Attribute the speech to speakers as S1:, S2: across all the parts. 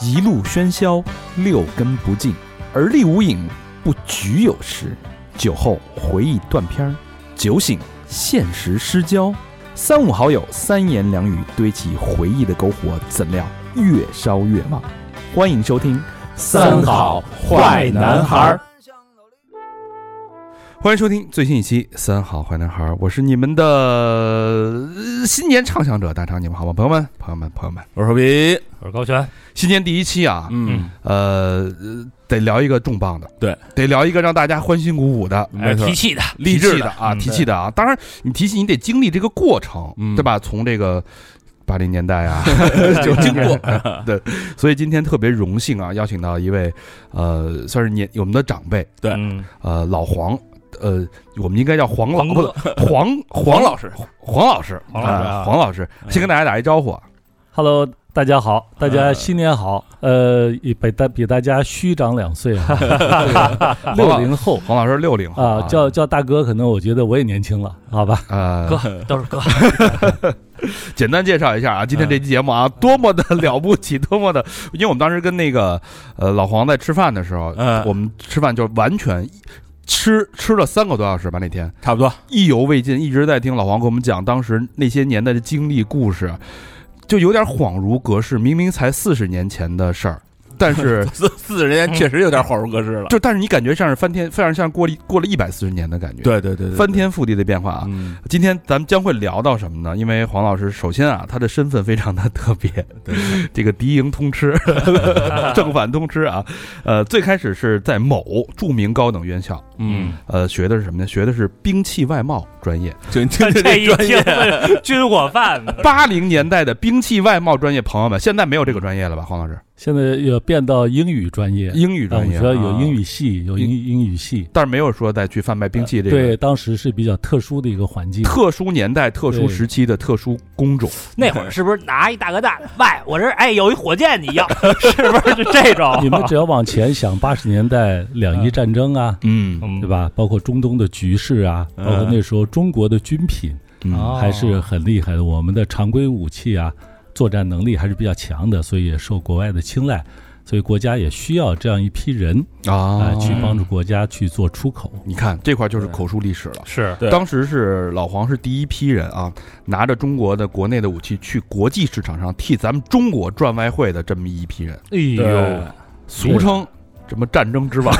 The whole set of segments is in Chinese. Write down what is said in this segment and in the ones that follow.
S1: 一路喧嚣，六根不净，而立无影，不局有时。酒后回忆断片儿，酒醒现实失焦。三五好友，三言两语堆起回忆的篝火，怎料越烧越旺。欢迎收听《
S2: 儿。
S1: 欢迎收听最新一期《三好坏男孩》，我是你们的呃新年畅想者大肠，你们好吗？朋友们，朋友们，朋友们，
S2: 我是何比，
S3: 我是高璇，
S1: 新年第一期啊，
S2: 嗯，
S1: 呃，呃得聊一个重磅的，
S2: 对，
S1: 得聊一个让大家欢欣鼓舞的、呃
S2: 没错
S3: 提，气的，
S2: 励
S1: 嗯哎提
S2: 志
S1: 气的啊，
S2: 嗯
S1: 提气的啊。当然，你提气，你得经历这个过程，
S2: 嗯
S1: 对吧？从这个。八零年代啊，就经过 对，所以今天特别荣幸啊，邀请到一位呃，算是年我们的长辈，
S2: 对
S3: 嗯，
S1: 呃，老黄，呃，我们应该叫黄老
S3: 黄
S1: 不
S3: 哥
S1: 黄黄
S2: 黄
S1: 老
S2: 老师，
S1: 黄老师，
S3: 黄老师
S1: 啊
S3: 啊
S1: 黄老师，先跟大家打一招呼啊，
S4: Hello，大家好，大家
S2: 呃
S4: 新年好。呃，也比大比大家虚长两岁啊，
S1: 黄
S4: 六
S1: 老
S4: 零后
S1: 黄老师六零后
S4: 啊，叫叫大哥，可能我觉得我也年轻了，好吧？
S1: 呃
S3: 哥都是哥，
S1: 简单介绍一
S2: 嗯
S1: 下啊，今天这期节目啊，多么的了不起， 多么的，因为我们当时跟那个呃老黄在吃饭的时候，
S2: 嗯
S1: 我们吃饭就完全吃吃了三个多小时吧，那天
S2: 差不多，
S1: 意犹未尽，一直在听老黄给我们讲当时那些年代的经历故事，就有点恍如隔世，明明才四十年前的事儿，但 是
S2: 四四十年确实有点恍如隔世了。
S1: 就但是你感觉像是翻天，非常像过了一过了一百四十年的感觉，，
S2: 对对对对，
S1: 翻天覆地的变化啊
S2: 啊！！嗯，
S1: 今天咱们将会聊到什么呢？因为黄老师，首先啊，他的身份非常的特别，
S2: 对，
S1: 这个敌营通吃，正反通吃啊。呃，最开始是在某著名高等院校，
S2: 嗯，
S1: 呃，学的是什么呢？学的是兵器外贸专业。
S2: 就你听
S3: 这一
S2: 这专
S3: 听
S2: 业，
S3: 军火贩子，
S1: 八零年代的兵器外贸专业，朋友们，现在没有这个专业了吧？黄老师，
S4: 现在也变到英语专业，
S1: 英语
S4: 啊，我
S1: 专
S4: 们
S1: 业
S4: 学，校
S2: 啊
S4: 有英语系，有英英语系。
S1: 但是没有说再去贩卖兵器这
S4: 对，
S1: 个
S4: 当时是比较特殊的一个环境。
S1: 特殊年代、特殊时期的特殊工种。
S3: 那会儿是不是拿一大哥大？喂，我这儿哎有一火箭，你要是不是就这种？
S4: 你们只要往前想，八十年代两伊战争啊，
S1: 嗯
S3: 嗯
S4: 对？吧？包括中东的局势啊，包括
S2: 嗯
S4: 那时候中国的军品，
S1: 嗯
S3: 哦
S4: 还是很厉害的。我们的常规武器啊，作战能力还是比较强的，所以也受国外的青睐。所以国家也需要这样一批人啊、
S1: 啊，
S4: 去帮助国家去做出口。
S1: 你看这块就是口述历史了。
S3: 是
S2: 对
S1: 当时是老黄是第一批人啊，拿着中国的国内的武器去国际市场上替咱们中国赚外汇的这么一批人，
S3: 哎呦，
S2: 对
S1: 俗称什么战争之王。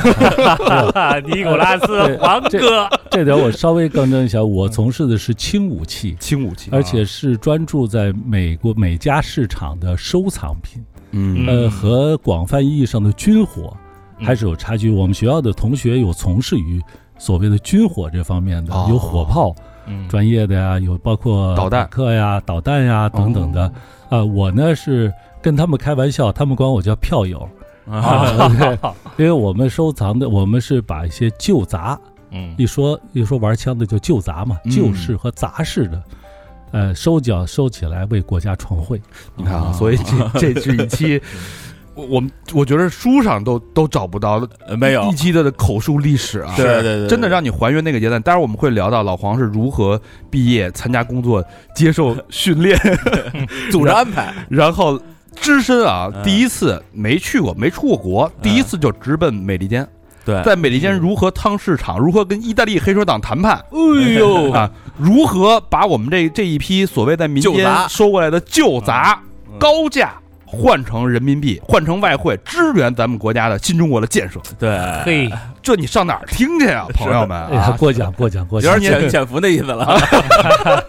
S3: 尼古拉斯
S4: 对
S3: 黄哥，
S4: 这点我稍微更正一下，我从事的是轻武器，
S1: 轻武器，啊
S4: 而且是专注在美国美加市场的收藏品，
S1: 嗯
S4: 呃，
S3: 嗯
S4: 和广泛意义上的军火
S3: 嗯
S4: 还是有差距。我们学校的同学有从事于所谓的军火这方面的
S1: 哦，
S4: 有火炮。
S3: 嗯
S4: 专业的呀，有包括
S1: 导弹哦
S4: 课呀、导弹呀等等的。呃，我呢是跟他们开玩笑，他们管我叫票友，
S1: 哦
S4: 啊、对因为我们收藏的，我们是把一些旧杂，
S3: 嗯
S4: 一说一说玩枪的就旧杂嘛，
S1: 嗯
S4: 旧式和杂式的。呃，收缴收起来为国家创汇，
S1: 你看啊，
S2: 啊
S1: 所以这这是一期。我我们我觉得书上都都找不到
S2: 呃没有
S1: 一，期的口述历史啊，
S2: 对对对对
S1: 真的让你还原那个阶段。待会儿我们会聊到老黄是如何毕业、参加工作、接受训 练，
S2: 组织安排，
S1: 然后只身啊，
S2: 嗯
S1: 第一次没去过，没出过国，第一次就直奔美利坚，
S2: 对
S1: 在美利坚如何趟市场，如何跟意大利黑手党谈判，
S3: 哎呦
S1: 啊，如何把我们这这一批所谓在民
S2: 旧
S1: 间
S2: 杂
S1: 收过来的旧杂
S2: 嗯
S1: 高价换成人民币，换成外汇，支援咱们国家的新中国的建设，
S2: 对，
S3: 嘿，
S1: 这你上哪儿听去啊，朋友们
S4: 哎呀
S1: 啊？
S4: 过奖过奖过
S2: 有
S4: 奖
S2: 点！潜潜伏的意思了。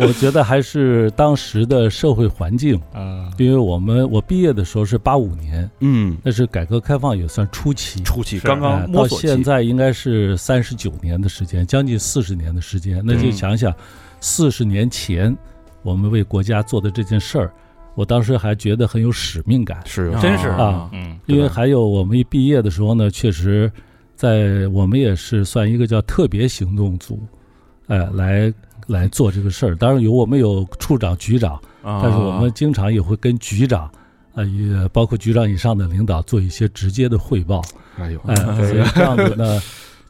S4: 我觉得还是当时的社会环境，
S3: 嗯
S4: 因为我们我毕业的时候是八五年，
S1: 嗯，
S4: 那是改革开放也算初期，
S1: 初期
S3: 是
S1: 刚刚
S4: 哎
S1: 啊摸
S4: 到
S1: 索
S4: 现
S1: 期，
S4: 在应该是三十九年的时间，将近四十年的时间。那就
S3: 嗯
S4: 想想，四十年前我们为国家做的这件事儿，我当时还觉得很有使命感，
S1: 是
S3: 真是
S4: 啊
S3: 嗯
S1: 对
S4: 因为
S1: 吧
S4: 还有我们一毕业的时候呢，确实，在我们也是算一个叫特别行动组，哎、来来做这个事儿。当然有我们有处长、局长，
S1: 啊
S2: 但
S4: 但是我们经常也会跟局长。啊，也包括局长以上的领导做一些直接的汇报，
S1: 哎呦，
S4: 哎，所以这样子呢，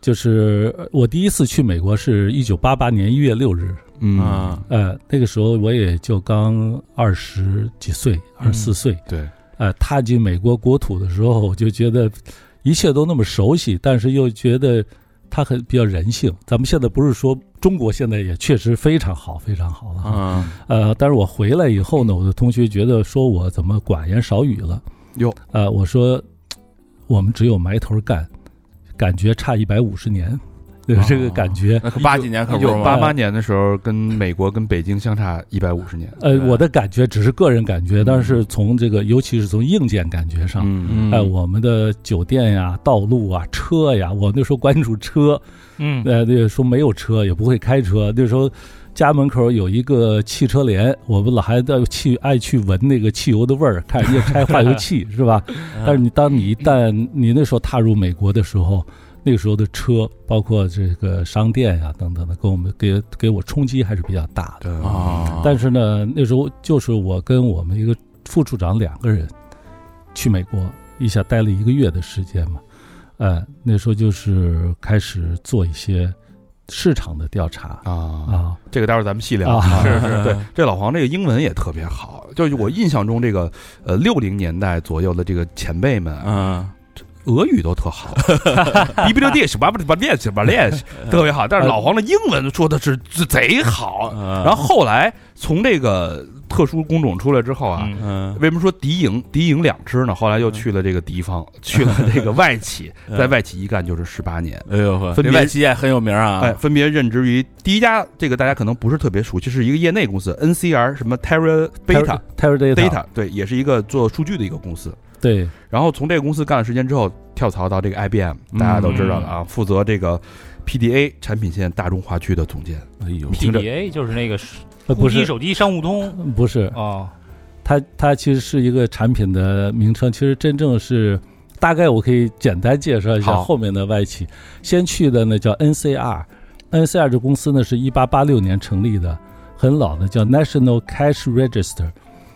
S4: 就是呃我第一次去美国是一九八八年一月六日，
S1: 嗯，
S2: 啊，
S4: 呃，那个时候我也就刚二十几岁，二十四岁，
S1: 对，
S4: 呃，踏进美国国土的时候，我就觉得一切都那么熟悉，但是又觉得它很比较人性。咱们现在不是说中国现在也确实非常好，非常好了哈，
S2: 嗯
S4: 呃，但是我回来以后呢，我的同学觉得说我怎么寡言少语了，
S1: 哟，
S4: 呃，我说我们只有埋头干，感觉差一百五十年，对、这个感觉。
S2: 那可八几年可
S1: 一
S2: 不是
S1: 九八
S2: 吗？
S1: 八年的时候，跟美国跟北京相差一百五十年。
S4: 呃，
S2: 对
S4: 我的感觉只是个人感觉，但是从这个，尤其是从硬件感觉上，
S1: 嗯
S2: 嗯
S4: 哎，我们的酒店呀、道路啊、车呀，我那时候关注车，
S3: 嗯，
S4: 呃，那个时候没有车，也不会开车。那时候家门口有一个汽车联，我们老还在去爱去闻那个汽油的味儿，看人家开化油器是吧？但是你当你一旦你那时候踏入美国的时候，那个时候的车，包括这个商店呀、等等的，给我们给给我冲击还是比较大的。
S1: 对
S2: 啊，
S4: 但是呢，那时候就是我跟我们一个副处长两个人去美国，一下待了一个月的时间嘛。呃，那时候就是开始做一些市场的调查
S1: 啊，
S4: 啊，
S1: 这个待会儿咱们细聊。
S4: 啊
S2: 是是
S1: 对，这老黄这个英文也特别好，就是我印象中这个呃六零年代左右的这个前辈们，
S2: 嗯，
S1: 俄语都特 好，哔哔溜地是吧吧吧练是吧练是特别好，但是老黄的英文说的是是贼好。
S2: 然
S1: 然后后来从这个特殊工种出来之后啊，
S3: 嗯
S2: 嗯，
S1: 为什么说敌营敌营两支呢？后来又去了这个敌方，去了这个外企，
S2: 嗯
S1: 在外企一干就是十八年。
S2: 哎呦呵，
S1: 分
S2: 这
S1: 别
S2: 外企也很有名啊，
S1: 哎，分别任职于第一家，这个大家可能不是特别熟悉，是一个业内公司，NCR 什么 Terra Beta
S4: Terra Data
S1: Data，对，也是一个做数据的一个公司。
S4: 对
S1: 然后从这个公司干了时间之后，跳槽到这个 IBM，大家都知道了啊，负责这个 PDA 产品线大中华区的总监。
S2: 哎呦，
S1: 听着
S3: PDA 就是那个手
S4: 呃不
S3: 机
S4: 是
S3: 手机商务通
S4: 不是，
S3: 哦，
S4: 它它其实是一个产品的名称，其实真正是大概我可以简单介绍一下
S1: 好
S4: 后面的外企。先去的呢叫 NCR，NCR 这公司呢是一八八六年成立的，很老的，叫 National Cash Register，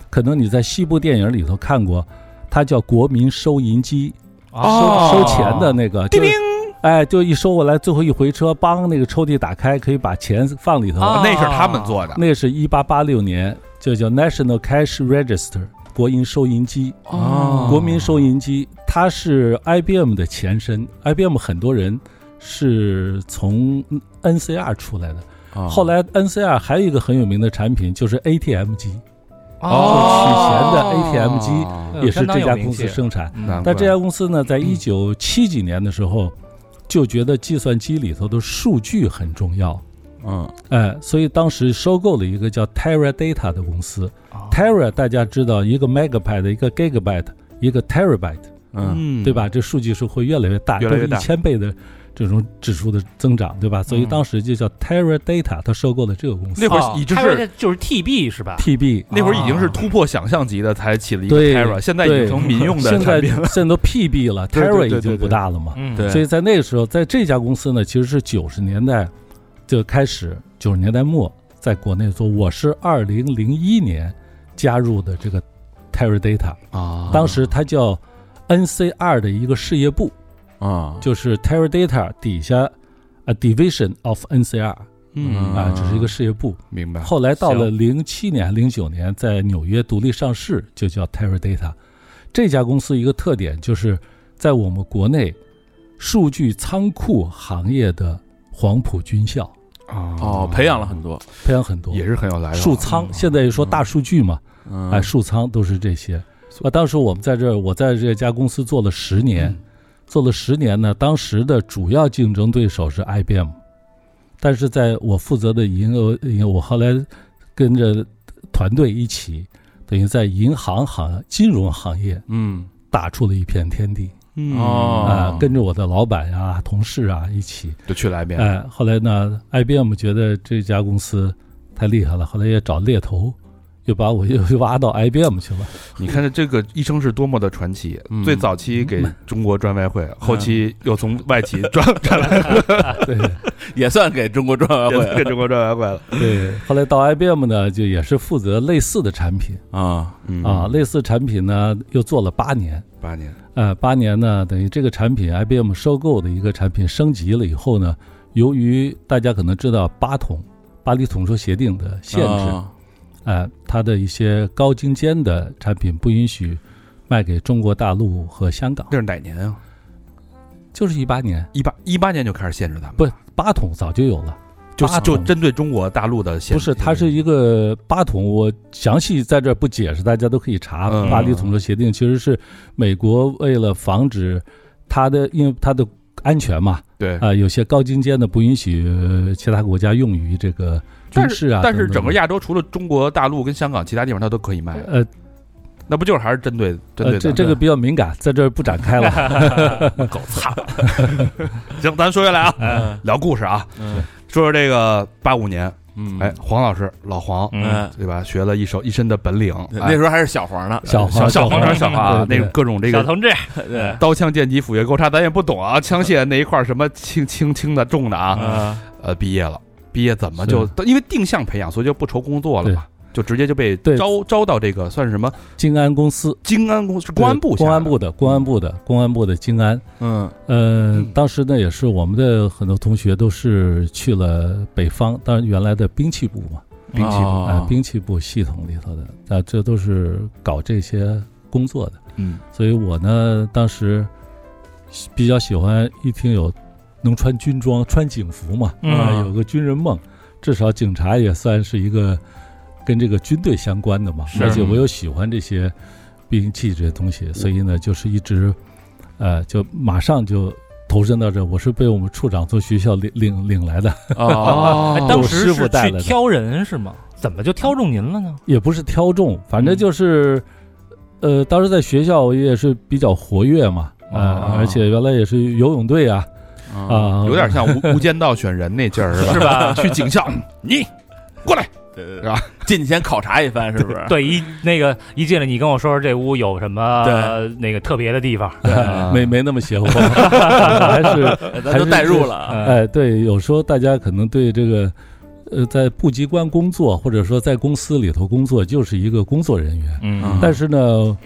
S4: 可能你在西部电影里头看过，它叫国民收银机，
S3: 啊
S4: 收收钱的那个，就哎就一收过来，最后一回车，帮那个抽屉打开，可以把钱放里头。
S3: 啊
S1: 那是他们做的，
S4: 那是一八八六年，就叫 National Cash Register 国营收银机。
S1: 哦
S4: 国民收银机，它是 IBM 的前身。IBM 很多人是从 NCR 出来的。
S2: 啊
S3: 哦
S4: 后来 NCR 还有一个很有名的产品就是 ATM 机，
S3: 哦
S4: 取钱的 ATM 机
S3: 嗯
S4: 也是
S3: 相
S4: 这
S3: 当
S4: 家
S3: 有
S4: 公
S3: 名
S4: 司
S3: 气嗯
S4: 生产。
S1: 难怪
S4: 但这家公司呢，在一九七几年的时候，就觉得计算机里头的数据很重要。
S2: 嗯
S4: 哎，所以当时收购了一个叫 Terra Data 的公司。Terra
S3: 哦
S4: 大家知道，一个 megabyte，一个 gigabyte，一个 terabyte。
S2: 嗯
S4: 对？吧？这数据是会越来越大，
S1: 越来越
S4: 都
S1: 大嗯
S4: 是一千倍的这种指数的增长，对吧？所以当时就叫 Terra Data，它收购了这个公司
S1: 那会儿已经
S3: 哦他说
S1: 是
S3: 这就是 TB 是吧？
S4: TB。
S1: 那会儿已经是突破想象级的，才起了一个
S4: 啊对
S1: Terra，现在已经成民用的
S4: 现在
S1: 产
S4: 啊
S1: 品了。
S4: 现在都 PB 了
S1: 对对
S4: ，Terra
S1: 对对
S4: 已经不大了嘛。
S3: 嗯，
S2: 对
S4: 所以在那个时候，在这家公司呢，其实是九十年代就开始，九十年代末在国内做。我是二零零一年加入的这个 Terra Data，
S1: 啊
S4: 当时它叫 NCR 的一个事业部。嗯
S2: 啊，
S4: 就是 Teradata 底下啊 Division of NCR
S1: 嗯啊
S4: 啊
S2: 啊，
S4: 只是一个事业部。
S1: 明白。
S4: 后来到了零七年、零九年，在纽约独立上市，就叫 Teradata。这家公司一个特点就是在我们国内数据仓库行业的黄埔军校
S2: 哦，培养了很多，
S4: 培养很多，
S1: 啊也是很有来啊嗯头。
S4: 数仓。现在说大数据嘛，
S2: 嗯
S4: 哎，数仓都是这些。那当时我们在这儿，我在这家公司做了十
S2: 嗯
S4: 年，做了十年呢。当时的主要竞争对手是 IBM，但是在我负责的银额，银我后来跟着团队一起，等于在银行行金融行业
S2: 嗯
S4: 打出了一片天地
S1: 嗯
S4: 啊、
S2: 哦
S4: 跟着我的老板啊、同事啊一起。
S1: 就去了 IBM。
S4: 哎、后来呢，IBM 觉得这家公司太厉害了，后来也找猎头，又把我又又挖到 IBM 去了。
S1: 你看这这个医生是多么的传奇，
S2: 嗯
S1: 最早期给中国专外汇，后期又从外企嗯 转转来
S4: 对
S2: 也算给中国赚外汇
S1: 给中国专外汇了
S4: 对，后来到 IBM 呢，就也是负责类似的产品
S2: 啊，
S1: 嗯
S4: 啊，类似产品呢又做了八年。
S1: 八年，
S4: 呃，八年呢，等于这个产品 IBM 收购的一个产品升级了以后呢，由于大家可能知道巴统巴黎统说协定的限制，
S2: 啊
S4: 呃，它的一些高精尖的产品不允许卖给中国大陆和香港，
S1: 这是哪年啊？
S4: 就是一八年，
S1: 一八一八年就开始限制他们，
S4: 不，巴统早就有了，
S1: 就
S4: 巴
S1: 就
S4: 统
S1: 针对中国大陆的限制，
S4: 不是，它是一个巴统，我详细在这儿不解释，大家都可以查。
S1: 嗯
S4: 巴黎统治协定其实是美国为了防止它的，因为它的安全嘛，
S1: 对
S4: 啊、有些高精尖的不允许呃其他国家用于这个军事啊
S1: 但是但是
S4: 等等
S1: 整个亚洲除了中国大陆跟香港，其他地方它都可以卖，
S4: 呃
S1: 那不就是还是针对针对
S4: 呃，这
S1: 咱
S4: 这个
S1: 们
S4: 比较敏感，在这儿不展开了。
S3: 狗操，
S1: 行，咱说回来啊，聊故事啊，
S2: 嗯
S1: 说说这个八五年，
S2: 嗯，
S1: 哎，黄老师老黄，
S3: 嗯，
S1: 对吧？学了一手一身的本领，
S4: 哎
S2: 那时候还是小黄呢，
S4: 小
S1: 小
S4: 黄
S1: 小黄
S4: 船
S1: 船小黄啊，那
S4: 对
S1: 个
S4: 对
S1: 各种这
S3: 小
S1: 个
S3: 同志，
S4: 啊
S2: 对，
S1: 刀枪剑戟斧钺钩叉，咱也不懂啊，枪械那一块儿什么轻轻轻的重的啊，
S2: 啊，
S1: 呃，毕业了，毕业怎么就因为定向培养，所以就不愁工作了嘛。就直接就被
S4: 对
S1: 招招到这个算是什么
S4: 金安公司，
S1: 京安公是公安部
S4: 公安
S1: 部
S4: 部的，公安部的，公安部的金安。
S2: 嗯
S4: 呃
S1: 嗯，
S4: 当时呢，也是我们的很多同学都是去了北方，当然原来的兵器部嘛，
S1: 兵器部，
S2: 哦
S4: 啊、兵器部系统里头的，啊、这都是搞这些工作的。
S1: 嗯，
S4: 所以我呢，当时比较喜欢一听有能穿军装、穿警服嘛，
S3: 嗯
S4: 啊、有个军人梦，至少警察也算是一个跟这个军队相关的嘛。
S1: 是
S4: 而且我又喜欢这些兵器这些东西，所以呢，就是一直呃，就马上就投身到这。我是被我们处长从学校领领领来的，
S2: 哦，
S3: 哎，当
S4: 我
S3: 时
S4: 师傅
S3: 是
S4: 带
S3: 去
S4: 来的
S3: 挑人是吗？怎么就挑中您了呢？
S4: 也不是挑中，反正就是，呃，当时在学校我也是比较活跃嘛，
S2: 哦
S4: 啊，而且原来也是游泳队 啊，
S2: 嗯
S4: 啊，
S1: 有 点像无无间道选人那劲儿是吧？
S3: 是吧
S1: 去警校，你过来，
S2: 对对
S1: 是
S2: 对
S4: 啊
S1: 吧，
S2: 进去先考察一番，是不是？
S3: 对，一那个一进来，你跟我说说这屋有什么
S2: 对
S3: 呃那个特别的地方？
S1: 啊
S4: 没没那么邪乎，还是
S2: 对，咱都代入了啊，
S3: 呃
S4: 哎，对，有时候大家可能对这个，呃，在部机关工作，或者说在公司里头工作，就是一个工作人员。
S3: 嗯，
S4: 但是呢，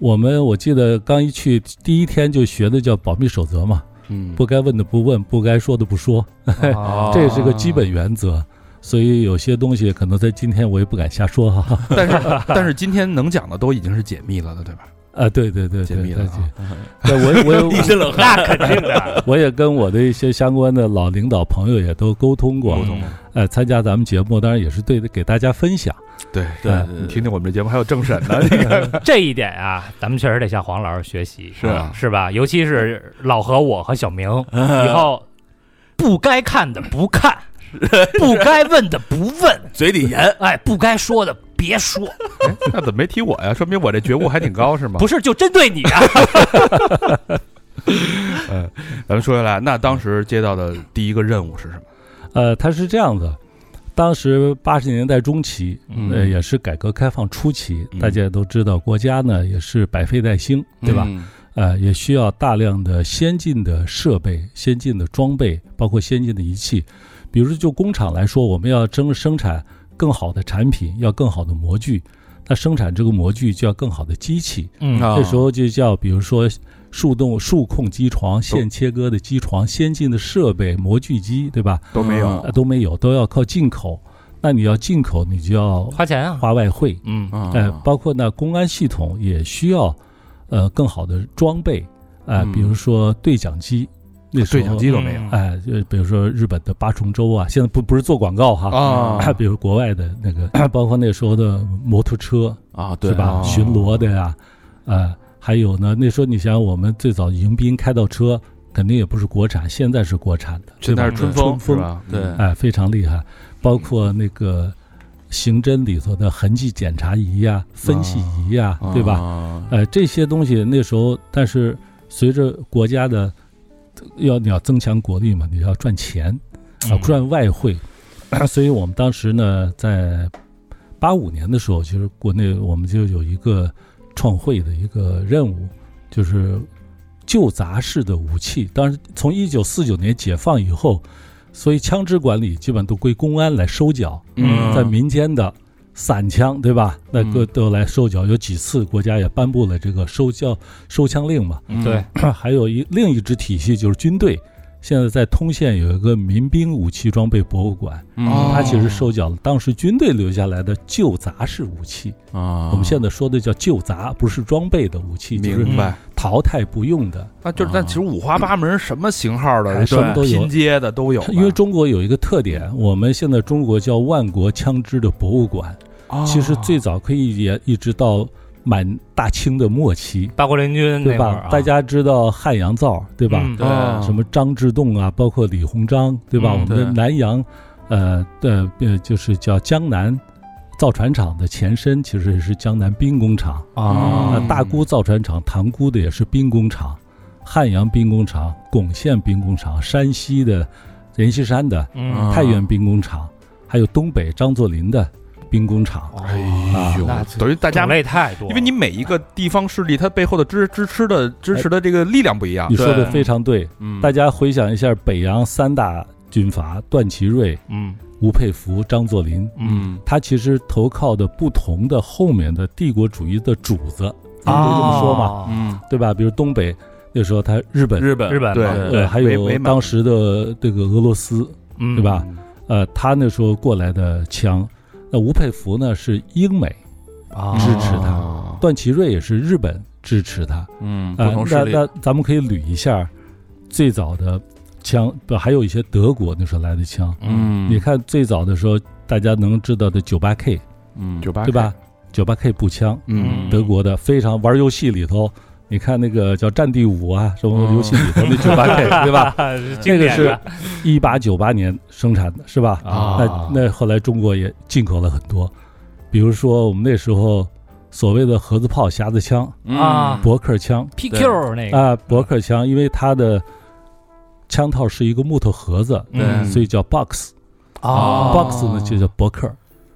S4: 我们我记得刚一去第一天就学的叫保密守则嘛，
S1: 嗯，
S4: 不该问的不问，不该说的不说，
S1: 啊
S2: 哦
S4: 这是个基本原则。所以有些东西可能在今天我也不敢瞎说 哈、啊。
S1: 但是但是今天能讲的都已经是解密了的，对吧？
S4: 啊对对对
S1: 解
S4: 对
S1: 密
S4: 对
S1: 了
S4: 对
S1: 啊，
S4: 对 我我有
S2: 一身冷汗，
S3: 那肯定的，
S4: 我也跟我的一些相关的老领导朋友也都沟通过，
S2: 嗯
S3: 通
S4: 呃，参加咱们节目，当然也是对给大家分享。
S1: 对，
S2: 对
S4: 哎
S1: 你
S2: 对
S1: 听听我们这节目还有政审呢，你看
S3: 这一点啊，咱们确实得向黄老师学习，
S2: 是
S1: 啊
S3: 是吧？尤其是老何我和小明，
S2: 对，
S3: 以后不该看的不看，不该问的不问，
S2: 嘴里严，
S3: 哎，不该说的别说，
S1: 那怎么没提我呀？说明我这觉悟还挺高是吗？
S3: 不是就针对你啊？
S1: 咱们说回来，那当时接到的第一个任务是什么？
S4: 呃，它是这样的，当时八十年代中期，
S2: 嗯
S4: 呃，也是改革开放初期，
S1: 嗯
S4: 大家也都知道，国家呢也是百废待兴，对吧？
S2: 嗯？
S4: 呃，也需要大量的先进的设备、先进的装备，包括先进的仪器。比如就工厂来说，我们要争生产更好的产品，要更好的模具，那生产这个模具就要更好的机器。
S3: 嗯
S2: 啊
S4: 这时候就叫比如说树洞、数控机床、线切割的机床、先进的设备、模具机，对吧？
S2: 嗯
S1: 都没有，
S4: 啊，都没有，都要靠进口。那你要进口，你就要
S3: 花钱啊，
S4: 花外汇。
S3: 嗯
S2: 啊
S4: 呃，包括呢，公安系统也需要，呃，更好的装备，啊、
S2: 嗯
S4: 比如说对讲机，那时候
S1: 对讲机都没有
S3: 嗯
S4: 哎、就比如说日本的八重洲啊，现在不不是做广告哈，
S1: 啊
S4: 比如国外的那个， 包括那时候的摩托车
S2: 啊，对
S4: 是吧，
S1: 哦
S4: 巡逻的呀，呃，还有呢，那时候你想想，我们最早迎宾开到车，肯定也不是国产，现在是国产的，
S1: 现
S4: 对吧
S1: 在是春风，
S4: 春风
S1: 是吧？
S2: 对
S1: 嗯
S4: 哎，非常厉害，包括那个刑侦里头的痕迹检查仪呀、分析仪呀、
S2: 嗯啊
S4: 对吧？
S2: 吧？
S4: 呃，这些东西那时候，但是随着国家的要你要增强国力嘛，你要赚钱啊，
S3: 嗯
S4: 赚外汇，所以我们当时呢在。八五年的时候，其实国内我们就有一个创汇的一个任务，就是旧杂式的武器。当然，从一九四九年解放以后，所以枪支管理基本都归公安来收缴，
S2: 嗯
S4: 在民间的散枪，对吧？那
S2: 嗯
S4: 个都来收缴，有几次国家也颁布了这个收缴收枪令 嘛。
S5: 嗯
S2: 对，
S4: 还有一另一支体系就是军队，现在在通县有一个民兵武器装备博物馆，
S5: 哦
S4: 它其实收缴了当时军队留下来的旧杂式武器。
S5: 啊
S4: 我们现在说的叫旧杂，不是装备的武器，就是
S5: 明白。
S4: 淘汰不用的。
S5: 那就是，但其实五花八门，什么型号的、
S4: 哎什么都有
S5: 拼接的都有吧。
S4: 因为中国有一个特点，我们现在中国叫万国枪支的博物馆，
S5: 哦
S4: 其实最早可以也一直到满大清的末期，
S3: 八国联军
S4: 对
S3: 那会儿
S4: 吧
S3: 啊，？
S4: 大家知道汉阳造，对吧？
S3: 嗯
S2: 对
S5: 啊
S4: 什么张之洞啊，包括李鸿章，对吧？
S2: 嗯
S4: 我们的
S2: 对
S4: 南洋，呃呃呃，就是叫江南造船厂的前身，其实也是江南兵工厂。
S5: 啊
S3: 嗯
S4: 那、大沽造船厂、塘沽的也是兵工厂，汉阳兵工厂、珙县兵工厂、山西的阎锡山的
S5: 啊
S3: 嗯，
S4: 太原兵工厂，还有东北张作霖的兵工厂。
S5: 哎
S3: 啊
S5: 呦
S2: 那，
S5: 等于大家
S3: 种，类太多了，
S5: 因为你每一个地方势力，它背后的支支持的支持的这个力量不一样
S4: 你。说的
S2: 对
S4: 非常对，
S5: 嗯
S4: 大家回想一下北洋三大军阀段祺瑞、
S3: 嗯
S4: 吴佩孚、张作霖。
S3: 嗯
S4: 它其实投靠的不同的后面的帝国主义的主子，
S5: 啊
S4: 咱嗯们都这么说嘛，
S3: 嘛，
S5: 嗯，
S4: 对吧？比如东北那时候，它日本，
S2: 日本
S3: 日本嘛
S5: 对
S4: 呃
S2: 对
S4: 还
S5: 伪伪
S4: 有
S5: 满
S4: 当时的这个俄罗斯，
S3: 嗯
S4: 对吧？呃，他那时候过来的枪，那吴佩孚呢是英美
S3: 啊
S4: 支持他
S5: 哦
S4: 段祺瑞也是日本支持他。
S5: 嗯，不
S4: 呃
S5: 同，
S4: 那
S5: 势力。
S4: 那咱们可以捋一下最早的枪，不还有一些德国那时候来的枪。
S5: 嗯
S4: 你看最早的时候，大家能知道的九八 K，
S5: 嗯，九八
S4: 对吧？？九八 K 步枪，
S5: 嗯
S4: 德国的非常玩游戏里头，你看那个叫《战地五》啊，什
S5: 哦
S4: 么游 戏里头那九八 K 对吧？？
S3: 经
S4: 这个
S3: 典
S4: 是
S3: 的
S4: 一八九八年生产的，是吧？
S5: 啊
S4: 哎那那后来中国也进口了很多，比如说我们那时候所谓的盒子炮、匣子
S5: 嗯
S4: 枪、
S3: 啊
S4: 驳壳枪
S3: PQ 那个
S4: 啊，驳壳枪，因为它的枪套是一个木头盒子，
S5: 嗯
S4: 所以叫 box。
S3: 哦
S5: 啊
S4: box 呢就叫驳壳，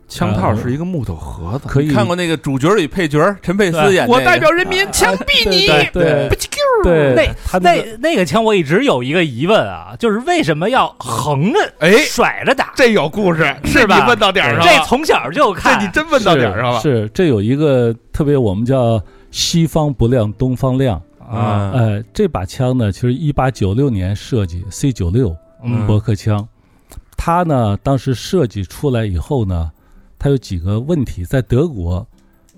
S5: 枪套是一个木头盒子。
S4: 可以
S2: 看过那个主角与配角陈佩斯演那个，
S5: 我代表人民枪毙你！
S4: 对对
S5: 不叽叽
S4: 对，
S3: 那
S4: 它那个
S3: 那那个枪我一直有一个疑问啊，就是为什么要横着
S5: 哎，
S3: 甩着打？
S5: 这有故事，
S3: 是吧
S5: 这你问到
S1: 哎
S5: 点儿上
S3: 这
S5: 了，
S3: 从小就看，
S5: 这你真问到点儿上了。
S4: 是是这有一个特别，我们叫西方不亮东方亮。
S3: 啊，
S4: 呃，这把枪呢，其实一八九六年设计 C 九六
S3: 嗯
S4: 伯克枪，它呢当时设计出来以后呢，它有几个问题，在德国，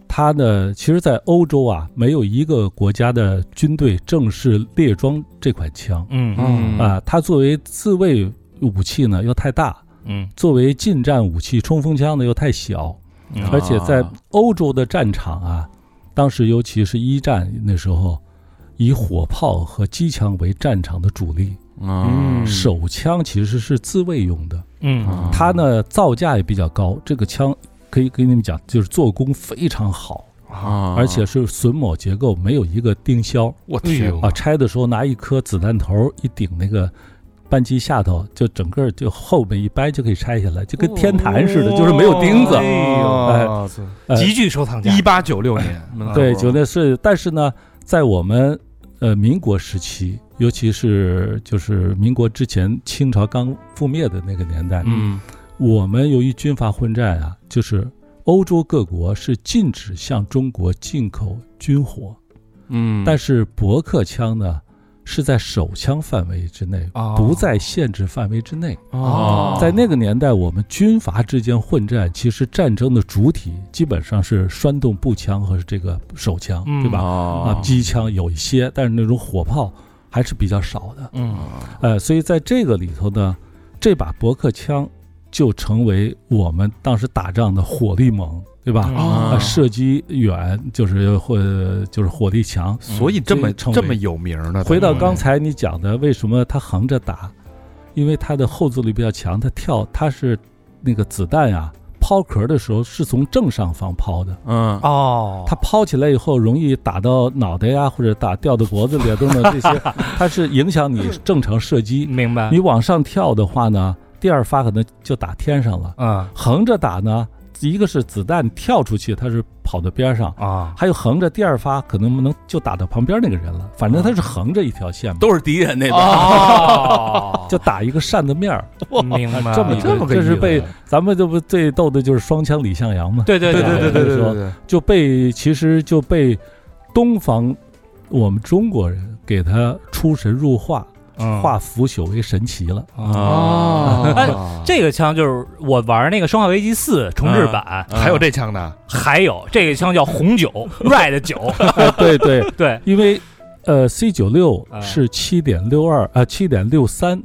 S4: 它呢其实，在欧洲啊，没有一个国家的军队正式列装这款枪
S3: 嗯
S5: 嗯
S4: 啊、它作为自卫武器呢又太大，
S3: 嗯
S4: 作为近战武器冲锋枪呢又太小，
S3: 嗯
S4: 而且
S5: 啊
S4: 在欧洲的战场啊，当时尤其是一战那时候，以火炮和机枪为战场的主力，
S2: 啊
S5: 嗯啊
S4: 手枪其实是自卫用的。
S3: 嗯
S4: 它呢造价也比较高，这个枪可以给你们讲，就是做工非常好，
S5: 啊哎
S4: 而且是榫卯结构，没有一个钉销
S5: 我天
S4: 啊。拆的时候拿一颗子弹头一顶那个。扳机下头就整个就后面一掰就可以拆下来，就
S5: 哦
S4: 跟天坛似的，就是没有钉子。
S5: 哎呦
S4: 哎呃
S3: 极具收藏家，
S5: 一八九六年，
S4: 对，九六是，但是呢，在我们呃民国时期，尤其是就是民国之前，清朝刚覆灭的那个年代，
S5: 嗯
S4: 我们由于军阀混战啊，就是欧洲各国是禁止向中国进口军火，
S5: 嗯
S4: 但
S5: 是
S4: 是驳壳枪呢是在手枪范围之内，不在限制范围之内。
S5: 哦
S4: 在那个年代，我们军阀之间混战，其实战争的主体基本上是栓动步枪和这个手枪，
S3: 嗯
S4: 对吧？啊
S2: 哦
S5: 啊，
S4: 机枪有一些，但是那种火炮还是比较少的。
S3: 嗯
S4: 呃，所以在这个里头呢，这把驳壳枪就成为我们当时打仗的火力猛，对吧？
S3: 嗯
S4: 啊、
S5: 啊
S4: 射击远就是或就是火力强。
S5: 嗯所以这么
S4: 这称为
S5: 这么有名儿呢。
S4: 回到刚才你讲的，为什么它横着打？因为它的后坐力比较强，它跳它是那个子弹呀、抛壳的时候是从正上方抛的，
S5: 嗯
S3: 哦，
S4: 它抛起来以后容易打到脑袋呀，或者打掉到脖子里啊等等这些，它是影响你正常射击。
S3: 明白
S4: 你往上跳的话呢，第二发可能就打天上了；
S3: 嗯
S4: 横着打呢，一个是子弹跳出去，它是跑到边上，
S5: 啊，
S4: 还有横着第二发可能能就打到旁边那个人了，反正它是横着一条线嘛，
S2: 都是敌人那种。
S3: 哦，
S4: 就打一个扇子面儿，
S3: 明白
S4: 这么一
S5: 这么个
S4: 这
S5: 意
S4: 是
S5: 思
S4: 被咱们这不最逗的就是双枪李向阳嘛，
S3: 对对
S5: 对对对
S3: 对
S5: 对对
S4: 对
S5: 对
S4: 对
S5: 对，
S4: 就被其实就被东方我们中国人给他出神入化，
S3: 啊
S5: 嗯
S4: 化腐朽为神奇了
S5: 哦，
S3: 这个枪就是我玩那个《生化危机四》重
S4: 嗯
S3: 置版，
S5: 还有这枪呢，
S3: 还有这个枪叫红 酒 Red 酒，
S4: 哎 对对，
S3: 对，
S4: 因为呃 C 九六
S3: 啊
S4: 是七点六二啊七点六三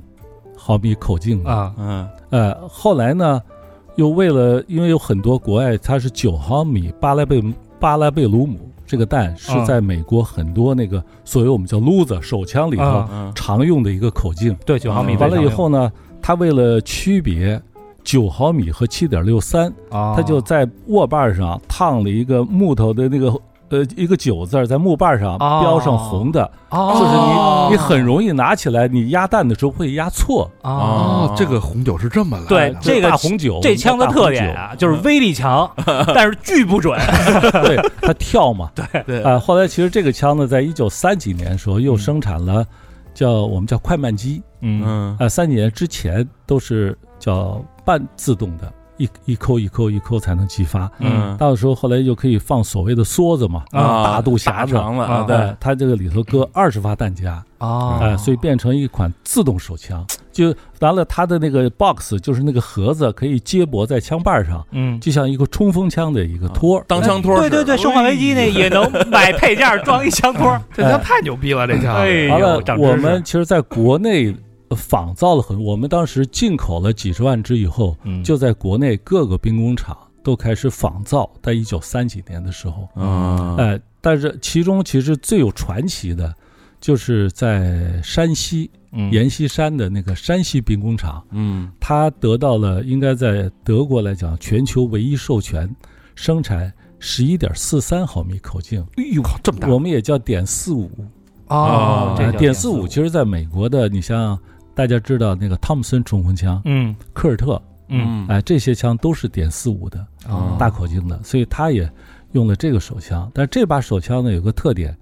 S4: 毫米口径的，
S3: 啊
S2: 嗯
S4: 呃后来呢又为了因为有很多国外它是九毫米巴莱贝巴莱贝鲁姆这个弹是
S3: 啊
S4: 在美国很多那个所谓我们叫撸子手枪里头
S3: 啊
S2: 嗯
S4: 常用的一个口径。
S3: 对，九毫米
S2: 嗯
S3: 对
S4: 完了以后呢，他为了区别九毫米和七点六三，
S5: 他
S3: 啊
S4: 他就在握把上烫了一个木头的那个呃一个九字儿，在木把上
S3: 哦
S4: 标上红的，就是
S3: 哦
S4: 你你很容易拿起来，你压弹的时候会压错。
S3: 啊。
S5: 哦，这个红酒是这么来的，
S3: 对这个
S4: 大红酒，
S3: 这枪的特点
S4: 大
S3: 啊，就是威力 强，但是巨不准。
S4: 红酒， 对它跳嘛。
S2: 对
S4: 啊，后来其实这个枪呢，在一九三几年的时候
S3: 嗯
S4: 又生产了，叫我们叫快慢机。
S2: 嗯
S4: 啊，三几年之前都是叫半自动的，一一扣一扣一扣才能激发。
S2: 嗯
S4: 到时候后来又可以放所谓的梭子嘛，大肚匣子，
S2: 长了啊，对，
S4: 哎，它这个里头搁二十发弹夹，
S3: 啊
S4: 哎，所以变成一款自动手枪。就完了，它的那个 box 就是那个盒子，可以接驳在枪把上，
S3: 嗯，
S4: 就像一个冲锋枪的一个托儿。
S2: 当枪托
S3: 对对对，《生化危机》那也 能买配件儿装一枪托儿。
S5: 这枪太牛逼了，这枪，
S3: 哎呦
S4: 完了
S3: 长，知识
S4: 我们其实在国内呃仿造了很，我们当时进口了几十万支以后，
S2: 嗯
S4: 就在国内各个兵工厂都开始仿造，在一九三几年的时候，
S2: 啊
S4: 哎、但是其中其实最有传奇的，就是在山西阎锡山的那个山西兵工厂，
S2: 嗯
S4: 它得到了应该在德国来讲全球唯一授权生产十一点四三毫米口径，
S5: 哎呦，这么大，
S4: 我们也叫点四五。
S2: 哦这
S4: 啊，
S2: 叫
S4: 点四五，其实在美国的，你像大家知道那个汤姆森冲 锋枪、
S3: 嗯
S4: 科尔特，
S3: 嗯，
S4: 哎、这些枪都是点四五的
S2: 嗯
S3: 啊
S5: 哦
S4: 大口径的，所以他也用了这个手枪。但这把手枪呢有个特点，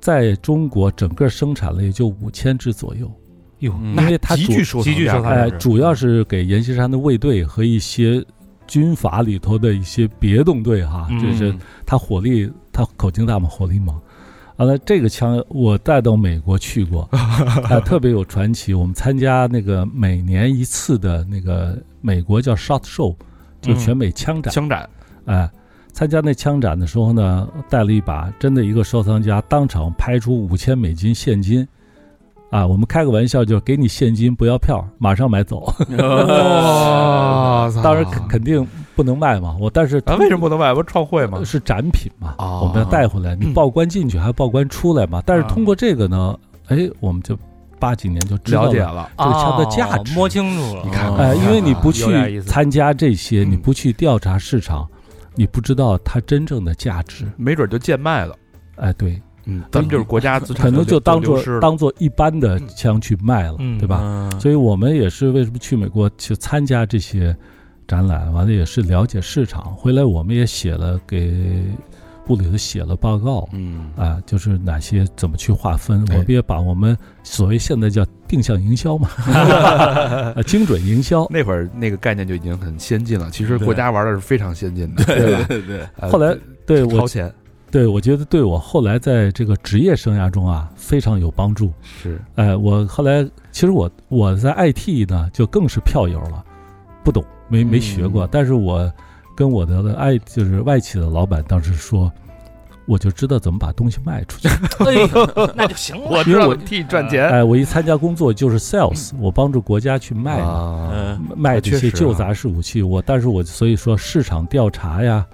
S4: 在中国整个生产了也就五千支左右，
S3: 哟，
S2: 嗯
S4: 因为它
S5: 急
S4: 主
S5: 剧收藏
S3: 急剧
S5: 量
S3: 收藏
S4: 哎、
S3: 量
S4: 主要是给阎锡山的卫队和一些军阀里头的一些别动队哈，
S3: 嗯
S4: 这是它火力，它口径大嘛，火力猛。完了，这个枪我带到美国去过，啊，特别有传奇。我们参加那个每年一次的那个美国叫 Shot Show，就全美枪展，
S5: 枪展，
S4: 哎、参加那枪展的时候呢，带了一把，真的一个收藏家当场拍出五千美金现金，啊，我们开个玩笑就是给你现金不要票，马上买走。
S5: 啊哇塞，
S4: 呃当然肯肯定不能卖嘛，我但是
S5: 啊，为什么不能卖？不是创汇吗？
S4: 是展品嘛，
S5: 哦
S4: 我们要带回 来，你报关进去还报关出来嘛。但是
S5: 啊
S4: 通过这个呢，哎，我们就八几年就知道
S5: 了解啊
S4: 了
S5: 了，哦
S4: 这个枪的价
S3: 哦
S4: 值。
S3: 摸清楚了
S5: 你。看，
S4: 哎，
S5: 你看
S4: 因为你不
S3: 有点意
S4: 去
S3: 思
S4: 参加这些，
S5: 嗯
S4: 你不去调查市场，你不知道它真正的价值。
S5: 没准就贱卖了，
S4: 哎，对，
S5: 嗯，咱们就是国家资产
S4: 可能就当
S5: 做
S4: 做当做一般的
S5: 嗯
S4: 枪去卖了，
S3: 嗯
S4: 对吧？
S2: 吧？
S4: 所以我们也是为什么去美国去参加这些展览，完了也是了解市场。回来我们也写了给部里头写了报告
S5: 嗯
S4: 啊，就是哪些怎么去划分，
S5: 哎
S4: 我们也把我们所谓现在叫定向营 销嘛，啊精准营销。
S5: 那会儿那个概念就已经很先进了，其实国家玩的是非常先进的，对吧？
S2: 对对，
S5: 呃
S4: 后来对
S5: 超
S4: 我
S5: 前
S4: 对我觉得对我后来在这个职业生涯中啊非常有帮助。
S5: 是
S4: 哎，我后来其实我我在 IT 呢就更是票友了，不懂没没学过，
S5: 嗯
S4: 但是我跟我的爱就是外企的老板当时说，我就知道怎么把东西卖 出去。
S3: 哎呦，那就行 了。
S5: 我知道我替你赚钱
S4: 哎，我一参加工作就是 sales，我帮助国家去卖
S5: 嗯
S4: 嘛
S5: 啊，
S2: 嗯
S4: 卖这
S5: 确实
S4: 些
S5: 啊
S4: 旧杂式武器。我但是我所以说市场调查呀，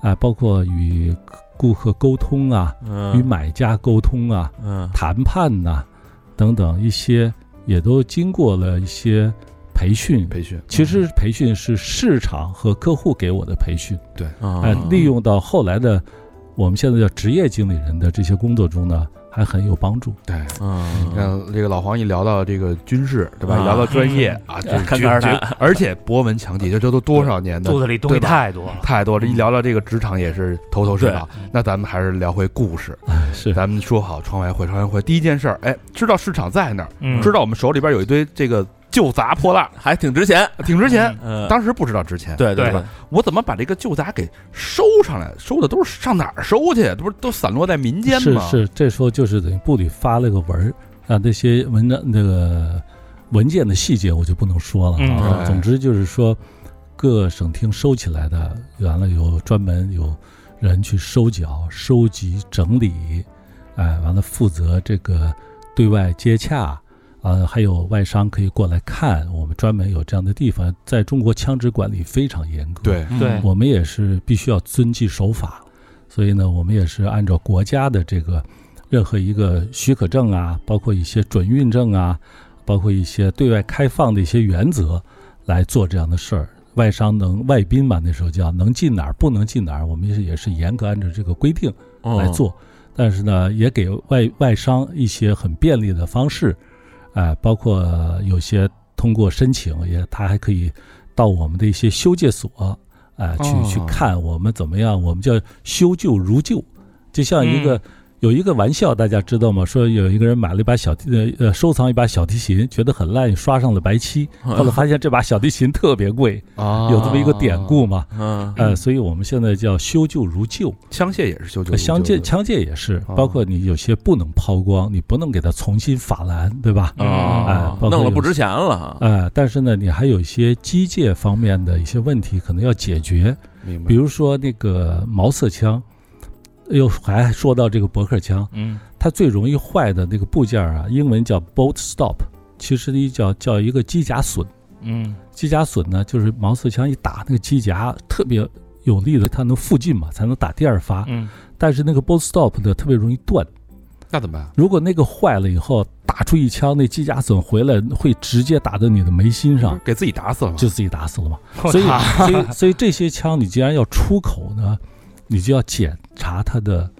S4: 啊，包括与顾客沟通啊，与
S2: 嗯
S4: 买家沟通啊，
S2: 嗯
S4: 谈判呐、等等一些，也都经过了一些培训。
S5: 培训
S4: 其实培训是市场和客户给我的培训，哎
S2: 啊
S4: 哎、利用到后来的我们现在叫职业经理人的这些工作中呢，还很有帮助。
S5: 对，你
S4: 呃
S2: 嗯，
S5: 看这个老黄一聊到这个军事，对吧？
S2: 啊
S5: 聊到专业啊，这
S2: 看
S5: 绝
S2: 看
S5: 绝而且博闻强记，这这都多少年的
S3: 肚子里东西
S5: 对吧
S3: 太多了。
S5: 太多了。一聊到这个职场也是头头是道。那咱们还是聊回故事，
S4: 是
S5: 咱们说好窗外会，窗外会。第一件事儿，哎，知道市场在哪儿，
S3: 嗯，
S5: 知道我们手里边有一堆这个旧杂破烂，
S2: 还挺值钱，
S5: 挺值钱。
S2: 嗯，
S5: 当时不知道值钱，
S2: 对
S3: 对
S2: 对，
S5: 我怎么把这个旧杂给收上来？收的都是上哪儿收去？这不是都散落在民间
S4: 是
S5: 吗？
S4: 是，这时候就是等于部里发了个文儿，啊，那些文章那个文件的细节我就不能说了啊。
S5: 嗯
S4: 总之就是说，各省厅收起来的，完了有专门有人去收缴、收集、整理，哎，完了负责这个对外接洽。啊，还有外商可以过来看，我们专门有这样的地方。在中国枪支管理非常严格，
S5: 对，
S3: 对
S4: 我们也是必须要遵纪守法，所以呢，我们也是按照国家的这个任何一个许可证啊，包括一些准运证啊，包括一些对外开放的一些原则来做这样的事儿。外商能外宾嘛，那时候叫能进哪儿不能进哪儿，我们也是严格按照这个规定
S2: 嗯
S4: 嗯来
S2: 哦
S4: 做。但是呢，也给外外商一些很便利的方式，啊、包括有些通过申请也，他还可以到我们的一些修界所，啊、去、
S5: 哦
S4: 去看我们怎么样，我们叫修旧如旧，就像一个、有一个玩笑，大家知道吗？说有一个人买了一把小提呃呃收藏一把小提琴，觉得很烂，刷上了白漆，
S2: 哦嗯
S4: 后来发现这把小提琴特别贵，
S5: 啊
S4: 有这么一个典故嘛。
S2: 嗯，
S4: 呃，所以我们现在叫修旧如旧，
S5: 枪械也是修旧，
S4: 枪
S5: 旧
S4: 械
S5: 的
S4: 枪械也是，
S5: 啊
S4: 包括你有些不能抛光，你不能给它重新法兰，对吧？哎
S2: 啊
S4: 包，括
S2: 弄了
S4: 有
S2: 不值钱了，
S4: 呃，但是呢，你还有一些机械方面的一些问题可能要解决，
S5: 明白
S4: 比如说那个毛瑟枪，又还说到这个驳壳枪，
S3: 嗯
S4: 它最容易坏的那个部件啊，英文叫 bolt stop，其实一叫叫一个机甲损。
S3: 嗯
S4: 机甲损呢，就是毛瑟枪一打那个机甲特别有力的，它能附近嘛，才能打第二发。
S3: 嗯
S4: 但是那个 bolt stop 呢，特别容易断。
S5: 那怎么办？
S4: 如果那个坏了以后，打出一枪，那机甲损回来会直接打到你的眉心上，
S1: 嗯
S5: 给自己打死了吗？
S4: 啊就自己打死了嘛。
S3: 我
S4: 所以，所以，所以这些枪你既然要出口呢，你就要检查它的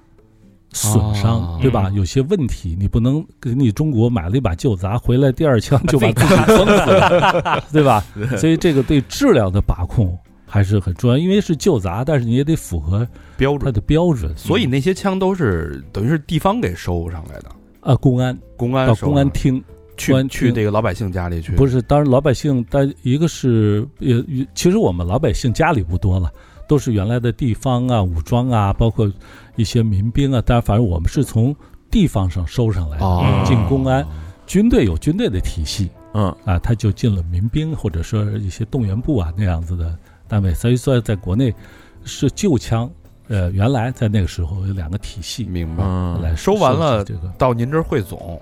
S4: 损伤，
S5: 哦
S4: 对吧？有些问题你不能给你中国买了一把旧杂回来，第二枪就 把 自己崩死了，对吧？所以这个对质量的把控还是很重要，因为是旧杂，但是你也得符合
S5: 标
S4: 它
S5: 准。
S4: 的标准。
S5: 所以那些枪都是等于是地方给收上来的，
S4: 啊，公安
S5: 公安
S4: 到
S5: 收
S4: 公安
S5: 上来
S4: 厅公
S5: 去
S4: 安
S5: 去
S4: 厅
S5: 这个老百姓家里去，
S4: 不是，当然老百姓，但一个是也，也其实我们老百姓家里不多了，都是原来的地方啊、武装啊，包括一些民兵啊。当然，反正我们是从地方上收上来的。
S5: 哦
S4: 进公安军队有军队的体系
S2: 嗯
S4: 啊，他就进了民兵或者说一些动员部啊那样子的单位。所以说，在国内是旧枪，呃，原来在那个时候有两个体系
S5: 明白。
S2: 嗯，
S4: 来
S5: 收完
S4: 拾
S5: 了嗯
S4: 这个，
S5: 到您这儿汇总，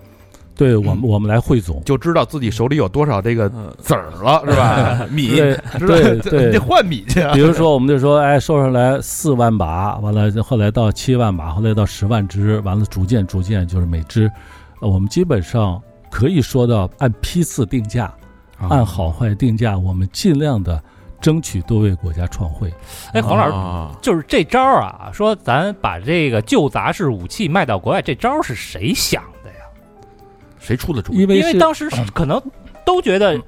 S4: 对我们我们来汇总。
S5: 就知道自己手里有多少这个
S2: 嗯哎
S5: 子儿了，是 吧？米
S4: 对
S5: 是吧
S4: 对对
S5: 你得换米去 啊。
S4: 比如说，我们就说，哎，收上来四万把，完了后来到七万把，后来到十万只，完了逐渐逐渐就是每只，呃我们基本上可以说到按批次定价，按好坏定价，我们尽量的争取多为国家创汇。
S3: 哎，黄老师，
S2: 师，
S3: 就是这招儿啊，说咱把这个旧杂式武器卖到国外，这招儿是谁想的呀？
S5: 谁出的主意？
S4: 因为
S3: 因为
S4: 是
S3: 当时是可能都觉得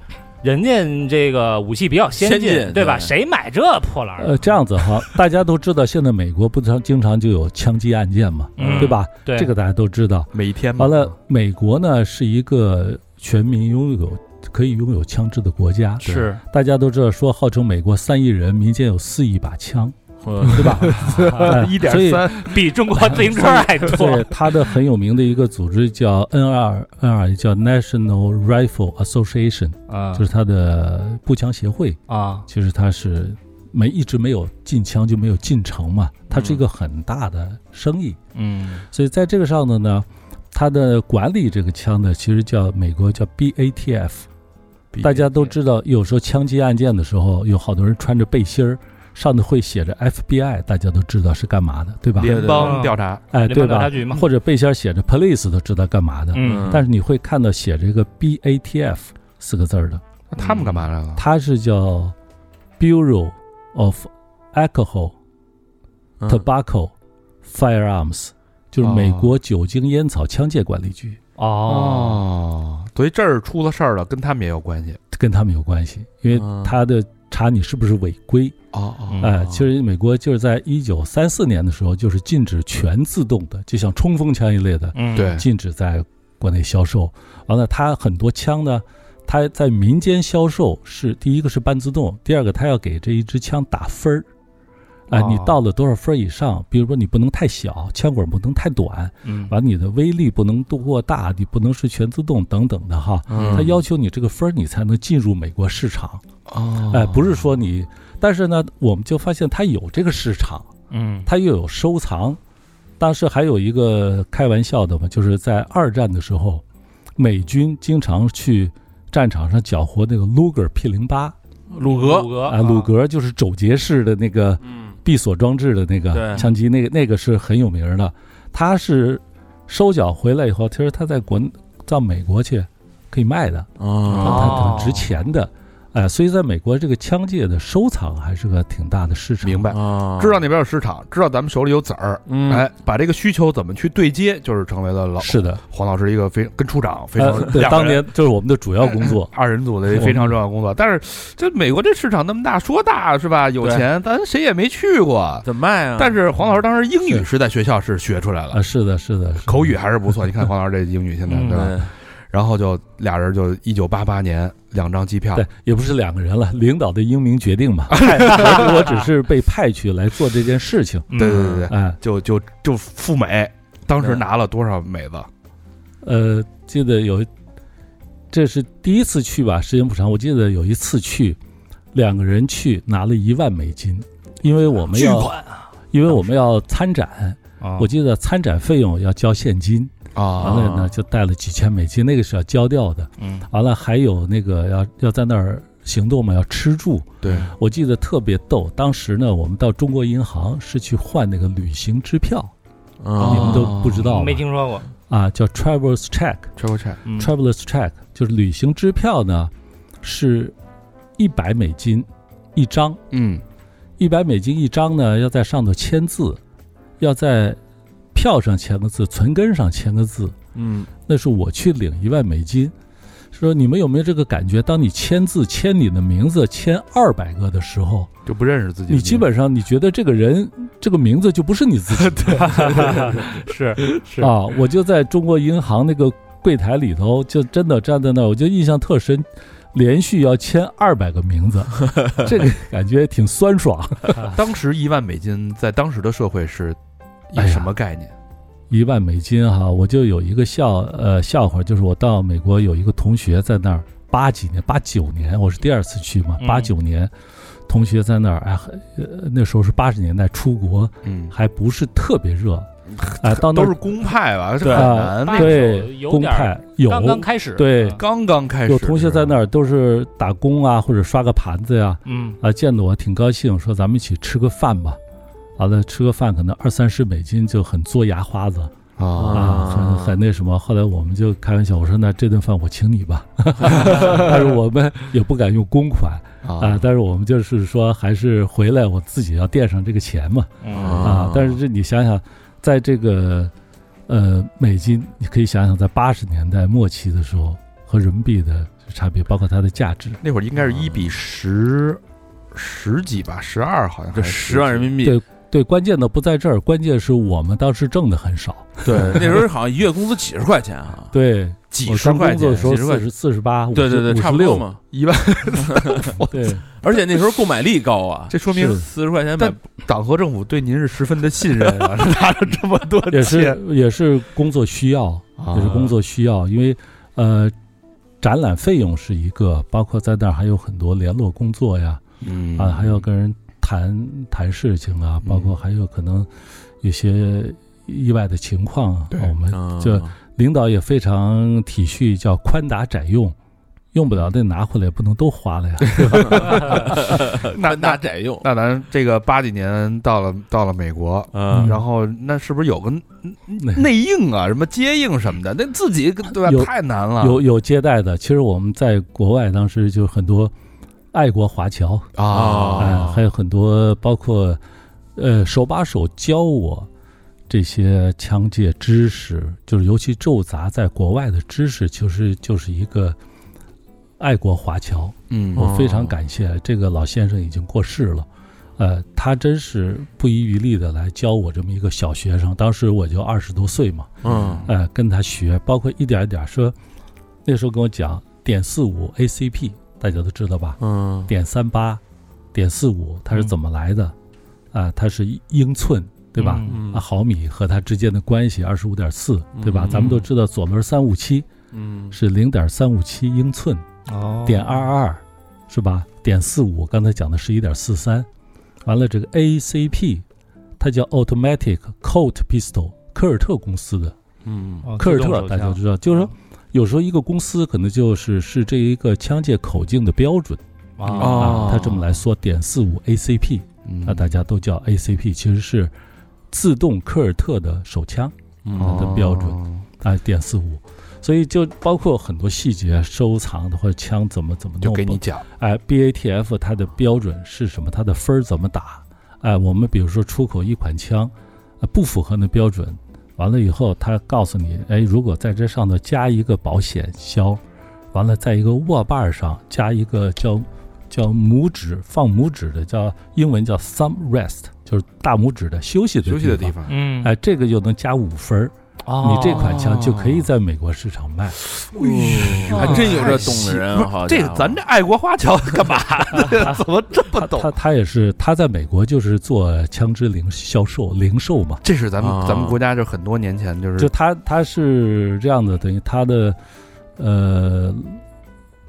S3: 人家这个武器比较先
S2: 先进
S3: 对吧？
S2: 对
S3: 谁买这破烂
S4: 呃
S3: 儿？
S4: 这样子哈，大家都知道，现在美国不常经常就有枪击案件嘛，
S3: 嗯
S4: 对吧？
S3: 对嗯
S4: 这个大家都知道。
S5: 每天嘛
S4: 完了，美国呢是一个全民拥有可以拥有枪支的国家，
S3: 是
S4: 大家都知道，说号称美国三亿人，民间有四亿把枪，
S2: 嗯
S4: 对吧？哎
S5: 哦啊一点
S4: 所以
S5: 三，
S3: 比中国自行车还
S4: 对
S3: 多。
S4: 它的很有名的一个组织叫 N 二 N 二，叫 National Rifle Association，
S3: 啊
S4: 就是它的步枪协会。
S3: 啊，
S4: 其实它是没一直没有禁枪就没有进城嘛，
S5: 嗯
S4: 它是一个很大的生意。
S3: 嗯
S4: 所以在这个上头呢，它的管理这个枪呢，其实叫美国叫 BATF，大家都知道，有时候枪击案件的时候，有好多人穿着背心儿，上头会写着 FBI，大家都知道是干嘛的，对吧？
S5: 联邦调查
S4: 哎，对
S3: 联邦调查
S4: 吧？
S3: 局嘛，
S4: 或者背心儿写着 police 都知道干嘛的，
S3: 嗯
S4: 但是你会看到写着一个 BATF 四个字儿的，
S5: 那他们干嘛来了？
S4: 它是叫 Bureau of Alcohol,
S2: 嗯
S4: Tobacco, Firearms 就是美国酒精、烟草、枪械管理局，
S3: 哦，
S1: 哦，所以这儿出了事儿了，跟他们也有关系。
S4: 跟他们有关系，因
S1: 嗯
S4: 为他的查你是不是违规。
S1: 哦哦
S3: 嗯
S4: 哎，其实美国就是在一九三四年的时候，就是禁止全自动的，就像冲锋枪一类的，
S3: 嗯，
S1: 对，
S4: 禁止在国内销售。完了，它很多枪呢，它在民间销售是第一个是半自动，第二个它要给这一支枪打分儿。啊、
S1: 哦
S4: 你到了多少分儿以上？比如说你不能太小，枪管不能太短，
S3: 嗯，
S4: 完你的威力不能度过大，你不能是全自动等等的哈。
S1: 嗯
S4: 它要求你这个分儿，你才能进入美国市场。
S1: 哦，
S4: 哎，不是说你，但是呢，我们就发现它有这个市场，
S3: 嗯，
S4: 它又有收藏。当时还有一个开玩笑的嘛，就是在二战的时候，美军经常去战场上缴获那个 Luger P 零八
S1: 鲁格，
S3: 格
S4: 啊，鲁，格就是肘节式的那个
S1: 嗯，
S4: 闭锁装置的
S3: 对
S4: 那个枪击，那个那个是很有名的。它是收缴回来以后，其实它在国到美国去可以卖的，
S1: 哦，
S4: 啊它很值钱的。哎，所以在美国这个枪械的收藏还是个挺嗯大的市场。
S1: 明白。
S2: 啊
S1: 知道那边有市场，知道咱们手里有子儿，
S2: 嗯
S1: 哎，把这个需求怎么去对接，就是成为了老
S4: 是的，
S1: 黄老师一个非跟处长非常
S4: 呃，对，
S1: 两个
S4: 当
S1: 人嗯。
S4: 年就是我们的主要工作
S1: 二人组的非常重要工作。但是这美国这市场那么大，说大是吧？有
S2: 对
S1: 钱，咱谁也没去过。
S2: 怎么卖
S4: 嗯
S2: 啊？
S1: 但
S2: 是
S1: 是黄老师当时英语是在学校是学出来
S4: 啊，
S1: 了，
S4: 是的，是的，是的
S1: 口语还是不错。你 看黄老师这英语现在
S3: 嗯
S1: 对吧？然后就俩人就一九八八年两张机票
S4: 对，也不是两个人了，领导的英明决 定嘛。我我只是被派去来做这件 事情。
S3: 嗯
S1: 对对对对，
S4: 哎，
S1: 就就就赴美，当时
S2: 对
S1: 拿了多少美子？
S4: 呃，记得有，这是第一次去吧，时间不长。我记得有一次去，两个人去拿了一万美金，因为我们
S3: 巨
S4: 要，
S3: 款，
S4: 因为我们要参展，我记得参展费用要交现金。完
S1: 啊
S4: 了
S2: 哦
S4: 呢，就带了几千美金，那个是要交掉的。
S3: 哦嗯，
S4: 完了还有那个要要在那儿行动嘛，要吃住。
S1: 对，
S4: 我记得特别逗，当时呢，我们到中国银行是去换那个旅行支票，
S1: 哦
S4: 你们都不知道吧
S3: 没听说过，
S4: 啊，叫 travelers check，travelers
S1: travel check，
S3: 嗯
S4: check 就是旅行支票呢，是一百美金一张，
S1: 嗯，
S4: 一百美金一张呢，要在上头签字，要在票上签个字，存根上签个字，
S2: 嗯
S4: 那是我去领一万美金。说你们有没有这个感觉？当你签字签你的名字签二百个的时候，
S1: 就不认识自己的名字，
S4: 你基本上你觉得这个人这个名字就不是你自己
S3: 是是
S4: 啊！我就在中国银行那个柜台里头，就真的站在那儿，我就印象特深，连续要签二百个 名字，这个感觉挺酸爽。
S1: 当时一万美金在当时的社会是一
S4: 哎
S1: 个
S4: 呀
S1: 什么概念？
S4: 一万美金哈、我就有一个笑呃笑话，就是我到美国有一个同学在那儿，八几年八九年，我是第二次去嘛
S3: 嗯，
S4: 八九年，同学在那儿哎，呃那时候是八十年代出国
S1: 嗯，
S4: 还不是特别热， 哎，到
S1: 都
S4: 那儿
S1: 是公派吧？是
S4: 对
S1: 很难
S3: 八
S1: 那
S3: 九
S4: 嗯对
S3: 有
S4: 公
S3: 点儿
S4: 派有
S3: 刚刚开始，
S4: 对
S3: 嗯
S1: 刚刚开始，
S4: 有同学在那
S1: 儿，
S4: 儿都是打工啊，或者刷个盘子呀、
S3: 嗯
S4: 啊，见得我挺高兴，说咱们一起吃个饭吧。完了，吃个饭可能二三十美金就很嘬牙花子
S1: 啊
S4: 啊，
S2: 嗯
S4: 很很那什么。后来我们就开玩笑，我说那这顿饭我请你吧， 但是我们也不敢用公款啊，但是我们就是说还是回来我自己要垫上这个钱嘛
S3: 嗯
S4: 啊。但是这你想想，在这个呃美金，你可以想想在八十年代末期的时候和人民币的差别，包括它的价值。
S1: 那会儿应该是一比十十几吧，十二好像
S2: 这
S1: 还是
S2: 十万人民币，
S4: 对对，关键的不在这儿，关键是我们当时挣的很少。
S1: 对，
S2: 那时候好像一月工资几十块钱啊，
S4: 对，
S1: 几
S4: 我
S1: 十
S4: 刚
S1: 块
S4: 工
S1: 钱
S4: 作的时候
S2: 几十块
S4: 四十四十八，
S2: 对对对，差不多
S4: 六。
S2: 嘛。
S1: 一万，
S4: 对，
S2: 而且那时候购买力高啊，
S1: 这说明
S4: 是
S2: 四十块钱买
S1: 但党和政府对您是十分的信任 啊，拿了这么 多
S4: 也
S1: 钱
S4: 是也是工作需要，
S1: 啊
S4: 也是工作需要，因为呃，展览费用是一个，包括在那儿还有很多联络工作呀，
S1: 嗯
S4: 啊，还要跟人谈谈事情啊，包括还有可能有些意外的情况啊，
S1: 对
S4: 我们
S2: 嗯
S4: 这领导也非常体恤，叫宽打窄用，用不了的拿回来，不能都花了呀。
S1: 那
S2: 大
S1: 那
S2: 窄用，
S1: 那咱这个八几年到了到了美国，
S2: 嗯
S1: 然后那是不是有个
S4: 那
S1: 内应啊，什么接应什么的，那自己对吧？
S4: 有
S1: 太难了。
S4: 有有接待的，其实我们在国外当时就很多爱国华侨，
S1: 啊
S4: 哎哎，还有很多包括呃手把手教我这些枪械知识，就是尤其骤杂在国外的知识，就是就是一个爱国华侨。
S5: 嗯
S4: 我非常感谢这个老先生已经过世了，呃，他真是不遗余力的来教我这么一个小学生，当时我就二十多岁嘛，
S2: 嗯
S4: 呃，跟他学，包括一点一点说，那时候跟我讲点四五 ACP，大家都知道吧？
S2: 嗯
S4: 点三八，点四五它是怎么来的？啊、它是英寸，对吧？
S3: 嗯
S4: 啊，
S2: 嗯
S4: 毫米和它之间的关系二十五点四，对吧？
S2: 嗯
S4: 咱们都知道左轮三五七
S2: 嗯
S4: 是零点三五七英寸，
S3: 哦
S4: 点二二是吧？点四五刚才讲的是一点四三，完了这个 ACP，它叫 Automatic Colt Pistol，科尔特公司的
S2: 嗯
S3: 哦
S4: 科尔
S3: 自
S4: 特
S3: 动手
S4: 大家
S3: 枪嗯
S4: 知道，就是说有时候一个公司可能就是是这一个枪械口径的标准
S3: 啊
S2: 哦
S4: 啊，它这么来说，点四五 ACP，
S5: 嗯
S4: 那大家都叫 ACP，其实是自动科尔特的手枪。
S2: 嗯
S4: 的标准
S5: 哦
S4: 啊，点四五，所以就包括很多细节，收藏的或者枪怎么怎么弄，
S5: 就给你讲，
S4: 哎，BATF 它的标准是什么？它的分儿怎么打？哎，我们比如说出口一款枪，呃不符合那标准，完了以后他告诉你，哎，如果在这上头加一个保险销，完了在一个握把儿上加一个叫叫拇指放拇指的叫英文叫 thumb rest，就是大拇指的休息的
S5: 休息的地
S4: 方。
S5: 方。
S3: 嗯哦
S4: 哎，这个就能加五分儿，你这款枪就可以在美国市场卖。
S5: 呦
S3: 哦
S2: 还真有这懂的人啊，好
S5: 这
S2: 家
S5: 个
S2: 伙
S5: 咱这爱国华侨干 嘛 呢？怎么这么
S4: 他
S5: 懂？
S4: 他也是，他在美国就是做枪支零销售零售嘛，
S5: 这是咱们
S2: 啊
S5: 咱们国家就很多年前就是
S4: 就他他是这样的，等于他的呃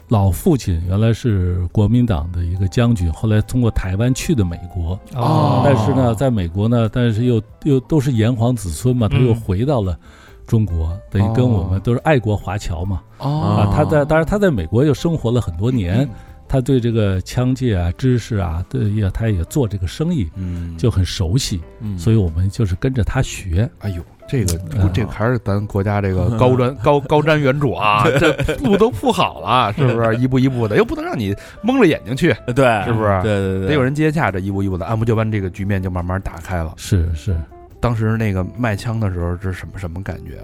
S4: 老父亲原来是国民党的一个将军，后来通过台湾去的美国，
S5: 哦
S4: 但是呢，在美国呢，但是又又都是炎黄子孙嘛，他又
S3: 嗯
S4: 回到了。中国等于跟
S5: 哦
S4: 我们都是爱国华侨嘛、
S5: 哦嗯
S4: 啊，他在当然他在美国又生活了很多年，他对这个枪械啊、知识啊，对也他也做这个生意，
S5: 嗯
S4: 就很熟悉，
S2: 嗯
S4: 所以我们就是跟着他学。
S5: 哎呦，这个
S4: 嗯
S5: 这个还是咱国家这个高瞻高高瞻远瞩 啊，这路都铺好了，是不是？一步一步的，又不能让你蒙着眼睛去，
S2: 对
S5: 是不是？
S2: 对对对，
S5: 得有人接洽，这一步一步的，按部就班，这个局面就慢慢打开了。
S4: 是是，
S5: 当时那个卖枪的时候，这是什么什么感觉？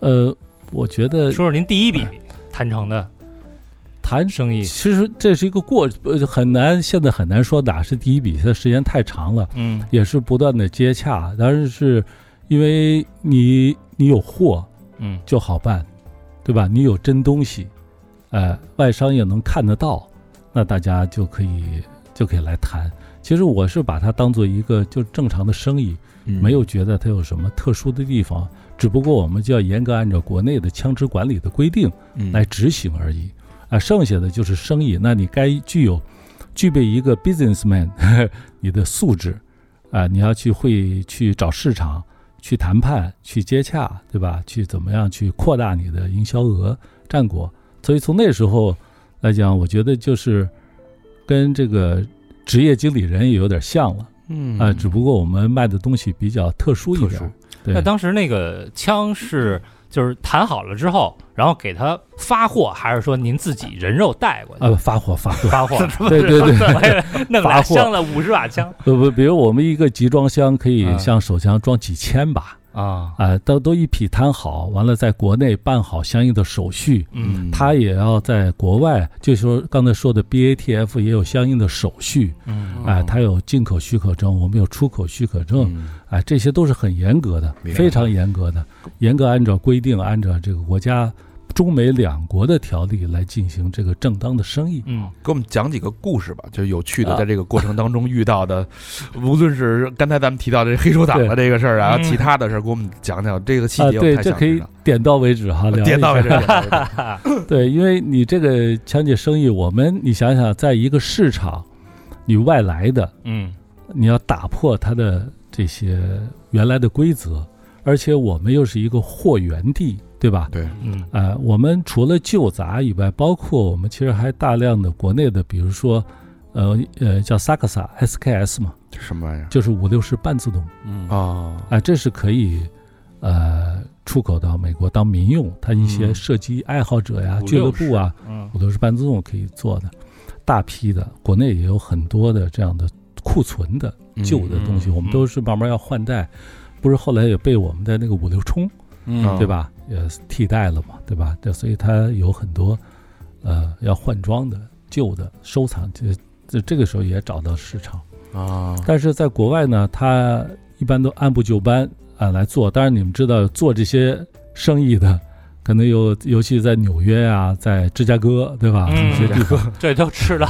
S4: 呃，我觉得
S3: 说说您第一笔谈成的
S4: 谈
S3: 生意，
S4: 其实这是一个过，呃，很难，现在很难说哪是第一笔，它时间太长了，
S3: 嗯
S4: 也是不断的接洽，但是是因为你你有货
S3: 嗯
S4: 就好办，对吧？你有真东西，呃，外商也能看得到，那大家就可以就可以来谈。其实我是把它当做一个就正常的生意，没有觉得它有什么特殊的地方，只不过我们就要严格按照国内的枪支管理的规定
S5: 嗯
S4: 来执行而已。啊，剩下的就是生意，那你该具有具备一个 businessman 你的素质啊，你要去会去找市场，去谈判，去接洽，对吧？去怎么样去扩大你的营销额、战果。所以从那时候来讲，我觉得就是跟这个职业经理人也有点像了。
S5: 嗯
S4: 啊，只不过我们卖的东西比较特殊一点
S5: 特殊
S4: 儿。对
S3: 那，当时那个枪是就是谈好了之后，然后给他发货，还是说您自己人肉带过去？
S4: 呃，发货发货，
S3: 发货，
S4: 对对 对，
S3: 弄
S4: 发
S3: 俩
S4: 货
S3: 箱子五十瓦枪
S4: 不不，比如我们一个集装箱可以
S5: 啊
S3: 嗯
S4: 像手枪装几千把，
S3: 啊，
S4: 啊，都都一匹摊好，完了在国内办好相应的手续，
S3: 嗯
S4: 他也要在国外，就是说刚才说的 BATF 也有相应的手续，
S3: 嗯
S5: 哦
S4: 啊，它有进口许可证，我们有出口许可证，
S5: 嗯
S4: 啊，这些都是很严格的，
S5: 明白
S4: 非常严格的，严格按照规定，按照这个国家中美两国的条例来进行这个正当的生意。
S3: 嗯
S5: 给我们讲几个故事吧，就有趣的，
S4: 啊
S5: 在这个过程当中遇到的，无论是刚才咱们提到的黑手党的这个事儿啊，
S3: 嗯
S5: 其他的事儿，给我们讲讲这个细
S4: 啊，
S5: 节，我
S4: 对，
S5: 太
S4: 这
S5: 想
S4: 可
S5: 知
S4: 以
S5: 道。呃
S4: 点到为止哈，聊一
S5: 点到为止，
S4: 下。
S5: 点到为止
S4: 对，因为你这个枪械生意，我们你想想，在一个市场，你外来的，
S3: 嗯
S4: 你要打破它的这些原来的规则，而且我们又是一个货源地，对吧？
S5: 对，
S3: 嗯
S4: 呃，我们除了旧杂以外，包括我们其实还大量的国内的，比如说，呃呃，叫萨克萨 SKS 嘛，
S5: 这什么玩意儿
S4: 就是五六式半自动，啊、
S2: 嗯
S5: 啊？
S4: 这是可以，呃，出口到美国当民用，它一些
S2: 嗯
S4: 射击爱好者呀、
S3: 五
S4: 俱乐
S3: 六式
S4: 部啊，
S3: 嗯
S4: 五六式半自动可以做的，大批的，国内也有很多的这样的库存的旧的东西，
S2: 嗯
S4: 我们都是慢慢要换代。不是后来也被我们的那个五六冲，
S2: 嗯
S4: 对吧，也替代了嘛，对吧？这所以它有很多呃要换装的旧的收藏，这这这个时候也找到市场。
S2: 啊，
S4: 但是在国外呢，它一般都按部就班啊来做。当然，你们知道做这些生意的，可能有，尤其在纽约啊，在芝加哥，对吧？
S3: 嗯
S4: 这些地方
S3: 这都知 道，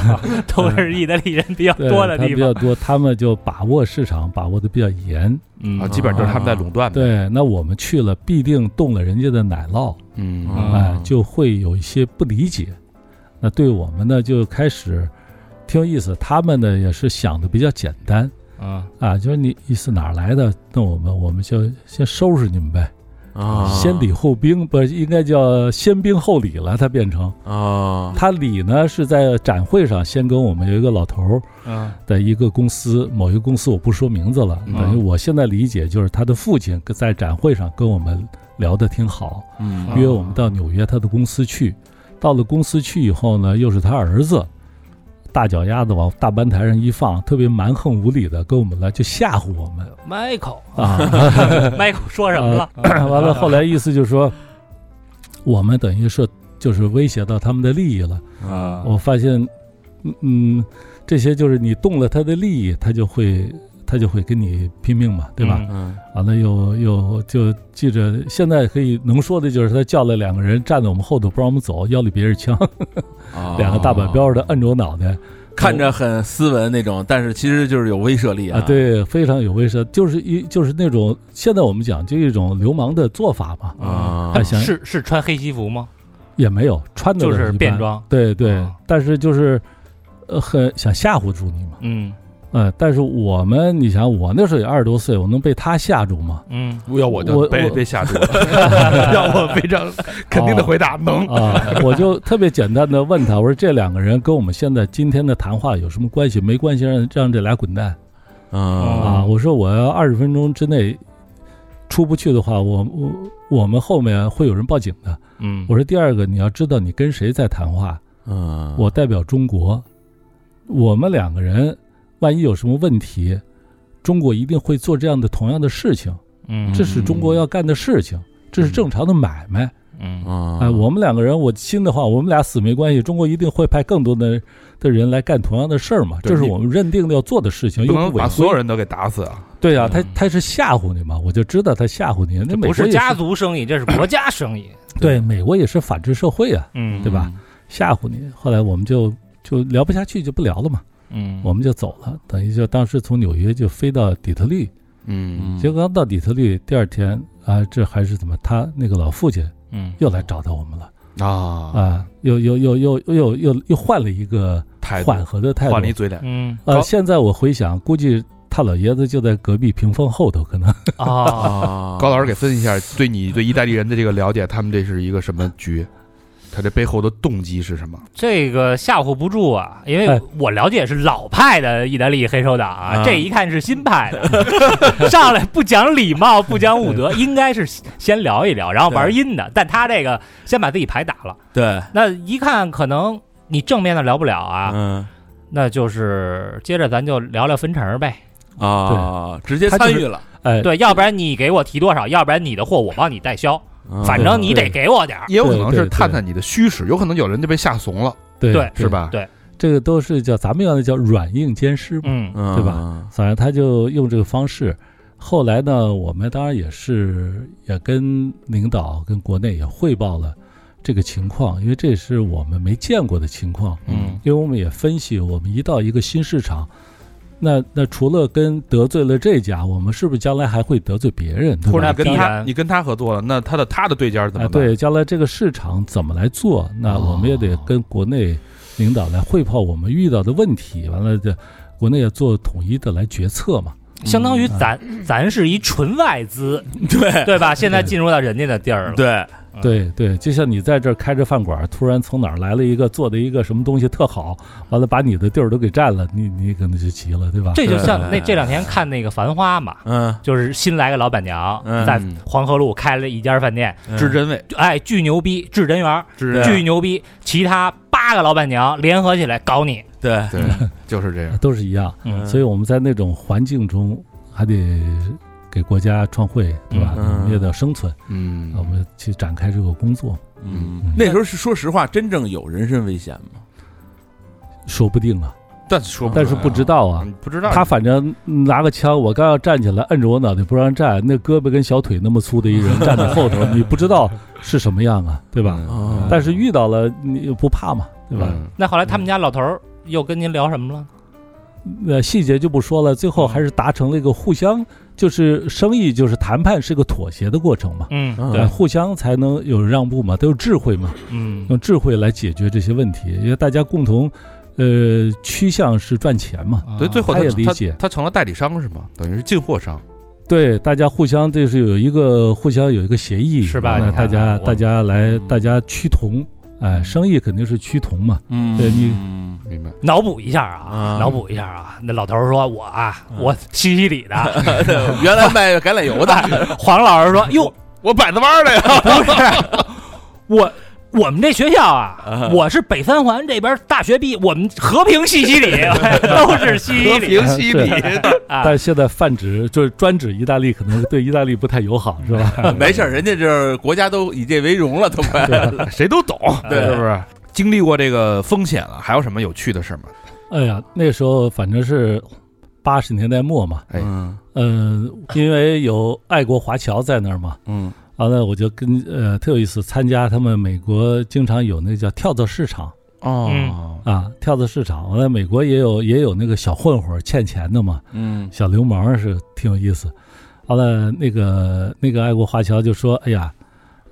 S3: 都是意大利人比较
S4: 对
S3: 多的
S4: 它
S3: 地
S4: 比较
S3: 方。
S4: 多，他们就把握市场把握的比较严。
S5: 啊，
S3: 嗯
S5: 基本上就是他们在垄断的。
S4: 对，那我们去了，必定动了人家的奶酪，
S5: 嗯
S2: 嗯
S4: 哎、就会有一些不理解。那对我们呢，就开始挺有意思。他们呢也是想的比较简单，
S3: 啊，
S4: 啊，就是你意思哪儿来的？那我们我们就先收拾你们呗，
S2: 啊，
S4: 先礼后兵，不应该叫先兵后礼了？它变成
S2: 啊，
S4: 它礼呢是在展会上先跟我们有一个老头儿
S3: 嗯
S4: 的一个公司，某一个公司我不说名字了，
S3: 嗯
S4: 等于我现在理解就是他的父亲跟在展会上跟我们聊得挺好，
S2: 嗯
S4: 约我们到纽约他的公司去，到了公司去以后呢，又是他儿子。大脚丫子往大班台上一放，特别蛮横无理的跟我们来，就吓唬我们。
S3: ，Michael
S4: 啊，
S3: Michael 说什么了？
S4: 完了，后来意思就是说，我们等于是就是威胁到他们的利益了。
S2: 啊
S4: 我发现，嗯嗯，这些就是你动了他的利益，他就会他就会跟你拼命嘛，对吧？
S3: 嗯
S2: 嗯
S4: 完了又又就记着，现在可以能说的就是他叫了两个人站在我们后头不让我们走，腰里别着枪，
S3: 哦
S2: 啊
S4: 两个大板标的摁着我脑袋
S2: 看着很斯文那种，但是其实就是有威慑力
S4: 啊，对，非常有威慑，就是一就是那种现在我们讲就一种流氓的做法嘛，
S2: 啊
S4: 还
S3: 他
S4: 行
S3: 是是穿黑西服吗？
S4: 也没有穿的
S3: 就是
S4: 一般
S3: 便装。
S4: 对对，
S3: 啊
S4: 但是就是，呃，很想吓唬住你嘛，
S3: 嗯
S4: 呃，但是我们，你想，我那时候也二十多岁，我能被他吓 住吗？
S3: 嗯，
S5: 要我就
S4: 我
S5: 被
S4: 我
S5: 被吓住了，要我非常肯定的回答能。
S4: 啊、我就特别简单的问他，我说这两个人跟我们现在今天的谈话有什么关系？没关系，让让这俩滚蛋
S2: 啊
S4: 啊！
S3: 嗯
S4: 我说我要二十分钟之内出不去的话，我我我们后面会有人报警的。
S3: 嗯，
S4: 我说第二个，你要知道你跟谁在谈话，
S2: 嗯，
S4: 我代表中国，我们两个人万一有什么问题，中国一定会做这样的同样的事情，
S3: 嗯
S4: 这是中国要干的事情，这是正常的买卖。
S3: 嗯
S2: 啊
S4: 哎，我们两个人，我心的话，我们俩死没关系，中国一定会派更多的的人来干同样的事儿嘛，
S5: 对
S4: 这是我们认定的要做的事情，
S5: 不
S4: 又
S5: 能
S4: 违
S5: 把所有
S4: 规。
S5: 人都给打死啊！
S4: 对啊，他
S3: 嗯
S4: 他是吓唬你嘛，我就知道他吓唬你。那美
S3: 不
S4: 国
S3: 是
S4: 也
S3: 家族生意，这是国家生意。
S4: 对美国也是法治社会啊，
S3: 嗯，
S4: 对吧？吓唬你。后来我们就就聊不下去，就不聊了嘛。
S3: 嗯，
S4: 我们就走了，等于就当时从纽约就飞到底特律，
S5: 嗯，
S4: 结果刚到底特律，第二天啊，这还是怎么？他那个老父亲
S3: 嗯
S4: 又来找到我们了
S5: 啊，
S4: 啊，又又又又又又又又换了一个
S5: 态度
S4: 缓和的态度。
S5: 换了一嘴脸，
S3: 嗯
S4: 呃，
S5: 高
S4: 现在我回想，估计他老爷子就在隔壁屏风后头，可能
S3: 啊，
S2: 啊
S5: 高老师给分析一下对你对意大利人的这个了解，他们这是一个什么局？他这背后的动机是什么？
S3: 这个吓唬不住啊，因为
S4: 哎
S3: 我了解是老派的意大利黑手党啊，
S2: 啊
S3: 这一看是新派的， 上来不讲礼貌，不讲武德，应该是先聊一聊，然后玩阴的。但他这个先把自己牌打了，
S2: 对，
S3: 那一看可能你正面的聊不了啊，
S2: 嗯
S3: 那就是接着咱就聊聊分成呗。
S2: 啊，直接参与了，
S4: 哎，
S3: 对，要不然你给我提多少，要不然你的货我帮你代销，
S2: 嗯
S3: 反正你得给我点儿。
S5: 也有可能
S4: 对
S5: 是
S4: 对
S5: 探探你的虚实，有可能有人就被吓怂了，
S4: 对
S3: 对
S5: 是？吧？
S3: 对
S4: 这个都是叫咱们要的叫软硬兼施嘛。
S3: 嗯
S2: 嗯
S4: 对吧？反正他就用这个方式。后来呢，我们当然也是也跟领导、跟国内也汇报了这个情况，因为这是我们没见过的情况。
S3: 嗯
S4: 因为我们也分析，我们一到一个新市场，那那除了跟得罪了这家，我们是不是将来还会得罪别人？对
S5: 或
S4: 吧
S5: 者你跟
S3: 当
S5: 他
S3: 然
S5: 你跟他合作了，那他的他的对家怎
S4: 啊，
S5: 么办？
S4: 对，将来这个市场怎么来做？那我们也得
S5: 哦
S4: 跟国内领导来汇报我们遇到的问题，完了这国内也做统一的来决策嘛。
S3: 相当于咱、咱是一纯外资，
S2: 对
S3: 对吧？现在进入到人家的地儿了，
S2: 嗯对，
S5: 啊
S4: 对对，就像你在这儿开着饭馆，突然从哪儿来了一个做的一个什么东西特好，完了把你的地儿都给占了，你你可能就急了，对吧？
S3: 这就像
S2: 对
S3: 那这两天看那个《繁花》嘛，
S2: 嗯，
S3: 就是新来个老板娘、
S2: 嗯
S3: 在黄河路开了一家饭店，
S5: 知真伪，
S3: 哎，巨牛逼，至真园儿，
S5: 知
S2: 对
S5: 真
S3: 巨牛逼，其他八个老板娘联合起来搞你，
S2: 对，
S5: 对，就是这样。
S4: 都是一样，
S3: 嗯
S4: 所以我们在那种环境中还得给国家创汇，对吧？
S2: 嗯
S4: 我们也得生存，
S5: 嗯
S4: 啊，我们去展开这个工作，
S2: 嗯，那时候是说实话，真正有人身危险吗？
S4: 说不定啊，
S5: 但是说出来
S4: 但
S5: 啊，
S4: 是不知道啊。
S5: 嗯，不知道
S4: 他反正拿个枪，我刚要站起来，摁着我脑袋不让站，那胳膊跟小腿那么粗的一人站在后头，你不知道是什么样啊，对吧？
S2: 嗯
S4: 但是遇到了你又不怕嘛，对吧？
S5: 嗯
S3: 那后来他们家老头儿又跟您聊什么了？
S4: 呃，细节就不说了，最后还是达成了一个互相，就是生意就是谈判是个妥协的过程嘛，
S3: 嗯
S4: 对，
S2: 嗯
S4: 互相才能有让步嘛，都有智慧嘛，
S3: 嗯
S4: 用智慧来解决这些问题，因为大家共同，呃，趋向是赚钱嘛，
S1: 嗯
S5: 所以最后
S4: 他
S5: 他
S4: 也理解
S5: 他他成了代理商是吗？等于是进货商，
S4: 对，大家互相就是有一个互相有一个协议，
S3: 是吧
S4: 那
S3: 你
S4: 大
S3: 看啊
S4: 家
S3: 我
S4: 大家来
S2: 嗯，
S4: 大家趋同，哎，生意肯定是趋同嘛。
S2: 嗯
S4: 对你
S2: 嗯
S5: 明白？
S3: 脑补一下啊
S2: 啊，
S3: 脑补一下啊！那老头儿说：“我啊，
S2: 嗯
S3: 我西西里的。
S2: 原来卖橄榄 油的，”
S3: 黄老师说：“哟，
S5: 我摆子弯的 呀，
S3: 不是，我我们这学校啊
S2: 啊，
S3: 我是北三环这边大学毕，我们和平西西里都是西西
S5: 和
S3: 里
S5: 平西里，
S3: 啊。
S4: 但是现在泛指就是专指意大利，可能对意大利不太友好，是
S3: 嗯
S4: 吧？
S2: 没事儿，人家这国家都以这为荣了，都快。
S4: 对，
S5: 谁都懂，
S2: 对
S5: 是不是？经历过这个风险了，还有什么有趣的事吗？
S4: 哎呀，那时候反正是八十年代末嘛，
S5: 哎
S2: 嗯
S4: 嗯，因为有爱国华侨在那儿嘛，
S2: 嗯
S4: 完了我就跟呃特有意思，参加他们美国经常有那叫跳蚤市场
S5: 哦
S3: 嗯，
S4: 啊，跳蚤市场，完了美国也有也有那个小混混儿欠钱的嘛，
S2: 嗯
S4: 小流氓是挺有意思。完了，那个那个爱国华侨就说：“哎呀，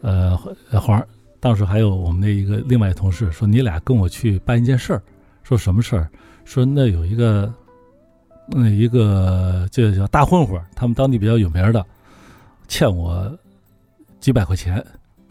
S4: 呃，呃黄，当时还有我们的一个另外一同事说，你俩跟我去办一件事儿。说什么事儿？说那有一个，那一个这叫大混混儿，他们当地比较有名儿的，欠我几百块钱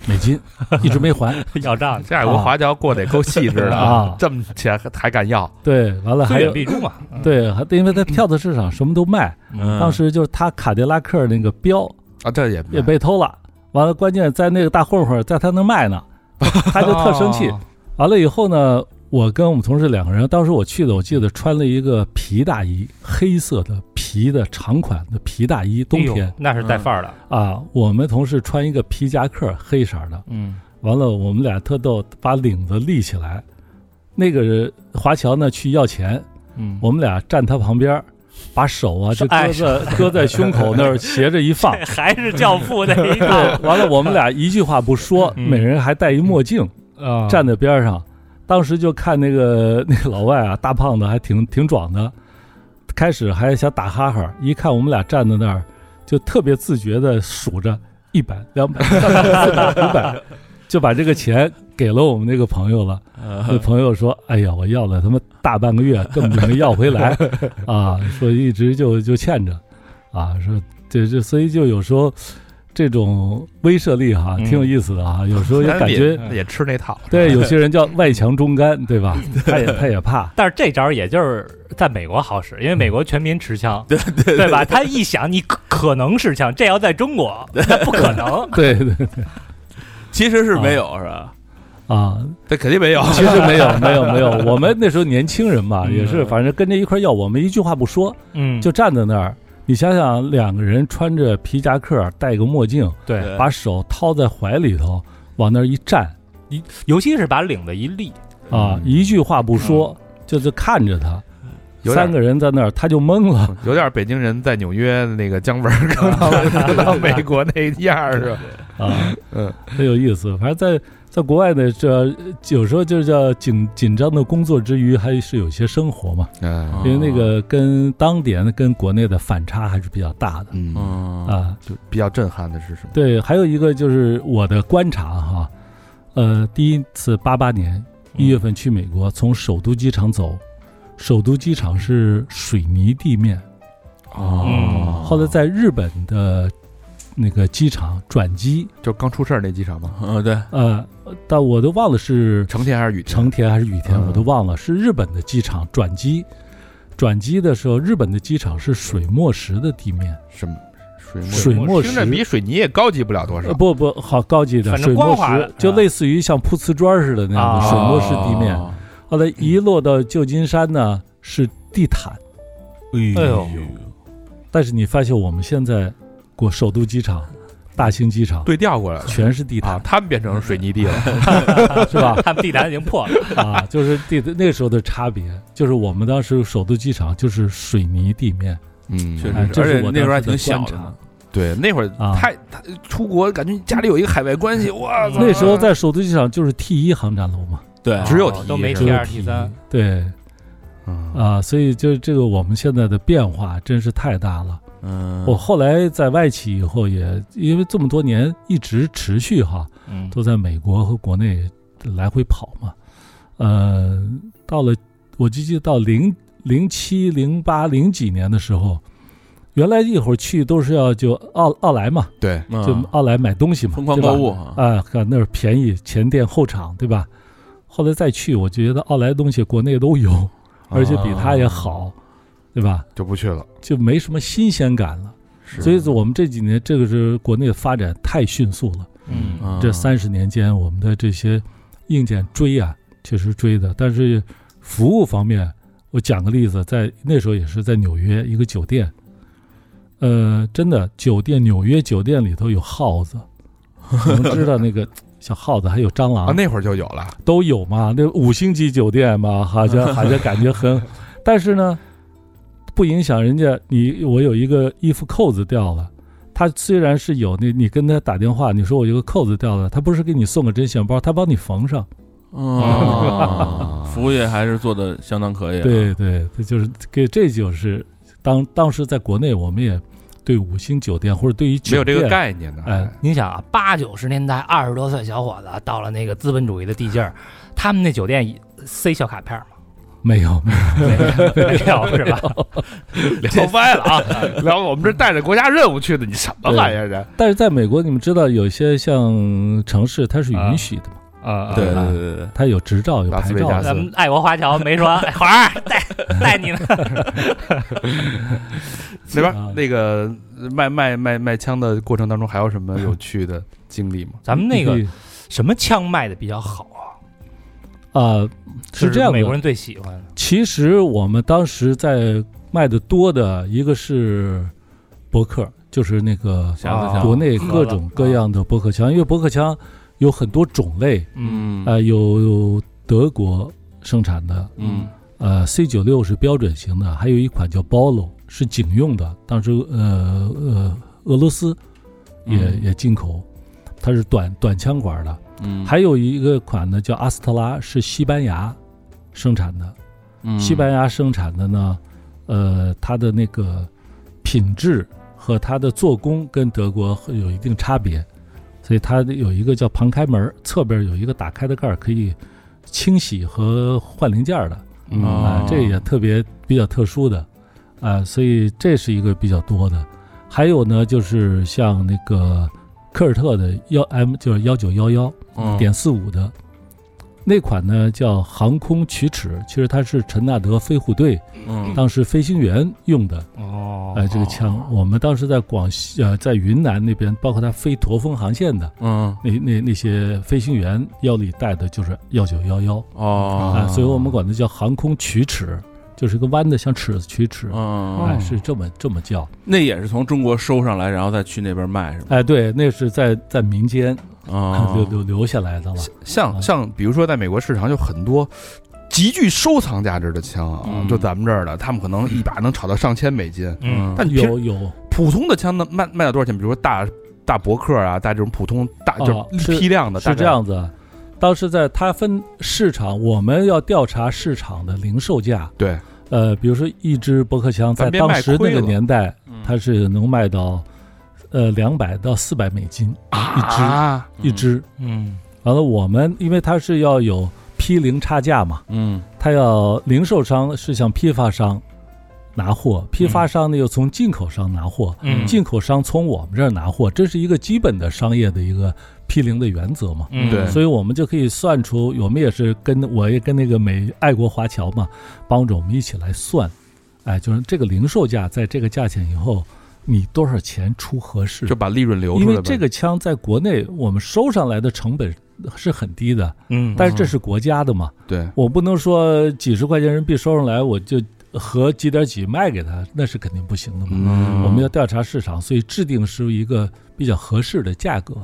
S4: 美金，一直没还。
S3: 要 账去，
S5: 这爱国华侨过得也够细致的
S4: 啊
S5: 这么钱还还敢要？
S4: 对，完了还
S3: 虽远
S4: 有
S3: 必诛嘛。
S4: 对，
S3: 嗯
S4: 还因为他跳蚤市场什么都卖，
S2: 嗯，
S4: 当时就是他卡迪拉克那个标。”
S5: 啊，这
S3: 嗯
S5: 也
S4: 也被偷了。完了，关键在那个大混混在他那儿 卖呢，他就特生气
S3: 哦。
S4: 完了以后呢，我跟我们同事两个人，当时我去的，我记得穿了一个皮大衣，黑色的皮的长款的皮大衣，冬
S3: 哎
S4: 天
S3: 呦那是带范儿的。
S4: 啊。我们同事穿一个皮夹克，黑色的。
S3: 嗯
S4: 完了，我们俩特逗，把领子立起来。那个人华侨呢去要钱，
S3: 嗯
S4: 我们俩站他旁边儿，把手啊就搁
S3: 哎
S4: 在 搁在胸口那儿斜着一放，
S3: 还是教父那一套。
S4: 完了，我们俩一句话不说，
S3: 嗯
S4: 每人还戴一墨镜，
S3: 啊
S4: 站在边上。当时就看那个 那个老外啊，大胖子还挺挺壮的，开始还想打哈哈，一看我们俩站在那儿，就特别自觉的数着一百、两百、三百、四百、五百，就把这个钱给了我们那个朋友了。
S2: 嗯
S4: 那朋友说：“哎呀，我要了他妈大半个月，根本就没要回 来啊！说一直就就欠着啊，说这这，所以就有时候这种威慑力哈，
S3: 嗯
S4: 挺有意思的啊。有时候也
S5: 咱
S4: 感
S5: 也
S4: 觉
S5: 也吃那套，
S4: 对，有些人叫外强中干，对吧？ 他也他也怕，。
S3: 但是这招也就是在美国好使，因为美国全民持枪，对对对吧？他一想你可可能持枪，这要在中国那不可能
S4: 对对对
S2: 其实是没有是吧？
S4: 啊，
S5: 这肯定没有。
S4: 其实没有没有没有，我们那时候年轻人嘛，
S3: 嗯
S4: 也是反正跟着一块儿要，我们一句话不说，
S3: 嗯
S4: 就站在那儿。你想想，两个人穿着皮夹克，戴个墨镜，
S3: 对，
S4: 把手掏在怀里头，往那儿一站
S3: 尤其是把领子一立，
S4: 啊
S5: 嗯，
S4: 一句话不说，就是看着他。
S5: 有点
S4: 三个人在那儿，他就 懵了。
S5: 有点北京人在纽约那个姜文儿刚到刚到美国那样儿是吧？
S4: 啊，
S5: 嗯，
S4: 很有意思。反正在在国外呢，这有时候就是叫紧紧张的工作之余，还是有些生活嘛，
S5: 嗯
S4: 因为那个跟当年跟国内的反差还是比较大的
S5: 嗯，
S2: 嗯
S4: 啊。
S5: 就比较震撼的是什么？
S4: 对，还有一个就是我的观察哈，呃，第一次八八年一月份去美国，从首都机场走，首都机场是水泥地面，
S2: 哦
S3: 嗯
S4: 后来在日本的那个机场转机，
S5: 就刚出事儿那机场嘛，
S2: 嗯，对，
S4: 呃，但我都忘了是
S5: 成天还是雨天？
S4: 成田还是羽田，
S5: 嗯
S4: 我都忘了，是日本的机场转机。转机的时候，日本的机场是水磨石的地面，
S5: 什么水墨
S4: 水墨
S5: 听着比
S4: 石。
S5: 水泥也高级不了多少
S4: 呃，。不不，好高级的
S3: 反
S4: 水
S3: 正光
S4: 磨
S3: 滑的嗯
S4: 石，就类似于像铺瓷砖似的那样的
S3: 啊
S4: 水磨石地面。
S2: 哦
S4: 后来一落到旧金山呢，是地毯。
S2: 哎
S3: 哎呦
S4: 但是你发现我们现在过首都机场、大兴机场，
S5: 对调过来了
S4: 全是地
S5: 啊
S4: 毯，，
S5: 他们变成水泥地 了。
S4: 是吧？
S3: 他们地毯已经破了，
S4: 啊，就是地那个时候的差别，就是我们当时首都机场就是水泥地面，
S3: 啊
S5: 嗯，
S2: 确
S4: 哎
S2: 实是，
S4: 这
S2: 而
S4: 是
S2: 且
S4: 我
S2: 那时候还
S4: 当
S2: 挺
S4: 时的
S2: 小
S4: 观
S2: 的
S4: 察
S2: 呢，
S5: 对，那会儿
S4: 啊
S5: 太他出国，感觉家里有一个海外关 系，哇操！
S4: 那时候在首都机场就是 T 一航站楼嘛，
S2: 对，
S5: 只有
S3: 哦
S5: T
S3: 都没
S5: 是
S3: T
S5: 吧
S3: 二 T 三，
S4: 对
S5: 嗯
S4: 啊，所以就是这个我们现在的变化真是太大了。
S2: 嗯，
S4: 我后来在外企以后也因为这么多年一直持续哈，
S3: 嗯，
S4: 都在美国和国内来回跑嘛，呃，到了我就记得到零零七零八零几年的时候。原来一会儿去都是要就奥奥莱嘛，
S5: 对，
S2: 嗯
S4: 就奥莱买东西嘛，
S2: 疯狂
S4: 对吧
S2: 购物啊，
S4: 啊，看那儿便宜，前店后厂，对吧？后来再去，我觉得奥莱东西国内都
S2: 啊
S4: 有，而且比它也好，对吧？
S5: 就不去了。
S4: 就没什么新鲜感了。
S5: 是
S4: 所以我们这几年，这个是国内的发展太迅速了。
S3: 嗯
S2: 嗯
S4: 这三十年间，我们的这些硬件追啊，确实追的，但是服务方面，我讲个例子，在那时候也是在纽约一个酒店，呃，真的酒店，纽约酒店里头有耗子，我们知道那个小耗子还有蟑
S5: 啊，
S4: 螂
S5: 那会儿就有了。
S4: 都有嘛，那五星级酒店嘛，好像好像感觉很，但是呢，不影响人家你我有一个衣服扣子掉了。他虽然是有那，你跟他打电话，你说我有个扣子掉了，他不是给你送个针线包，他帮你缝上。
S2: 啊，服务业还是做的相当可以啊，
S4: 对对，这就是给这就是当当时在国内我们也对五星酒店或者对于
S5: 没
S4: 酒
S5: 有这
S4: 店
S5: 个概念的，
S4: 哎
S5: 还
S3: 你想啊，八九十年代二十多岁小伙子啊到了那个资本主义的地界儿，他们那酒店塞小卡片儿吗？
S4: 没有没有
S3: 没有是吧？
S5: 聊歪了 啊！聊我们这带着国家任务去的，你什么玩意儿这？
S4: 但是在美国你们知道有些像城市它是允许的嘛，
S3: 啊
S2: 对对
S4: 啊
S2: 对对对，
S4: 它有执照有
S5: 拉斯
S4: 牌
S5: 维
S4: 照
S5: 加
S4: 的
S5: 斯。
S3: 咱们爱国华侨 没说，哎华儿带带你呢，
S5: 那
S4: 啊
S5: 边那个卖卖卖卖枪的过程当中，还有什么有趣 的经历吗？
S3: 咱们那
S4: 你
S3: 个
S4: 可以
S3: 什么枪卖的比较好啊？
S4: 啊，是这样
S3: 美国
S4: 的。
S3: 人最喜欢的，
S4: 其实我们当时在卖的多的一个是伯克，就是那个
S2: 匣子
S3: 啊
S2: 枪，
S4: 国内各种各样的伯克枪，因为伯克枪有很多种类，
S2: 嗯
S4: 呃，有德国生产的，
S2: 嗯
S4: 呃，C 九六是标准型的，还有一款叫 Bolo 是警用的，当时呃呃俄罗斯也、
S2: 嗯
S4: 也进口，它是短短枪管的，
S2: 嗯，
S4: 还有一个款呢叫阿斯特拉，是西班牙生产的。
S2: 嗯
S4: 西班牙生产的呢，呃，它的那个品质和它的做工跟德国有一定差别，所以它有一个叫旁开门，侧边有一个打开的盖儿，可以清洗和换零件儿的
S5: 嗯
S4: 啊、
S2: 哦
S4: 这也特别比较特殊的啊、所以这是一个比较多的。还有呢，就是像那个科尔特的幺 M 就是幺九幺幺，
S2: 嗯
S4: 点四五的那款呢，叫航空曲尺，其实它是陈纳德飞虎队
S2: 嗯
S4: 当时飞行员用的，
S3: 哦
S4: 哎、这个枪，我们当时在广西呃，在云南那边，包括它飞驼峰航线的
S2: 嗯
S4: 那那那些飞行员腰里带的就是幺九幺幺
S2: 哦
S4: 啊，所以我们管它叫航空曲尺，就是一个弯的像尺子曲尺，
S2: 嗯，
S4: 哎，是这么这么叫，
S2: 那也是从中国收上来，然后再去那边卖是吧？
S4: 哎，对，那是在在民间
S2: 啊，
S4: 留留留下来的了，
S5: 像
S4: 啊
S5: 像比如说，在美国市场有很多极具收藏价值的枪啊
S2: 嗯，
S5: 就咱们这儿的，他们可能一把能炒到上千美金。
S3: 嗯，
S5: 但平
S4: 有有
S5: 普通的枪能卖卖到多少钱？比如说大大伯克啊，大这种普通大
S4: 哦
S5: 就是批量的，大概
S4: 是这。样子，啊当时在它分市场，我们要调查市场的零售价。
S5: 对，
S4: 呃，比如说一支伯克枪，
S5: 咱
S4: 在
S5: 别
S4: 当
S5: 卖
S4: 时那
S5: 亏
S4: 个
S5: 了
S4: 年代，
S2: 嗯
S4: 它是能卖到呃两百到四百美金
S5: 啊，
S4: 一，支。
S3: 嗯
S4: 完了，我们因为它是要有批零差价嘛，
S2: 嗯
S4: 它要零售商是向批发商拿货，批发商呢又从进口商拿货，
S3: 嗯
S4: 进口商从我们这儿拿货，这是一个基本的商业的一个批零的原则嘛。
S3: 嗯，
S5: 对
S4: 所以我们就可以算出，我们也是跟我也跟那个美爱国华侨嘛，帮着我们一起来算，哎，就是这个零售价在这个价钱以后，你多少钱出合适
S5: 就？把利润留
S4: 因
S5: 出来呗。
S4: 为这个枪在国内我们收上来的成本是很低的，
S3: 嗯，
S4: 但是这是国家的嘛，
S5: 对，
S4: 我不能说几十块钱人币收上来我就。和几点几卖给他，那是肯定不行的嘛。
S2: 嗯
S4: 我们要调查市场，所以制定是一个比较合适的价格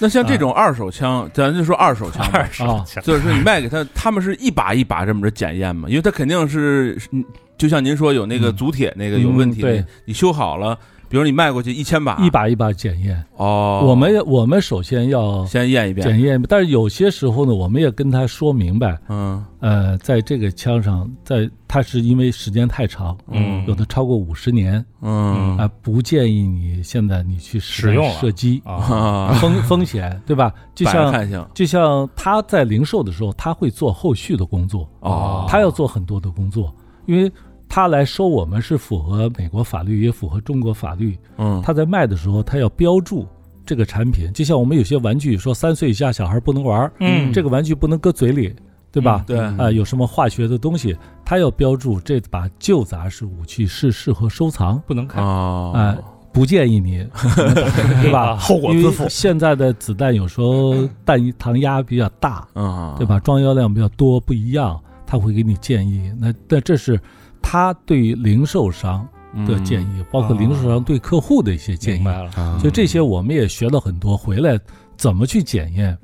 S2: 那像这种二手枪，咱就说二手枪吧，
S3: 二十
S4: 啊。
S3: 枪
S2: 就是说你卖给他，他们是一把一把这么着检验嘛？因为他肯定是，嗯就像您说有那个
S4: 嗯
S2: 足铁那个有问题，
S4: 嗯对
S2: 你修好了，比如你卖过去一千把，
S4: 一把一把检验，
S2: 啊哦，
S4: 我们我们首先要
S2: 先验一遍，
S4: 检验，但是有些时候呢，我们也跟他说明白，
S2: 嗯
S4: 呃，在这个枪上，在它是因为时间太长，
S2: 嗯
S4: 有的超过五十年
S2: 嗯
S4: 啊、不建议你现在你去
S3: 使用
S4: 用
S3: 了
S4: 射击，
S3: 啊，
S2: 啊，
S4: 风风险对吧？就
S2: 摆着
S4: 像
S2: 看行
S4: 就像他在零售的时候，他会做后续的工作，
S3: 啊
S2: 哦，
S4: 他要做很多的工作，因为他来收我们是符合美国法律，也符合中国法律。
S2: 嗯
S4: 他在卖的时候，他要标注这个产品，就像我们有些玩具说三岁以下小孩不能玩儿，
S3: 嗯
S4: 这个玩具不能搁嘴里，对吧？
S2: 对
S4: 啊、有什么化学的东西，他要标注这把旧杂式武器是适合收藏，
S3: 不能看，
S2: 哦
S4: 啊不建 议你，对吧？
S3: 后果
S4: 因
S3: 自
S4: 为
S3: 负
S4: 现在的子弹有时候弹膛压比较大，
S3: 啊
S2: 嗯，
S4: 对吧？装药量比较多，不一样，他会给你建议。那那这是他对于零售商
S2: 嗯？
S4: 的建议，包括零售商对客户的一些建
S3: 啊明
S4: 议。
S3: 白了，
S5: 啊
S4: 所
S1: 嗯
S4: 以这些我们也学了很多，回来怎么去检验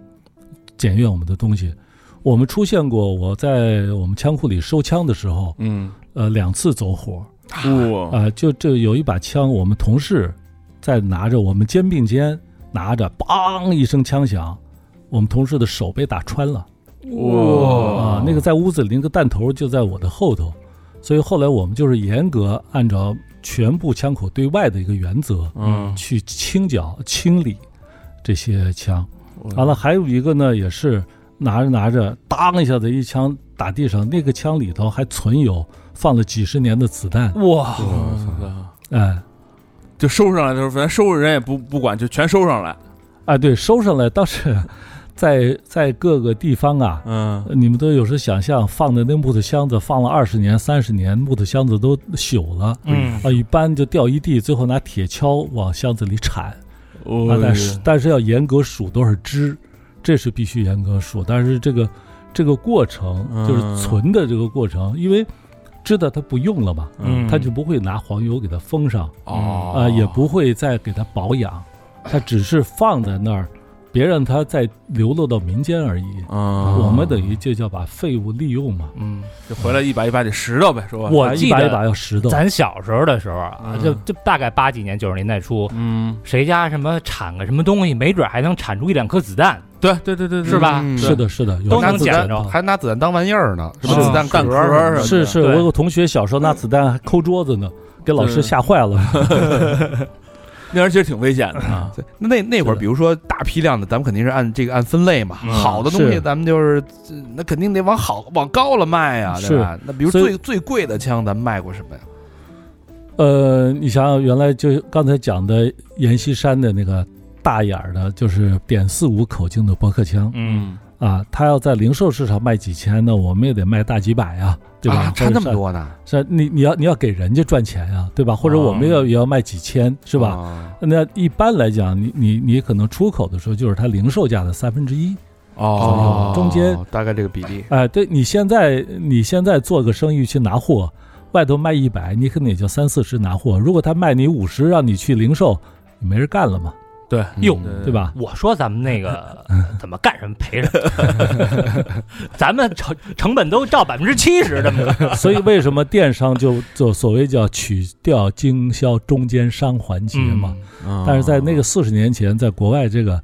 S4: 检验我们的东西。我们出现过，我在我们枪库里收枪的时候，
S2: 嗯，
S4: 呃，两次走火，
S3: 哦
S2: 哇，
S4: 啊，就就有一把枪，我们同事在拿着，我们肩并肩拿着，梆一声枪响，我们同事的手被打穿了。啊、
S2: 哇
S4: 那个在屋子里那个弹头就在我的后头，所以后来我们就是严格按照全部枪口对外的一个原则，
S2: 嗯
S4: 去清剿清理这些枪。
S2: 嗯
S4: 完了，还有一个呢，也是拿着拿着，当一下子一枪打地上，那个枪里头还存有放了几十年的子弹，
S3: 哇，
S2: 哇
S4: 哎。
S2: 就收上来的时候，反正收拾人也不不管，就全收上来，
S4: 啊，对，收上来倒是 在在各个地方啊，
S2: 嗯，
S4: 你们都有时候想象放的那木头箱子放了二十年、三十年，木头箱子都朽了。
S3: 嗯
S4: 啊，一般就掉一地，最后拿铁锹往箱子里铲啊，
S2: 我
S4: 但
S3: 哎
S4: 是但是要严格数多少只，这是必须严格数。但是这个这个过程就是
S2: 嗯
S4: 存的这个过程，因为知道它不用了嘛，
S2: 嗯
S4: 它就不会拿黄油给它封上，
S2: 哦
S4: 啊、也不会再给它保养，它只是放在那儿，别让它再流落到民间而已。
S2: 啊，
S3: 哦
S4: 我们等于就叫把废物利用嘛，
S3: 嗯，
S2: 就回来一把一把得拾掇呗，说吧，
S3: 我
S4: 啊
S3: 记
S4: 一把一
S3: 得
S4: 把要拾掇。
S3: 咱小时候的时候啊，
S2: 嗯
S3: 就就大概八几年九十年代初，
S2: 嗯，
S3: 谁家什么产个什么东西，没准还能产出一两颗子弹，
S2: 对对对对，对
S3: 是吧？
S4: 是，的，是的，
S3: 都
S4: 有啊时候
S3: 能
S1: 子
S3: 捡
S1: 弹
S3: 着
S1: 还拿子弹当玩意儿呢，什么
S4: 哦是
S1: 子弹
S2: 弹
S1: 壳
S2: 壳儿
S1: 儿什么的
S4: 是是，
S3: 对
S4: 我有个同学小时候拿子弹还抠桌子呢，给老师
S2: 对
S4: 吓坏了。
S2: 那玩意儿其实挺危险的啊，
S1: 对，那那那会儿，
S4: 是的
S1: 比如说大批量的，咱们肯定是按这个按分类嘛，
S2: 嗯
S1: 好的东西
S4: 是
S1: 咱们就是呃那肯定得往好往高了卖呀，对吧？那比如
S4: 所以
S1: 最最贵的枪，咱们卖过什么呀？
S4: 呃，你想想，原来就刚才讲的阎锡山的那个大眼儿的，就是点四五口径的驳壳枪
S2: 嗯，
S4: 啊，他要在零售市场卖几千呢，我们也得卖大几百啊，对吧
S1: 啊？差那
S4: 或者
S1: 么
S4: 是
S1: 多呢，
S4: 是你你要你要给人家赚钱呀、对吧？或者我们要、也要卖几千，是
S1: 是
S4: 吧？？那一般来讲，你你你可能出口的时候就是它零售价的三分之一。
S2: 哦，
S4: 中间
S1: 大概这个比例，
S4: 哎，对你现在你现在做个生意去拿货，外头卖一百，你可能也就三四十拿货。如果他卖你五十，让你去零售，你没人干了嘛，
S2: 对，
S3: 哟
S2: 嗯
S4: 对？吧？
S3: 我说咱们那个怎么干什么赔什么， 咱们成成本都照百分之七十这么高
S4: 所以为什么电商就就所谓叫取掉经销中间商环节嘛？
S3: 嗯
S2: 嗯
S4: 但是在那个四十年前，在国外这个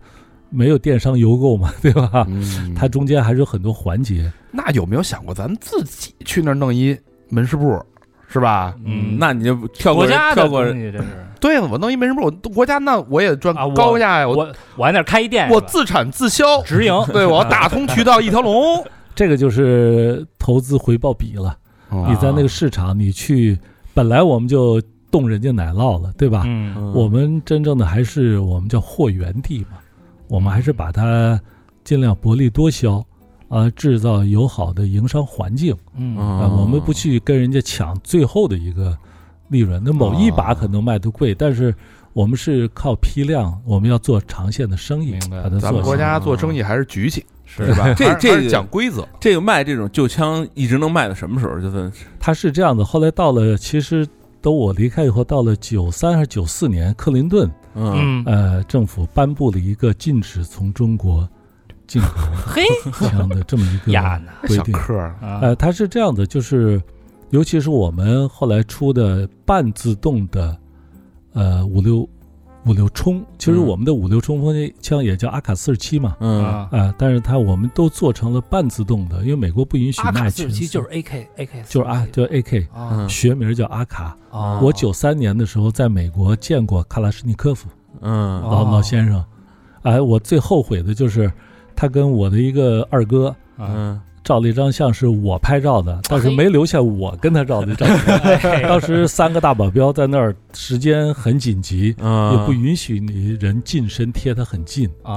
S4: 没有电商邮购嘛，对吧？
S1: 嗯
S4: 啊它中间还是有很多环节。
S1: 那有没有想过咱们自己去那儿弄一门市部，是吧？
S2: 嗯，那你就跳过
S3: 国
S2: 人
S3: 家的
S2: 跳过
S3: 东
S2: 人，
S3: 西，这是
S1: 对，我弄一门市部，我国家那我也赚
S3: 啊我
S1: 高价呀，我
S3: 我我在那儿开一店，
S1: 我
S3: 是吧
S1: 自产自销，
S3: 直营，
S1: 对我打通渠道一条 龙。
S4: 这个就是投资回报比了。
S1: 啊
S4: 你在那个市场，你去本来我们就动人家奶酪了，对吧？
S3: 嗯
S4: 我们真正的还是我们叫货源地嘛，我们还是把它尽量薄利多销。啊，制造友好的营商环境
S3: 嗯
S4: 啊、
S2: 啊
S4: 我们不去跟人家抢最后的一个利润。那某一把可能卖的贵，但是我们是靠批量，我们要做长线的生意
S3: 明白，
S4: 把它
S1: 咱们
S4: 做
S1: 国
S4: 起来。
S1: 家做生意还是局气，
S2: 是吧？这
S1: 还是还
S2: 这
S1: 是
S2: 个
S1: 讲规则，
S2: 这个卖这种旧枪一直能卖到什么时候？就是
S4: 他是这样的，后来到了，其实等我离开以后，到了九三还是九四年，克林顿
S2: 嗯，
S3: 嗯，
S4: 呃政府颁布了一个禁止从中国进
S3: 嘿
S4: 口枪的这么一 个
S3: 呀呢，
S4: 规
S1: 小
S4: 定。
S1: 克
S3: 啊
S4: 呃，它是这样的，就是尤其是我们后来出的半自动的，呃五六五六冲，其实
S2: 嗯
S4: 我们的五六冲锋枪也叫阿卡四十七嘛。
S2: 嗯，
S3: 啊
S4: 啊、但是它我们都做成了半自动的，因为美国不允许
S3: 阿
S4: 卖
S3: 卡
S4: 全
S3: 四
S4: 自
S3: 十七就是 A K A K，
S4: 就是啊，就是 AK，
S3: 啊
S2: 嗯
S4: 学名叫阿卡。
S3: 哦
S4: 我九三年的时候在美国见过卡拉什尼科夫
S2: 嗯
S4: 老
S3: 哦
S4: 老先生，哎，我最后悔的就是他跟我的一个二哥
S3: 啊
S2: 嗯
S4: 照了一张像是我拍照的，但是
S3: 嘿
S4: 没留下我跟他照的照
S3: 嗯
S4: 片。 当时三个大保镖在那儿，时间很紧急，
S2: 嗯，
S4: 也不允许你人近身贴他很近
S3: 啊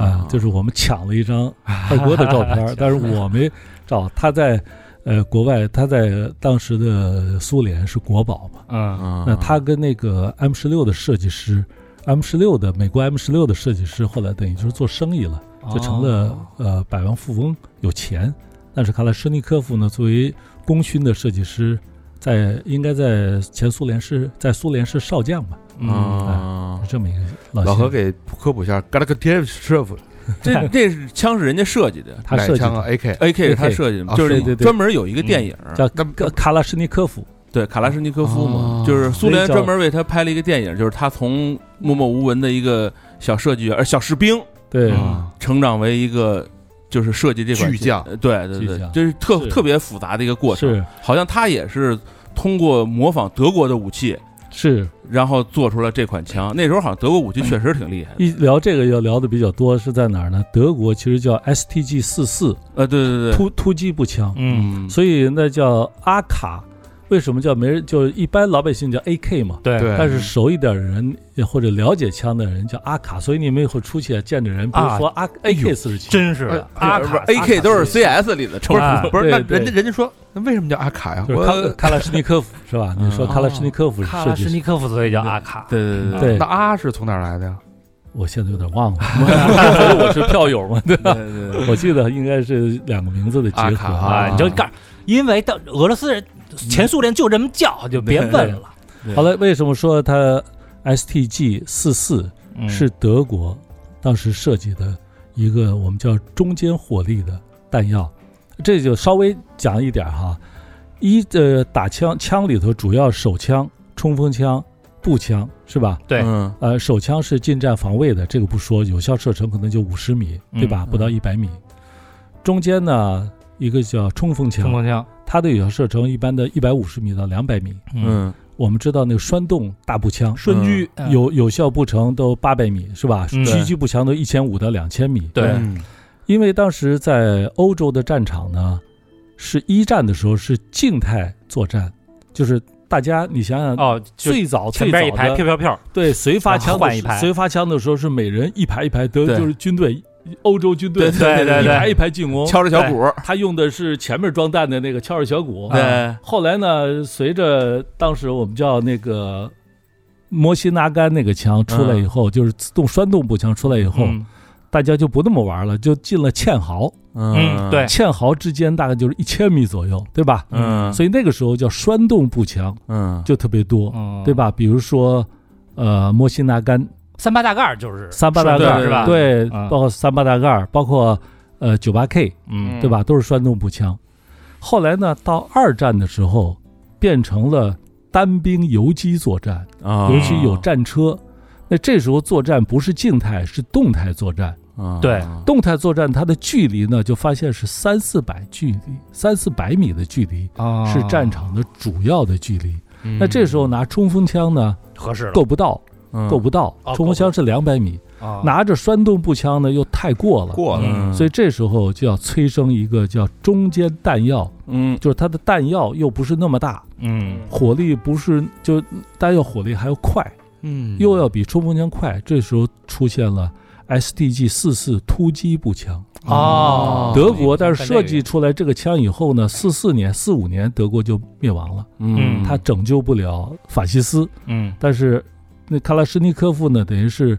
S4: 啊，就是我们抢了一张二哥的照片，但是我没照，他在。呃，国外他在当时的苏联是国宝嘛，
S3: 嗯
S2: 嗯，
S4: 那他跟那个 M 十六的设计师，M 十六的美国 M 十六的设计师，后来等于就是做生意了，就成了、呃百万富翁，有钱。但是卡拉什尼科夫呢，作为功勋的设计师，在应该在前苏联是在苏联是少将吧，哎
S3: 嗯
S2: 啊
S4: 是，这么一个老
S1: 老
S4: 先
S1: 何
S4: 生
S1: 给科普一下，嘎啦个贴师傅
S4: 哎
S2: 这这是枪是人家设计的
S4: 他
S1: 哪
S4: 设计
S1: 枪
S4: 的
S1: 啊？AK，
S2: ，AK 是他设计的嘛，
S1: 啊
S2: 就是
S4: 对对对嗯
S2: 专门有一个电影，
S4: 叫
S1: 那嗯
S4: 卡卡拉什尼科夫，
S2: 对卡拉什尼科夫嘛
S1: 哦，
S2: 就是苏联
S4: 所以叫
S2: 专门为他拍了一个电影，就是他从默默无闻的一个小设计员、呃小士兵，
S4: 对，
S1: 啊
S2: 成长为一个就是设计这款
S1: 巨匠
S2: 呃对对
S4: 巨
S2: 对，
S4: 匠
S2: 就是特
S4: 是
S2: 特别复杂的一个过程。
S4: 是
S2: 好像他也是通过模仿德国的武器，
S4: 是
S2: 然后做出了这款枪。那时候好像德国武
S4: 嗯
S2: 器确实挺厉害的。
S4: 一聊这个要聊的比较多是在哪儿呢？德国其实叫 STG 四四
S2: 呃，对对对，
S4: 突突击步枪，
S3: 嗯，
S4: 所以那叫阿卡。为什么叫没人？就是一般老百姓叫 AK 嘛，
S3: 对
S1: 对
S4: 但是熟一点的人或者了解枪的人叫阿卡。所以你们一会儿出去见着人，比如
S1: 啊
S4: 说阿 AK 四十七，
S3: 真是的，
S1: 哎
S3: 阿
S1: 不
S3: 卡
S2: AK 呃都是 CS 里的
S1: 不
S2: 称
S1: 是
S3: 啊
S1: 不是，那
S4: 对
S1: 人家
S4: 对
S1: 人家说那为什么叫阿卡呀？
S4: 就是
S1: 我啊
S4: 卡卡拉什尼科夫是吧？你说
S2: 嗯
S4: 卡拉什尼科夫
S3: 卡
S4: 设
S3: 拉什
S4: 计师，
S3: 尼科夫，所以叫阿卡。
S2: 对对对
S4: 对
S1: 那，阿是从哪儿来的呀？
S4: 我现在有点忘 了，所以我是票友嘛，对吧？
S2: 对对，
S4: 我记得应该是两个名字的结
S1: 阿
S4: 合
S1: 卡
S3: 啊，你就干，因为到俄罗斯人、前苏联就这么叫，就别问了。
S4: 好了，为什么说它 STG 四四
S3: 嗯
S4: 是德国当时设计的一个我们叫中间火力的弹药。这就稍微讲一点哈，一呃打枪枪里头主要手枪、冲锋枪、步枪是吧？
S3: 对
S2: 嗯
S4: 呃，手枪是近战防卫的，这个不说，有效射程可能就五十米，
S3: 嗯
S4: 对吧？不到一百米。中间呢，一个叫冲锋
S3: 冲
S4: 枪，
S3: 锋枪，
S4: 它的有效射程一般的一百五十米到两百米。
S2: 嗯
S4: 我们知道那个栓动大步枪，
S2: 瞬狙
S3: 嗯
S4: 有有效步程都八百米是吧？
S3: 嗯
S4: 狙击步枪都一千五到两千米。
S3: 对
S1: 嗯
S4: 因为当时在欧洲的战场呢，是一战的时候是静态作战，就是大家你想想，
S3: 哦，就
S4: 最早
S3: 前
S4: 最
S3: 边一
S4: 早
S3: 排飘飘
S4: 的
S3: 飘，
S4: 对随发枪
S3: 然后换一排
S4: 随发枪的时候是每人一排一排，德
S2: 对
S4: 就是军队欧洲军队
S2: 对对对
S4: 一
S2: 对
S4: 排一排进攻，
S2: 嗯敲着小鼓，
S4: 他用的是前面装弹的那个敲着小鼓，
S2: 对，
S4: 后来呢，随着当时我们叫那个摩西拿杆那个枪出来以后，就是自动栓动步枪出来以后，
S3: 嗯
S4: 大家就不那么玩了，就进了堑壕。
S3: 嗯，对，
S4: 堑壕之间大概就是一千米左右，对吧？
S2: 嗯，
S4: 所以那个时候叫栓动步枪
S2: 嗯
S4: 就特别多，
S3: 嗯
S4: 对？吧？比如说。呃，摩西拿杆、
S3: 三八大盖儿就是
S4: 三八大盖
S2: 对
S4: 儿
S3: 是吧？，
S4: 对，
S3: 嗯
S4: 包括三八大盖儿，包括呃九八 K，
S3: 嗯
S4: 对吧？都是栓动步枪。后来呢，到二战的时候，变成了单兵游击作战，
S2: 啊，
S4: 尤其有战车。那这时候作战不是静态，是动态作战。
S2: 啊
S3: 对
S4: 动态作战它的距离呢，就发现是三四百距离，三四百米的距离
S3: 啊
S2: 哦
S4: 是战场的主要的距离。
S1: 嗯
S4: 那这时候拿冲锋枪呢，
S3: 合适了，
S4: 够不到，
S2: 嗯
S4: 够不到
S3: 哦。
S4: 冲锋枪是两百米，
S2: 哦
S3: 啊
S4: 拿着栓动步枪呢又太过了。
S1: 过了，
S2: 嗯，
S4: 所以这时候就要催生一个叫中间弹药，
S2: 嗯
S4: 就是它的弹药又不是那么大，
S3: 嗯
S4: 火力不是就弹药火力还要快，
S1: 嗯
S4: 又要比冲锋枪快。这时候出现了 SDG 四四突击步枪，
S1: 啊
S3: 哦
S4: 德国，但是设计出来这个枪以后呢，四四年、四五年德国就灭亡了，
S2: 嗯，
S4: 它拯救不了法西斯，
S2: 哦
S3: 嗯
S4: 但是那卡拉什尼科夫呢，等于是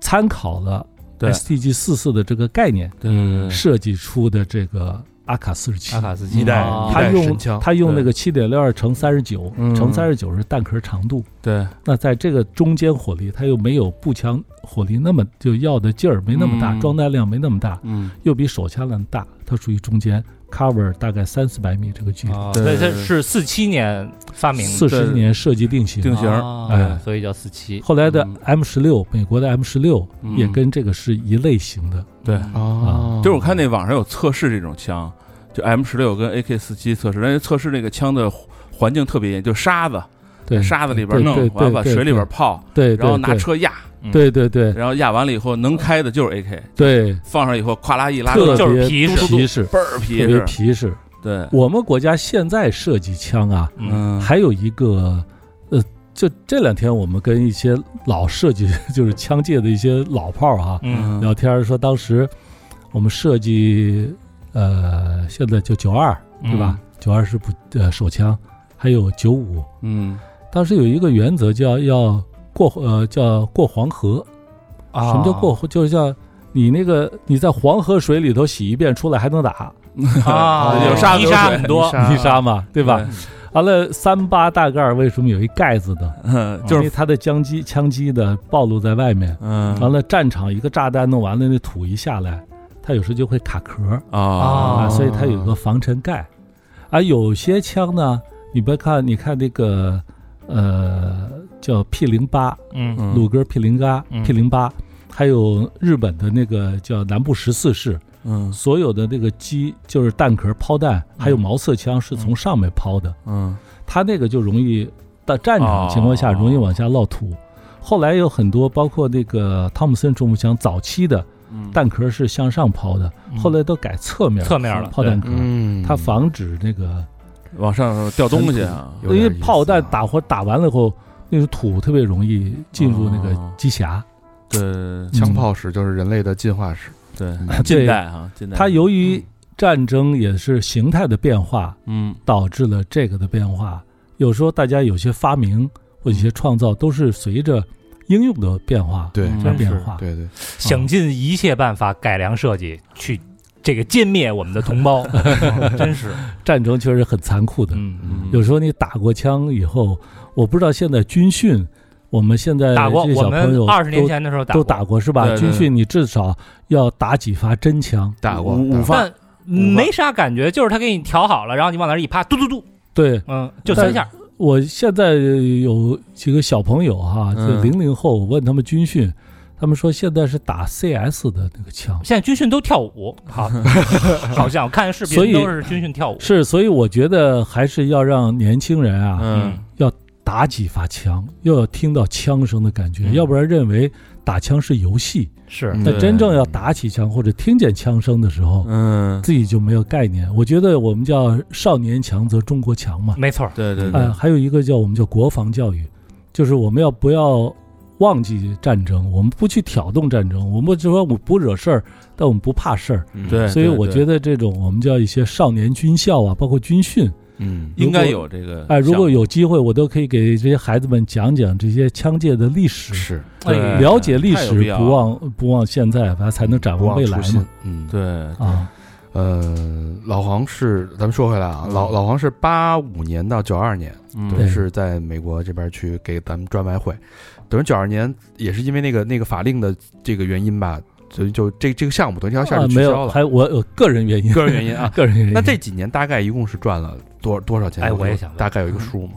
S4: 参考了。
S2: 对
S4: SDG 四四的这个概念
S2: 对对对，
S4: 设计出的这个阿卡四十七
S3: 阿。卡斯
S1: 一
S3: 基
S1: 代
S3: 哦
S2: 啊
S1: 一
S4: 他
S1: 代
S4: 用
S1: 神枪
S4: 他用那
S2: 对
S4: 个七点六二乘三十九
S2: 嗯
S4: 乘三十九是弹壳长度，
S2: 对，
S4: 那在这个中间火力，它又没有步枪火力那么就要的劲儿没那么大，
S2: 嗯
S4: 装弹量没那么大，
S2: 嗯，
S4: 又比手枪量大，它属于中间 cover 大概三四百米这个距离，
S3: 哦
S2: 对
S3: 所以
S2: 对
S3: 它
S2: 对
S3: 是四七年发明的，
S4: 四十年设计定型。
S2: 定型儿
S3: 哦
S4: 哎
S3: 所以叫四七。
S4: 后来的
S2: 嗯
S4: M 十六，美国的 M 十六
S2: 嗯
S4: 也跟这个是一类型的，
S2: 对，
S1: 哦，
S2: 就是我看那网上有测试这种枪，就 M 十六跟 AK 四七测试，人家测试那个枪的环境特别严，就沙子，
S4: 对
S2: 沙子里边
S4: 对
S2: 弄，
S4: 对
S2: 完了把
S4: 对
S2: 水里边
S4: 对
S2: 泡，
S4: 对，
S2: 然后拿
S4: 对，
S2: 车嗯压，
S4: 对对对
S2: 然后压完了以后能开的就是 AK，
S4: 对，
S2: 放上以后咵啦一拉，
S4: 特
S2: 就是
S3: 就是
S4: 别
S3: 皮实
S4: 皮实，
S2: 倍儿皮
S4: 特别
S2: 实，嗯
S4: 皮实。
S2: 对，
S4: 我们国家现在设计枪啊，
S2: 嗯，
S4: 还有一个，呃，就这两天我们跟一些老设计， 就是枪界的一些老炮儿啊、
S3: 嗯
S4: 聊天儿，说当时我们设计，呃，现在就九二
S3: 嗯
S4: 对吧？九二是不呃手枪，还有九五，
S2: 嗯，
S4: 当时有一个原则叫要过呃叫过黄河，
S3: 啊
S4: 什么叫过？就是叫你那个你在黄河水里头洗一遍出来还能打
S3: 啊？
S2: 有沙
S3: 沙
S2: 子
S3: 泥
S2: 有
S3: 沙
S2: 水
S3: 很 多，
S1: 啊
S4: 泥沙嘛，
S2: 对
S4: 对吧？？完了，三八大盖儿为什么有一盖子呢？
S2: 嗯，
S4: 因
S2: 就是
S4: 为它的枪机枪机的暴露在外面。
S2: 嗯
S4: 完了，战场一个炸弹弄完了，那土一下来，它有时候就会卡壳儿
S2: 啊
S4: 啊，
S3: 哦
S4: 所以它有个防尘盖。啊，有些枪呢，你别看，你看那个呃叫 P 零八，
S3: 嗯
S4: 鲁格 P 零八
S3: 嗯
S4: P 零八，还有日本的那个叫南部十四式，
S2: 嗯
S4: 所有的那个机就是弹壳抛弹，还有毛瑟枪是从上面抛的，
S2: 嗯
S4: 它那个就容易到战场情况下
S2: 哦
S4: 容易往下落土。后来有很多，包括那个汤姆森中步枪早期的
S2: 嗯，
S4: 弹壳是向上抛的，后来都改侧面
S3: 嗯侧面了
S4: 抛弹壳，
S1: 嗯，
S4: 它防止那个，
S2: 往上掉东西啊，
S1: 有
S4: 因
S1: 点
S4: 为
S1: 意思
S4: 炮弹
S1: 啊
S4: 打火打完了以后，那个土特别容易进入那个
S2: 哦
S4: 机匣。
S2: 对
S1: 枪炮史就是人类的进化史，
S2: 对
S1: 嗯，
S2: 近代哈，近代
S4: 它由于战争也是形态的变化，
S2: 嗯
S4: 导致了这个的变化。有时候大家有些发明或者一些创造，都是随着应用的变化
S1: 对
S2: 嗯
S4: 而
S3: 真是
S4: 变化。
S1: 对对，
S3: 想尽一切办法改良设计去。这个歼灭我们的同 胞，真是，
S4: 战争确实很残酷的，
S3: 嗯，
S2: 嗯
S4: 有时候你打过枪以后，我不知道现在军训，我们现在
S3: 打过
S4: 哎这些
S3: 我
S4: 小朋
S3: 们
S4: 友
S3: 二十年
S4: 都
S3: 前的时候
S4: 都
S3: 打
S4: 打过是吧？
S2: 对对
S4: 军训你至少要打几发真枪，
S1: 打过
S2: 午午
S1: 打过
S2: 饭
S3: 但没啥感觉，就是他给你调好了，然后你往那儿一趴，嘟嘟嘟，
S4: 对。
S3: 嗯，就三下，
S4: 我现在有几个小朋友哈，
S2: 嗯
S4: 就零零后，我问他们军训，他们说现在是打 CS 的那个枪，
S3: 现在军训都跳舞， 好， 好像我看视
S4: 所以
S3: 频都是军训跳舞。
S4: 是，所以我觉得还是要让年轻人啊、
S2: 嗯
S4: 打几发枪，要有听到枪声的感觉，
S3: 嗯
S4: 要不然认为打枪是游戏。
S3: 是
S1: 嗯
S4: 但
S2: 对
S4: 真正要打起枪或者听见枪声的时候，
S2: 嗯，
S4: 自己就没有概念。我觉得我们叫少年强则中国强嘛，
S3: 没错儿，
S2: 对对对
S4: 呃，，还有一个叫我们叫国防教育，就是我们要不要忘记战争，我们不去挑动战争，我们就说我不惹事儿，但我们不怕事儿。
S2: 嗯对，
S4: 所以
S2: 对
S4: 我
S2: 对
S4: 觉得这种我们叫一些少年军校啊，包括军训，
S1: 嗯
S2: 应该
S4: 如
S2: 有这个
S4: 哎、如
S2: 项目
S4: 果有机会，我都可以给这些孩子们讲讲这些枪界的历史，
S1: 是
S2: 对
S3: 哎
S4: 了解历
S2: 太有必
S4: 史，
S2: 要
S4: 不忘不忘现在，他才能展
S1: 不
S4: 望
S1: 忘
S4: 未来
S1: 初心
S4: 嘛。，
S1: 嗯，对，
S2: 对
S4: 啊，
S1: 呃，老黄是咱们说回来啊，老老黄是八五年到九二年，
S2: 嗯
S1: 对，是在美国这边去给咱们专卖会，等于九二年也是因为那个那个法令的这个原因吧，所以就这这个项目等于这条线
S4: 啊
S1: 就取
S4: 没
S1: 消
S4: 有，
S1: 了，
S4: 还我有个人原因，。
S1: 个人原因啊
S4: 个人原因。
S1: 那这几年大概一共是赚了多多少钱？
S3: 哎
S1: 有
S3: 我也想问
S1: 大概有一个数吗？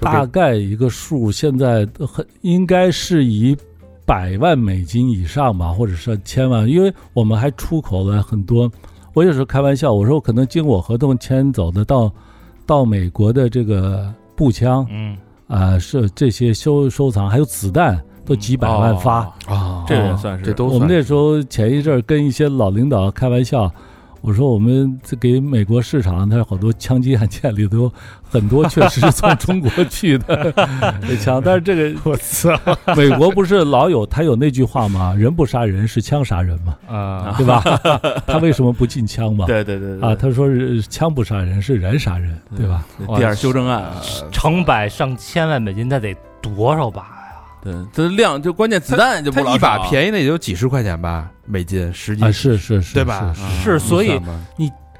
S4: 大概一个数，现在很应该是以百万美金以上吧，或者是千万，因为我们还出口了很多。我有时候开玩笑，我说我可能经我合同签走的到到美国的这个步枪
S3: 嗯，
S4: 啊、是这些收收藏，还有子弹都几百万发。
S2: 哦
S1: 啊，
S2: 这也算是
S1: 这都
S4: 我们
S1: 算
S4: 那时候前一阵儿跟一些老领导开玩笑，我说我们这给美国市场，它有好多枪击案件里头，很多确实是从 中国去的这枪，但是这个我 操，美国不是老有他有那句话吗？人不杀人是枪杀人嘛，
S3: 啊，
S4: 对吧？ 他为什么不禁枪嘛？
S2: 对对对对
S4: 啊，他说是枪不杀人是人杀人，对吧？
S1: 呃
S2: 对第二修正案啊，
S3: 成百上千万美金，那得多少把呀？
S2: 对，这量就关键子弹就不
S1: 它
S2: 老
S1: 一把
S2: 少，啊
S1: 便宜的也就几十块钱吧，每斤十几
S4: 啊，是是是，
S1: 对吧
S2: 嗯
S4: 是
S3: 是所以
S1: 算吧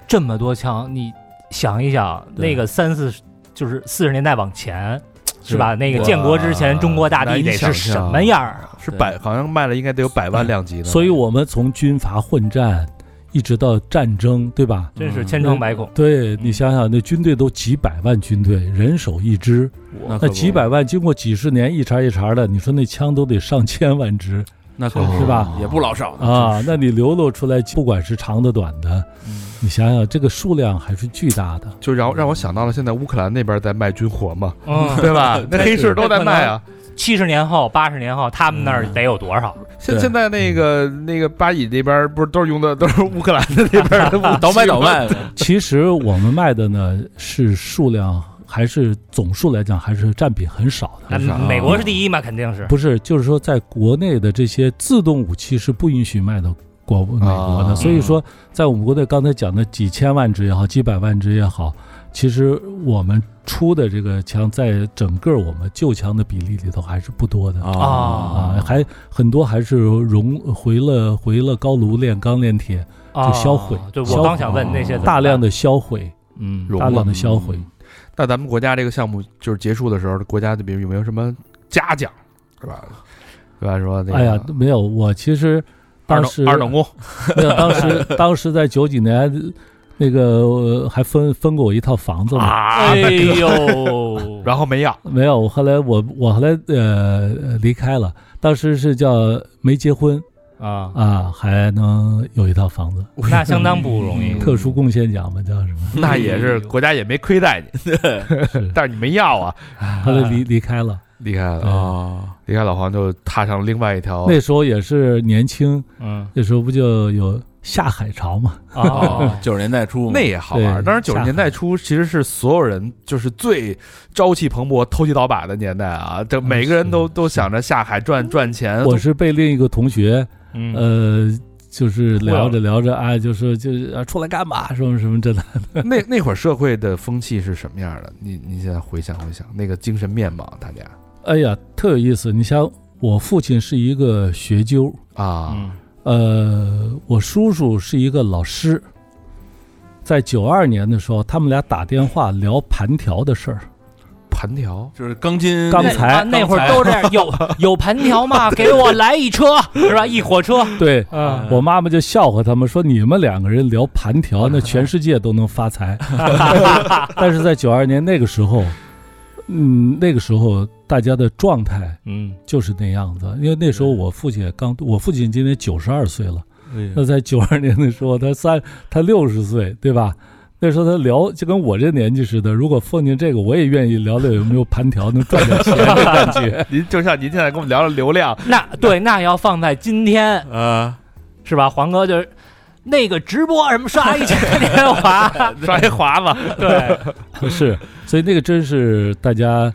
S3: 这么多枪，你想一想，
S2: 对
S3: 那个三四十就是四十年代往前，是吧？那个建国之前，
S1: 哇
S3: 中国大地得是什么样儿啊？
S1: 是百，好像卖了应该得有百万量级的。
S4: 所以我们从军阀混战一直到战争，对吧？
S3: 真是千疮百孔。
S4: 对你想想，那军队都几百万军队，人手一支，
S2: 那
S4: 那
S2: 可不
S4: 几百万经过几十年一茬一茬的，你说那枪都得上千 万支
S2: 那可不
S4: 是吧
S2: 也不老少呢
S4: 啊！那你流露出来，不管是长的短的，
S2: 嗯
S4: 你想想这个数量还是巨大的。
S1: 就让让我想到了现在乌克兰那边在卖军火嘛，
S3: 嗯，
S1: 对吧？那黑市都在卖啊。
S3: 七十年后、八十年后，他们那
S4: 嗯
S3: 儿得有多少？
S1: 现
S2: 对
S1: 现在那个那个巴以那边不是都是用的都是乌克兰的那边的武器吗
S2: 倒卖倒，卖的，
S4: 其实我们卖的呢是数量，还是总数来讲还是占比很少的。
S3: 那
S1: 是啊
S3: 美国是第一嘛，肯定是。
S4: 不是，就是说在国内的这些自动武器是不允许卖到国美国的，
S1: 啊
S4: 所以说在我们国内刚才讲的几千万支也好，几百万支也好，其实我们出的这个枪在整个我们旧枪的比例里头还是不多的。
S3: 啊
S2: 哦
S4: 啊，还很多还是融回了回了高炉炼钢炼铁，
S3: 啊
S4: 就销毁
S3: 对，
S4: 销
S3: 我
S4: 毁
S3: 刚想问那些怎么办
S4: 大量的销毁，
S2: 嗯
S1: 融
S4: 大
S1: 了。
S4: 量的销毁。
S1: 那咱们国家这个项目就是结束的时候，国家就比如有没有什么嘉奖，是吧？对吧？说那个
S4: 哎呀，没有，我其实
S1: 二
S4: 当
S1: 等
S4: 时
S1: 二等功，
S4: 没有，当时当时在九几年，那个呃还分分过我一套房子嘛。
S1: 啊
S3: 哎，呦，
S1: 然后没要，
S4: 没有，我后来我我后来呃呃离开了，当时是叫没结婚
S3: 啊，
S4: 啊，还能有一套房子，
S3: 那相当不容易
S1: 嗯。
S4: 特殊贡献奖嘛叫 什么？
S1: 那也是国家也没亏待 你，但是你没要啊，
S4: 后来离离开了，
S1: 厉害了，
S2: 啊，
S1: 离开老黄就踏上另外一条
S4: 哎那时候也是年轻，
S3: 嗯
S4: 那时候不就有下海潮嘛？
S3: 啊，
S2: 哦九十年代初嘛
S1: 那也好玩儿。
S4: 对
S1: 当时九十年代初其实是所有人就是最朝气蓬勃、投机倒把的年代啊，这每个人都
S4: 是
S1: 都想着下海赚赚钱。
S4: 我是被另一个同学
S3: 嗯
S4: 呃。就是聊
S3: 忽
S4: 着聊着啊，就说就是啊，出来干嘛？什么什么这的，
S1: 那那会儿社会的风气是什么样的？你你现在回想回想那个精神面貌，大家
S4: 哎呀，特有意思。你像我父亲是一个学究，
S1: 啊，
S3: 嗯
S4: 呃，我叔叔是一个老师。在九二年的时候，他们俩打电话聊盘条的事儿。
S1: 盘条
S2: 就是钢筋
S4: 钢
S3: 那
S4: 材
S3: 啊那会儿
S2: 钢材
S3: 都这样，有有盘条吗？给我来一车，是吧？一火车，
S4: 对，
S3: 嗯
S4: 我妈妈就笑话他们说：“你们两个人聊盘条，那全世界都能发财。”但是在九二年那个时候，嗯，那个时候大家的状态
S3: 嗯
S4: 就是那样子。因为那时候我父亲也刚，我父亲今年九十二岁了。那在九二年的时候，他三他六十岁，对吧？那时候他聊就跟我这年纪似的，如果碰见这个，我也愿意聊聊有没有盘条能赚点钱的感觉。
S1: 您就像您现在跟我们聊聊流量，
S3: 那对，那要放在今天
S2: 啊，
S3: 是吧？黄哥就是那个直播什么刷一千年华，
S1: 刷一华子，
S3: 对，
S4: 是，所以那个真是大家，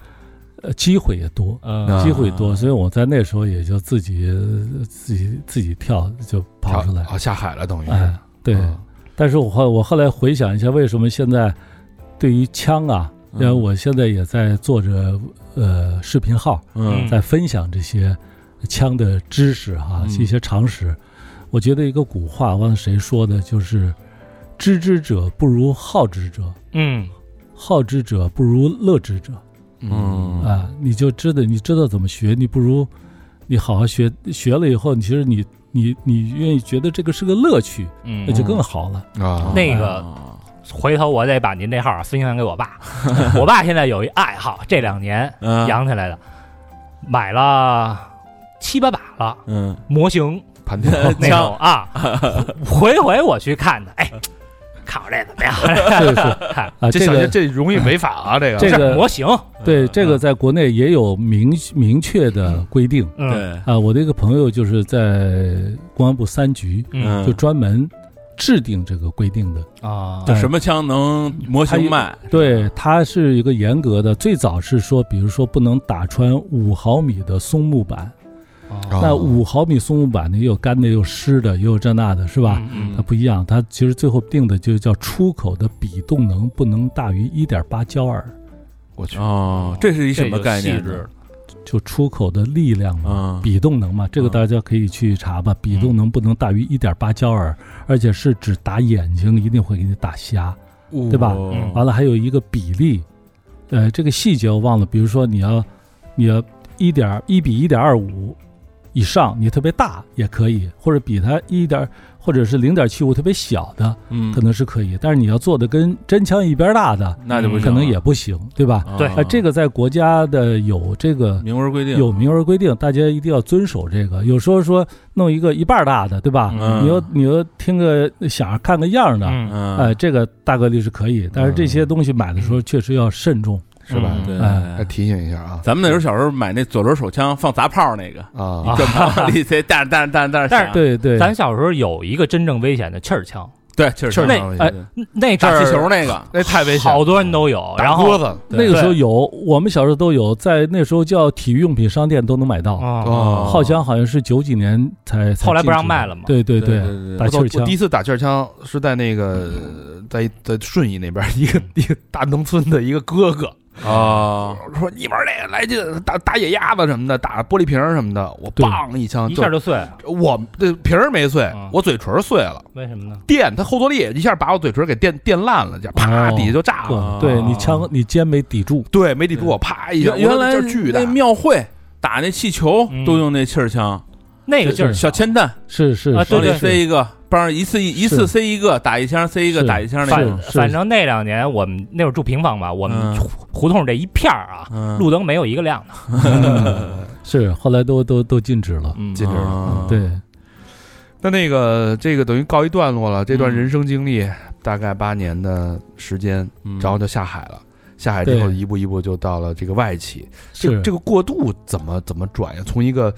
S4: 呃，机会也多，
S3: 嗯
S4: 机会多，所以我在那时候也就自己呃自己自己跳就跑出来，
S1: 啊，下海了等于是
S4: 哎，对。
S1: 嗯
S4: 但是我后我后来回想一下，为什么现在对于枪啊，因为我现在也在做着呃视频号，
S2: 嗯
S4: 在分享这些枪的知识哈、
S2: 嗯
S4: 一些常识。我觉得一个古话忘了谁说的，就是“知之者不如好之者，
S3: 嗯
S4: 好之者不如乐之者”
S2: 嗯
S4: 啊，你就知道你知道怎么学，你不如你好好学，学了以后，你其实你你你愿意觉得这个是个乐趣，那
S3: 嗯，
S4: 就更好了。
S1: 啊，
S3: 那个回头我得把您这号啊分享给我爸， 我爸现在有一爱好，这两年
S2: 嗯
S3: 养起来的，买了七八把了
S2: 嗯
S3: 模型
S1: 盘 条
S3: 那种啊， 回回我去看的，哎，看我这怎么样？
S4: 是是
S3: 看
S4: 啊，
S1: 这
S4: 这
S1: 小心
S4: 个
S1: 这容易违法啊，这个
S4: 这个
S3: 模型，
S4: 对这个在国内也有明明确的规定。
S3: 嗯
S2: 对
S4: 啊，我的一个朋友就是在公安部三局，
S3: 嗯
S4: 就专门制定这个规定的。
S3: 啊
S2: 就什么枪能模型卖
S4: 对，它是一个严格的，最早是说，比如说不能打穿五毫米的松木板。
S1: 哦
S4: 那五毫米松木板呢，也有干的，也有湿的，也有这那的，是吧？
S3: 嗯
S4: 它不一样，它其实最后定的就叫出口的比动能不能大于一点八焦耳，
S1: 我去，
S4: 啊
S2: 哦，这是一什么概念
S3: 这就细致
S2: 呢？
S4: 就出口的力量
S3: 哦
S4: 嘛，
S2: 嗯
S4: 比动能嘛，这
S2: 嗯
S4: 个大家可以去查吧。
S3: 嗯
S4: 比动能不能大于一点八焦耳，而且是只打眼睛，一定会给你打瞎。对吧啊
S2: 哦
S4: 完了还有一个比例，呃，这个细节我忘了，比如说你要你要一点一比一点二五以上，你特别大也可以，或者比它一点或者是零点七五特别小的，
S2: 嗯
S4: 可，能是可以。但是你要做的跟真枪一边大的，
S2: 那就不行
S4: 可
S2: 了，
S4: 能也不行，对吧？
S2: 啊
S3: 对
S4: 啊，这个在国家的有这个
S2: 明文规定
S4: 有明文规定，大家一定要遵守这个。有时候说弄一个一半儿大的，对吧？
S2: 嗯
S4: 你又你又听个响儿看个样儿的，
S3: 嗯，
S2: 嗯
S4: 呃，这个大概率是可以，但是这些东西买的时候确实要慎重。
S1: 是吧？
S3: 嗯
S2: 对，
S1: 再提醒一下啊
S2: 咱们那时候小时候买那左轮手枪放杂炮那个，
S1: 啊，
S2: 正常你得哒哒哒哒
S3: 但是
S2: 响，
S4: 对对，
S3: 咱小时候有一个真正危险的气儿枪，
S2: 对，气儿
S1: 气儿
S2: 枪
S1: 枪
S2: 对
S1: 哎
S2: 对
S3: 那阵
S2: 打气球
S3: 儿
S2: 那个，
S1: 那太危险了，
S3: 好多人都有，
S1: 打
S3: 然
S1: 鸽
S3: 后
S1: 子
S4: 那个时候
S3: 对
S4: 有，我们小时候都有，在那时候叫体育用品商店都能买到。
S3: 哦，
S1: 哦
S4: 好像好像是九几年才，才
S3: 后来不
S4: 禁止
S3: 让卖了嘛
S4: 对对
S2: 对
S4: 对，
S2: 对
S4: 打
S1: 我
S4: 气
S1: 操
S4: 儿
S1: 我
S4: 枪
S1: 第一次打气儿枪是在那个在在顺义那边一个
S4: 嗯
S1: 一个大农村的一个哥哥，
S2: 啊，
S1: 我说你玩那个来劲，打打野鸭子什么的，打玻璃瓶儿什么的，我
S4: 对
S1: 梆一枪
S3: 一下就碎了，
S1: 我这瓶儿没碎
S3: 嗯，
S1: 我嘴唇儿碎了，
S3: 为什么呢？
S1: 电它后坐力一下把我嘴唇儿给电电烂了，这样啪
S4: 哦
S1: 底下就炸了，
S3: 啊
S4: 对对你枪你肩没抵住，
S1: 对，没抵住我，啪一下，
S2: 原原
S1: 我
S2: 来
S1: 说这劲儿巨
S2: 那
S1: 大，
S2: 庙会打那气球
S3: 嗯
S2: 都用那气儿枪，
S3: 那个劲儿
S4: 是
S2: 小铅弹
S4: 是是
S3: 啊
S4: 是
S3: 对
S2: 往
S3: 对
S2: 里塞一个，帮着一次一一次
S4: 是
S2: 塞一个，打一枪塞一个，
S4: 是
S2: 打一枪那
S4: 是
S2: 种
S3: 反，反正那两年我们那会儿住平房嘛，我们
S2: 嗯
S3: 胡胡同这一片儿啊，
S2: 嗯
S3: 路灯没有一个亮的。
S4: 是，后来都都都禁止了。
S3: 嗯
S1: 禁止了。
S2: 啊
S4: 对，
S1: 那那个这个等于告一段落了，这段
S2: 嗯
S1: 人生经历大概八年的时间，
S2: 嗯
S1: 然后就下海了。下海之后，
S4: 对
S1: 一步一步就到了这个外企。这
S4: 是
S1: 个这个过渡怎么怎么转呀？从一个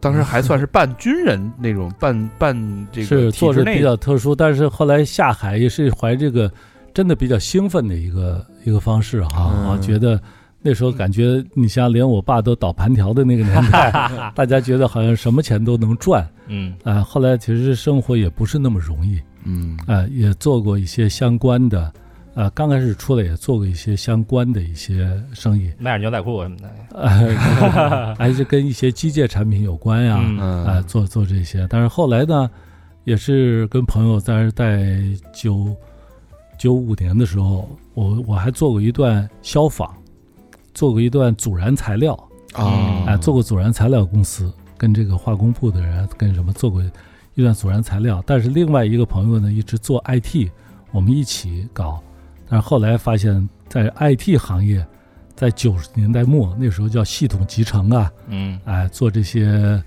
S1: 当时还算是半军人那种 半半这个
S4: 是
S1: 体
S4: 做
S1: 制
S4: 着
S1: 内
S4: 比较特殊，但是后来下海也是怀这个真的比较兴奋的一个一个方式哈、
S2: 嗯
S4: 我觉得那时候感觉，你像连我爸都倒盘条的那个 年代，大家觉得好像什么钱都能赚
S3: 嗯
S4: 啊、后来其实生活也不是那么容易
S1: 嗯
S4: 啊、也做过一些相关的。啊，刚开始出来也做过一些相关的一些生意，
S3: 卖点牛仔裤什么的。
S4: 呃，还是跟一些机械产品有关呀、
S3: 嗯
S1: 啊嗯
S4: 啊，做做这些。但是后来呢，也是跟朋友，但是在九九五年的时候，我我还做过一段消防，做过一段阻燃材料，
S1: 啊
S4: 哎、做过阻燃材料公司，跟这个化工部的人跟什么做过一段阻燃材料。但是另外一个朋友呢，一直做 IT，我们一起搞。但是后来发现，在 IT 行业，在九十年代末那时候叫系统集成啊，
S3: 嗯
S4: 哎，做这些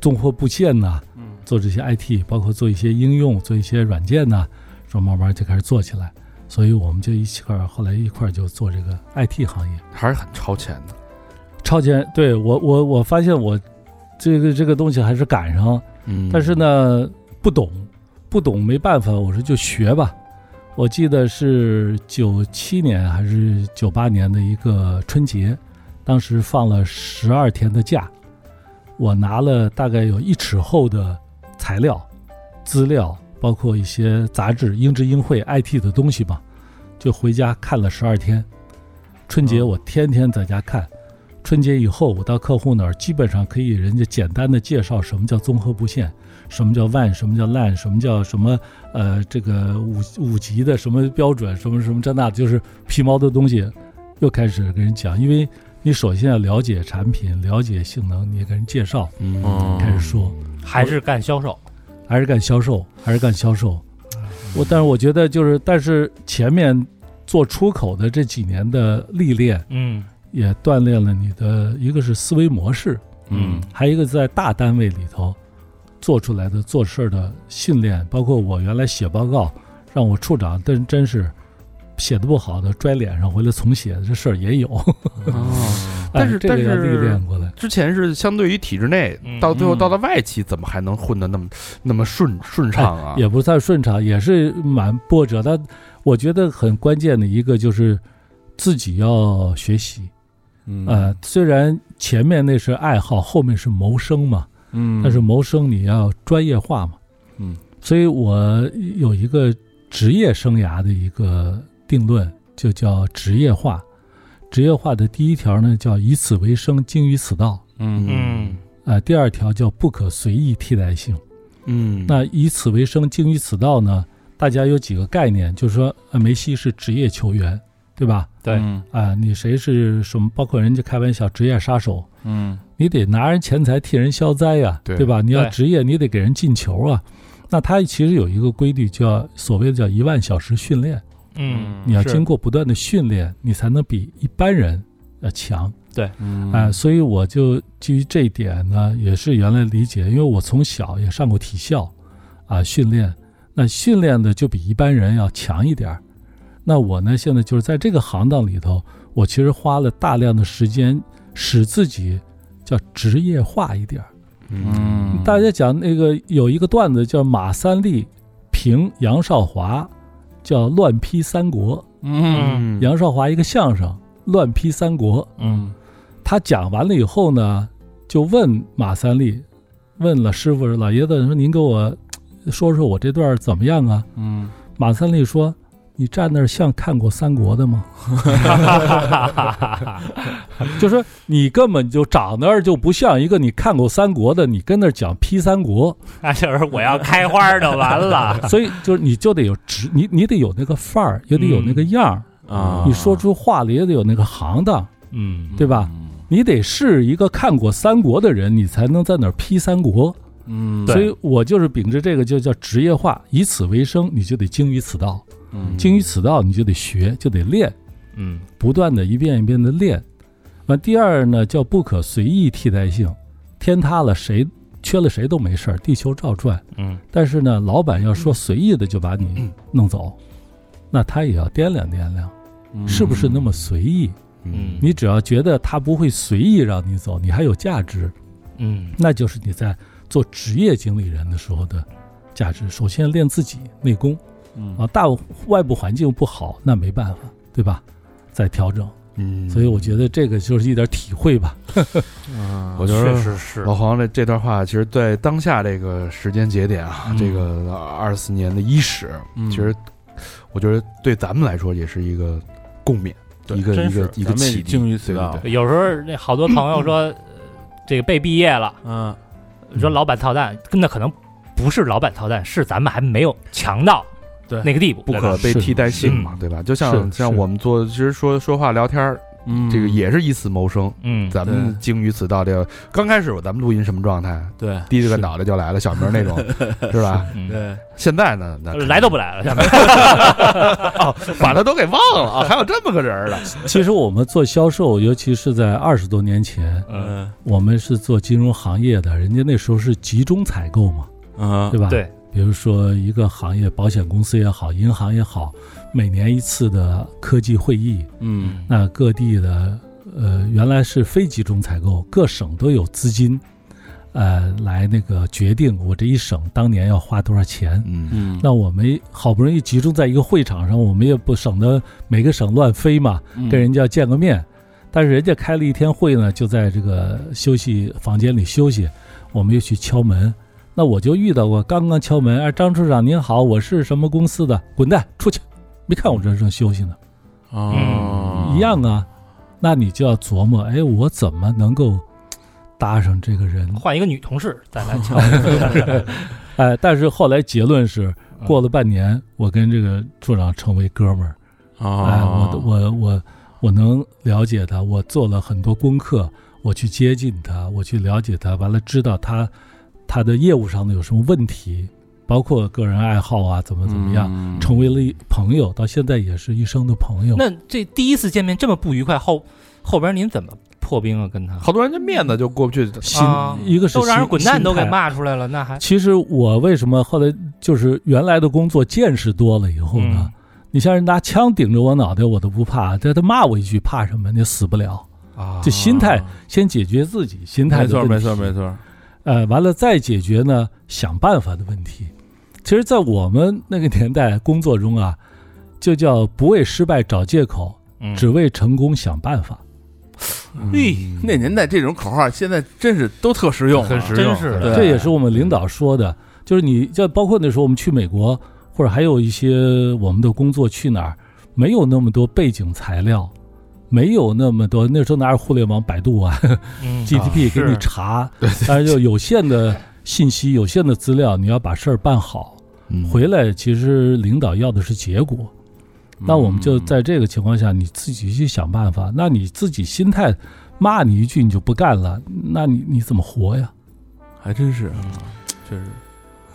S4: 纵火部件呐、
S2: 嗯
S4: 做这些 IT，包括做一些应用、做一些软件呐、说慢慢就开始做起来。所以我们就一起块儿，后来一块儿就做这个 IT 行业。
S1: 还是很超前的。
S4: 超前，对我我我发现我这个这个东西还是赶上，
S1: 嗯
S4: 但是呢不懂，不懂没办法，我说就学吧。我记得是九七年还是九八年的一个春节，当时放了十二天的假，我拿了大概有一尺厚的材料、资料，包括一些杂志、英知英会 IT 的东西吧，就回家看了十二天。春节我天天在家看，春节以后我到客户那儿，基本上可以人家简单的介绍什么叫综合布线，什么叫 WAN，什么叫 LAN，什么叫什么呃这个五五级的什么标准，什么什么这那的，就是皮毛的东西，又开始跟人讲，因为你首先要了解产品，了解性能，你也跟人介绍，
S1: 嗯
S4: 开始说，
S3: 还是干销售。
S4: 还是干销售，还是干销售。我但是我觉得就是，但是前面做出口的这几年的历练，
S3: 嗯
S4: 也锻炼了你的一个是思维模式，
S2: 嗯
S4: 还有一个在大单位里头做出来的做事儿的训练，包括我原来写报告，让我处长真真是写的不好的拽脸上回来重写，这事儿也有。
S2: 嗯
S4: 哦
S1: 但是
S4: 哎这个要
S1: 但是
S4: 历练过来，
S1: 之前是相对于体制内
S3: 嗯，
S1: 到最后
S2: 嗯
S1: 到了外企，怎么还能混得那么那么顺顺畅啊？
S4: 哎也不算顺畅，也是蛮波折。但我觉得很关键的一个就是自己要学习。
S2: 嗯
S4: 呃，虽然前面那是爱好，后面是谋生嘛，
S2: 嗯，
S4: 但是谋生你要专业化嘛。
S2: 嗯，
S4: 所以我有一个职业生涯的一个定论，就叫职业化。职业化的第一条呢叫以此为生，精于此道。
S2: 嗯
S3: 嗯
S4: 啊、第二条叫不可随意替代性。
S1: 嗯，
S4: 那以此为生，精于此道呢？大家有几个概念，就是说，呃，梅西是职业球员，对吧？
S3: 对
S2: 嗯
S4: 啊、你谁是什么？包括人家开玩笑，职业杀手，
S2: 嗯
S4: 你得拿人钱财替人消灾呀、
S1: 对
S4: 吧？你要
S3: 对
S4: 职业，你得给人进球啊。那他其实有一个规律，叫所谓的叫一万小时训练，
S3: 嗯，
S4: 你要
S3: 是
S4: 经过不断的训练，你才能比一般人呃强。
S2: 嗯
S4: 啊、所以我就基于这一点呢，也是原来理解，因为我从小也上过体校，啊、训练，那训练的就比一般人要强一点儿。那我呢，现在就是在这个行当里头，我其实花了大量的时间，使自己叫职业化一点儿。
S2: 嗯，
S4: 大家讲那个有一个段子叫马三立评杨少华，叫乱批三国。
S2: 嗯
S1: 嗯
S4: 杨少华一个相声乱批三国，
S2: 嗯
S4: 他讲完了以后呢，就问马三立，问了师傅老爷子说：“您给我嘖说说我这段怎么样啊
S2: 嗯，？”
S4: 马三立说：“你站那儿像看过三国的吗？就说你根本就长那儿就不像一个你看过三国的，你跟那儿讲批三国，
S3: 那就是我要开花的，完了，
S4: 所以就是你就得有直，你你得有那个范儿，也得有那个样儿，
S2: 啊
S4: 你说出话来也得有那个行当，
S3: 嗯
S4: 嗯对吧？你得是一个看过三国的人，你才能在那儿批三国。
S2: 嗯，
S4: 所以我就是秉着这个，就叫职业化，以此为生，你就得精于此道，
S2: 嗯
S4: 精于此道，你就得学，就得练，
S3: 嗯
S4: 不断的一遍一遍的练。完，第二呢，叫不可随意替代性，天塌了谁缺了谁都没事儿，地球照转。
S3: 嗯，
S4: 但是呢，老板要说随意的就把你弄走，那他也要掂量掂量，
S2: 嗯
S4: 是不是那么随意？
S1: 嗯
S4: 你只要觉得他不会随意让你走，你还有价值，
S3: 嗯
S4: 那就是你在做职业经理人的时候的价值。首先练自己内功
S2: 嗯
S4: 啊，大外部环境不好，那没办法，对吧？再调整。
S1: 嗯，
S4: 所以我觉得这个就是一点体会吧。
S1: 我觉
S3: 确
S1: 得
S3: 实是
S1: 啊老黄的这段话，其实，在当下这个时间节点啊，
S2: 嗯
S1: 这个二四年的伊始，
S2: 嗯
S1: 其实我觉得对咱们来说也是一个共勉，
S2: 对
S1: 一个
S2: 真
S1: 一
S2: 是
S1: 个一个
S2: 咱们也
S1: 启迪
S2: 敬于此
S1: 对对
S2: 道
S1: 对
S3: 有时候那好多朋友说，呃这个被毕业了，
S2: 嗯
S3: 说老板操蛋，那可能不是老板操蛋，是咱们还没有强到
S2: 对
S3: 那个地步，
S1: 不可被替代性嘛，对吧？就像
S4: 是
S1: 像我们做，其实说说话聊天儿，
S2: 嗯，
S1: 这个也是以此谋生。
S3: 嗯，
S1: 咱们
S2: 对
S1: 精于此道，这个刚开始咱们录音什么状态？
S2: 对
S1: 低着个脑袋就来了，小明那种，是吧？
S3: 嗯
S2: 对，
S1: 现在呢，那
S3: 呃来都不来了，下面
S1: 把他都给忘了啊，还有这么个人儿呢。
S4: 其实我们做销售，尤其是在二十多年前，
S2: 嗯
S4: 我们是做金融行业的，人家那时候是集中采购嘛，
S2: 嗯
S4: 对吧？
S3: 对。
S4: 比如说一个行业，保险公司也好，银行也好，每年一次的科技会议，
S2: 嗯
S4: 那各地的呃，原来是非集中采购，各省都有资金，呃，来那个决定我这一省当年要花多少钱。
S1: 嗯
S2: 嗯，
S4: 那我们好不容易集中在一个会场上，我们也不省得每个省乱飞嘛，
S2: 嗯
S4: 跟人家见个面。但是人家开了一天会呢，就在这个休息房间里休息，我们又去敲门。那我就遇到过，刚刚敲门，哎，张处长您好，我是什么公司的，滚蛋出去！没看我这正休息呢。
S2: 哦
S4: 一样啊，那你就要琢磨，哎，我怎么能够搭上这个人？
S3: 换一个女同事再来敲，
S4: 哎，但是后来结论是，过了半年，我跟这个处长成为哥们儿，哎，我
S2: 哦，
S4: 我我我能了解他，我做了很多功课，我去接近他，我去了解他，完了知道他他的业务上的有什么问题，包括个人爱好啊，怎么怎么样，
S2: 样
S4: 成为了一朋友，到现在也是一生的朋友。
S3: 那这第一次见面这么不愉快，后后边您怎么破冰啊？跟他
S1: 好多人这面子就过不去，
S4: 心、
S3: 啊
S4: 一个是
S3: 都让人
S4: 心
S3: 滚蛋都给
S4: 心态
S3: 骂出来了，那还
S4: 其实我为什么后来就是原来的工作见识多了以后
S3: 啊
S2: 嗯
S4: 呢？你像人拿枪顶着我脑袋，我都不怕。这他骂我一句，怕什么？你死不了。
S1: 啊
S4: 这心态先解决自己心态
S2: 哦没
S4: 的
S2: 错
S4: 问题，
S2: 没错没。错，
S4: 呃，完了再解决呢想办法的问题。其实，在我们那个年代工作中啊，就叫不为失败找借口，
S3: 嗯
S4: 只为成功想办法。
S2: 嘿，嗯那年代这种口号现在真是都特实用啊，
S1: 很实
S3: 真
S1: 用，
S3: 是的
S2: 对
S4: 这也是我们领导说的，就是你就包括那时候我们去美国，或者还有一些我们的工作去哪儿，没有那么多背景材料，没有那么多，那时候拿着互联网、百度啊、
S3: 嗯
S2: 啊
S4: GDP 给
S3: 是
S4: 你查，但是就有限的信息、有限的资料，你要把事儿办好。
S1: 嗯
S4: 回来其实领导要的是结果，
S2: 嗯
S4: 那我们就在这个情况下，你自己去想办法。那你自己心态骂你一句你就不干了，那你你怎么活呀？
S2: 嗯还真是，确实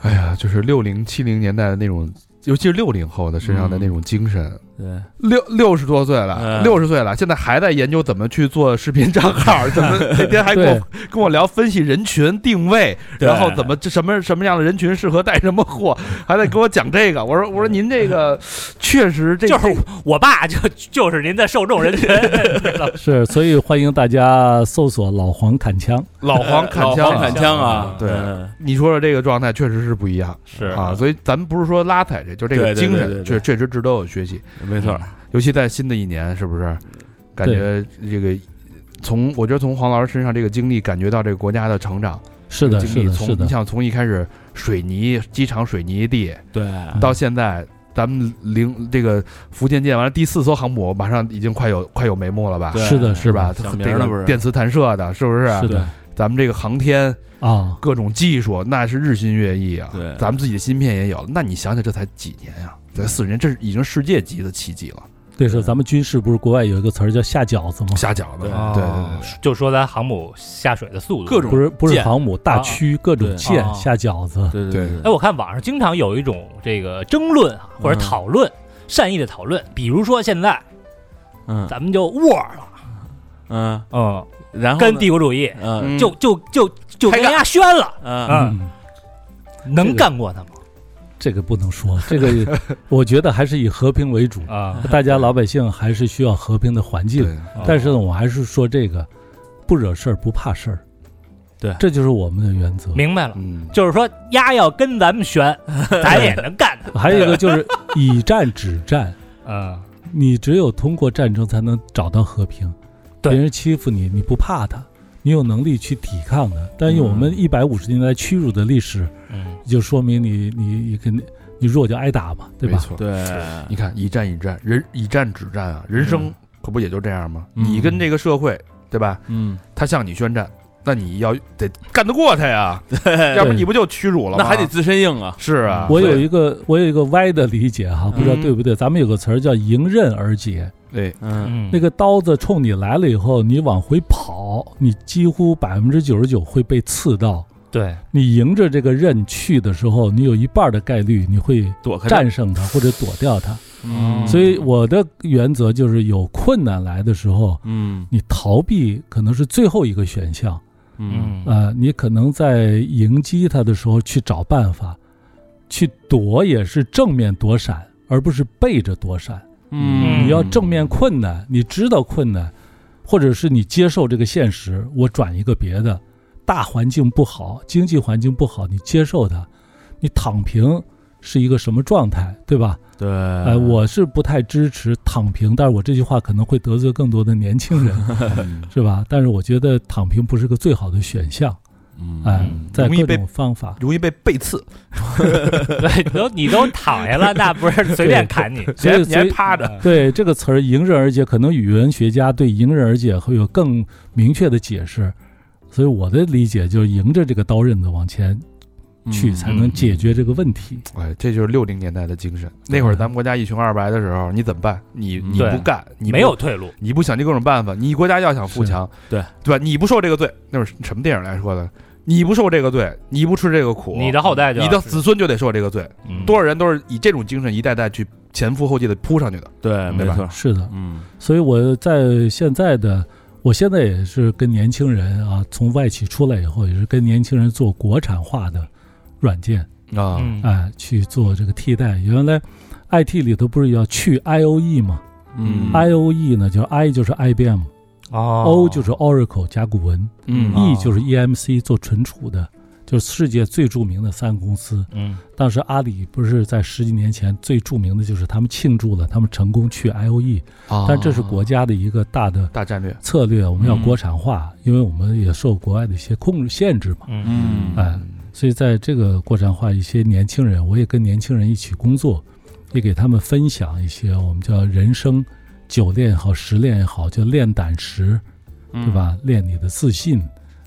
S1: 哎呀，就是六零七零年代的那种，尤其是六零后的身上的那种精神。
S2: 对，
S1: 六六十多岁了，
S2: 嗯
S1: 六十岁了，现在还在研究怎么去做视频账号，怎么那天还跟我跟我聊分析人群定位，
S2: 对
S1: 然后怎么这什么什么样的人群适合带什么货， 还得给我讲这个。我说我说您这个确实这
S3: 就是我爸就就是您的受众人群，知道吗
S4: 是，所以欢迎大家搜索“老黄砍枪
S1: 老黄砍
S2: 老
S1: 枪
S2: 黄
S1: 啊，
S2: 砍枪啊，
S1: 对
S2: 嗯
S1: 你说的这个状态确实是不一样
S3: 是
S1: 啊，所以咱们不是说拉踩这，就这个
S2: 对对
S1: 精
S2: 对
S1: 神
S2: 对对
S1: 确确实值得我学习。
S2: 没错，
S1: 尤其在新的一年，是不是？感觉这个从我觉得从黄老师身上这个经历，感觉到这个国家的成长。”。
S4: 是的，
S1: 经
S4: 是
S1: 历
S4: 的，
S1: 从
S4: 是的
S1: 你，想从一开始水泥机场水泥地，
S2: 对，
S4: 啊
S1: 到现在咱们零这个福建建完了第四艘航母，马上已经快有快有眉目了吧？
S2: 对
S4: 是的，
S1: 是吧？
S2: 想
S1: 这
S2: 明儿了不
S1: 个
S2: 是
S1: 电磁弹射的，是不是？
S4: 是的
S1: 咱们这个航天
S4: 啊，
S1: 各种技术，那是日新月异啊。
S2: 对
S1: 咱们自己的芯片也有了。那你想想，这才几年呀、才四十年，这是已经世界级的奇迹了。
S4: 对，是咱们军事不是国外有一个词儿叫下饺子吗？
S1: 下饺子，
S2: 对
S1: 对
S4: 哦
S1: 对对，
S3: 就说咱航母下水的速度，
S2: 各种
S4: 不是不是
S2: 舰
S4: 航母，大
S3: 啊
S4: 驱各种
S2: 对
S4: 舰
S3: 啊
S4: 下饺子，
S2: 对对
S3: 哎，，我看网上经常有一种这个争论啊，或
S2: 嗯
S3: 者讨论，善意的讨论，比如说现在
S2: 嗯
S1: 哎
S3: 咱们就 war 了，
S2: 嗯，
S3: 嗯，
S2: 然后
S3: 跟
S2: 呢
S3: 帝国主义
S2: 嗯
S1: 嗯啊
S3: 就就就就
S2: 开
S3: 跟
S2: 干
S3: 人家宣了，
S2: 嗯
S3: 嗯，能干过他吗？
S4: 这个不能说，这个我觉得还是以和平为主，
S2: 嗯
S3: 啊，嗯
S4: 大家老百姓还是需要和平的环境。
S1: 对啊
S4: 但是呢，我还是说这个，不惹事儿不怕事儿，
S2: 对
S4: 这就是我们的原则。
S3: 明白了，
S1: 嗯，
S3: 就是说丫要跟咱们 宣，咱也能干 他，
S4: 还有一个就是以战止战，
S3: 嗯，
S4: 你只有通过战争才能找到和平。
S3: 对
S4: 别人欺负你，你不怕他，你有能力去抵抗他。但用我
S1: 嗯
S4: 们一百五十年来屈辱的历史，
S3: 嗯，
S4: 就说明你你你肯定你弱就挨打嘛，对
S1: 没
S4: 吧？
S1: 错。
S2: 对，
S1: 你看，一战一战，人以战止战啊，人生可不也就这样吗？
S2: 嗯
S1: 你跟这个社会，对吧？
S2: 嗯，
S1: 他向你宣战，那你要得干得过他呀， 要不然你不就屈辱了吗？
S2: 那还得自身硬啊，
S1: 是啊，
S4: 我有一个我有一个歪的理解哈，不知道
S1: 嗯
S4: 对不对？咱们有个词儿叫迎刃而解，
S1: 对，
S2: 嗯，
S4: 那
S3: 个
S4: 个刀子冲你来了以后，你往回跑，你几乎百分之九十九会被刺到。
S3: 对，
S4: 你迎着这个刃去的时候，你有一半的概率你会
S2: 躲开它，
S4: 战胜它或者躲掉它。
S2: 嗯
S4: 所以我的原则就是，有困难来的时候，
S2: 嗯
S4: 你逃避可能是最后一个选项。
S2: 嗯，
S4: 呃，你可能在迎击它的时候去找办法，去躲也是正面躲闪，而不是背着躲闪。
S2: 嗯，
S4: 你要正面困难，你知道困难，或者是你接受这个现实，我转一个别的，大环境不好，经济环境不好，你接受它，你躺平是一个什么状态，对吧？
S2: 对，
S4: 呃，我是不太支持躺平，但是我这句话可能会得罪更多的年轻人， 是吧？但是我觉得躺平不是个最好的选项，哎、
S2: 嗯，
S4: 在
S1: 容易
S4: 各
S1: 被
S4: 种方法，
S1: 容易被背刺，
S3: 对，都 你都躺下了，那不是随便砍你，
S4: 所以
S1: 你还
S4: 所以
S1: 趴着，
S4: 对这个词儿“迎刃而解”，可能语文学家对“迎刃而解”会有更明确的解释。所以我的理解就是，迎着这个刀刃子往前去，
S2: 嗯
S4: 才能解决这个问题。
S1: 哎，这就是六零年代的精神。那会儿咱们国家一穷二白的时候，你怎么办？你你
S3: 对
S1: 不干，你不
S3: 没有，退路，
S1: 你不想尽各种办法，你国家要想富
S4: 是
S1: 强，
S2: 对
S1: 对吧？你不受这个罪，那会儿什么电影来说的？你不受这个罪，你不吃这个苦，
S3: 你的后代就
S1: 你的子孙就得受这个罪。
S3: 嗯
S1: 多少人都是以这种精神一代代去前赴后继的扑上去的。
S2: 嗯对，没错，
S4: 是的，
S2: 嗯
S4: 所以我在现在的，我现在也是跟年轻人啊，从外企出来以后，也是跟年轻人做国产化的软件，
S1: 啊
S3: 嗯
S4: 哎、去做这个替代。原来 IT 里头不是要去 IOE 吗、
S2: 嗯
S4: i o e 呢，就是 I 就是 IBM，
S3: 哦
S4: O 就是 Oracle 甲骨文、
S2: 嗯
S4: e 就是 EMC 做存储的，就是世界最著名的三个公司。
S3: 嗯
S4: 当时阿里不是在十几年前最著名的就是他们庆祝了他们成功去 IOE，
S1: 啊
S4: 但这是国家的一个大的
S1: 大战略，
S4: 策略，我们要
S3: 嗯
S4: 国产化，因为我们也受国外的一些控制限制嘛。
S3: 嗯
S2: 嗯
S4: 哎，所以在这个国产化，一些年轻人，我也跟年轻人一起工作，也给他们分享一些我们叫人生酒练也好，实练也好，就练胆识，
S2: 对
S4: 对？吧？练你的自信，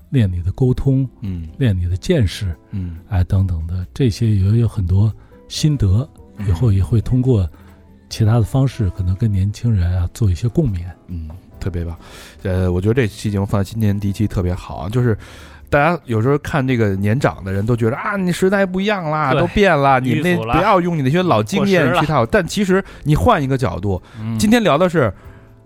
S4: 练你的沟通，
S1: 嗯
S4: 练你的见识，
S1: 嗯
S4: 哎，等等的这些也有很多心得，以后也会通过其他的方式，可能跟年轻人啊做一些共勉。
S1: 嗯，特别棒。呃，我觉得这期节目放在今年第一期特别好啊，就是。大家有时候看这个年长的人都觉得啊，你时代不一样啦，
S3: 对
S1: 都变 了，你
S3: 迂
S1: 那
S3: 腐了
S1: 不要用你那些老经验
S3: 过时了
S1: 去套。但其实你换一个角度，
S2: 嗯
S1: 今天聊的是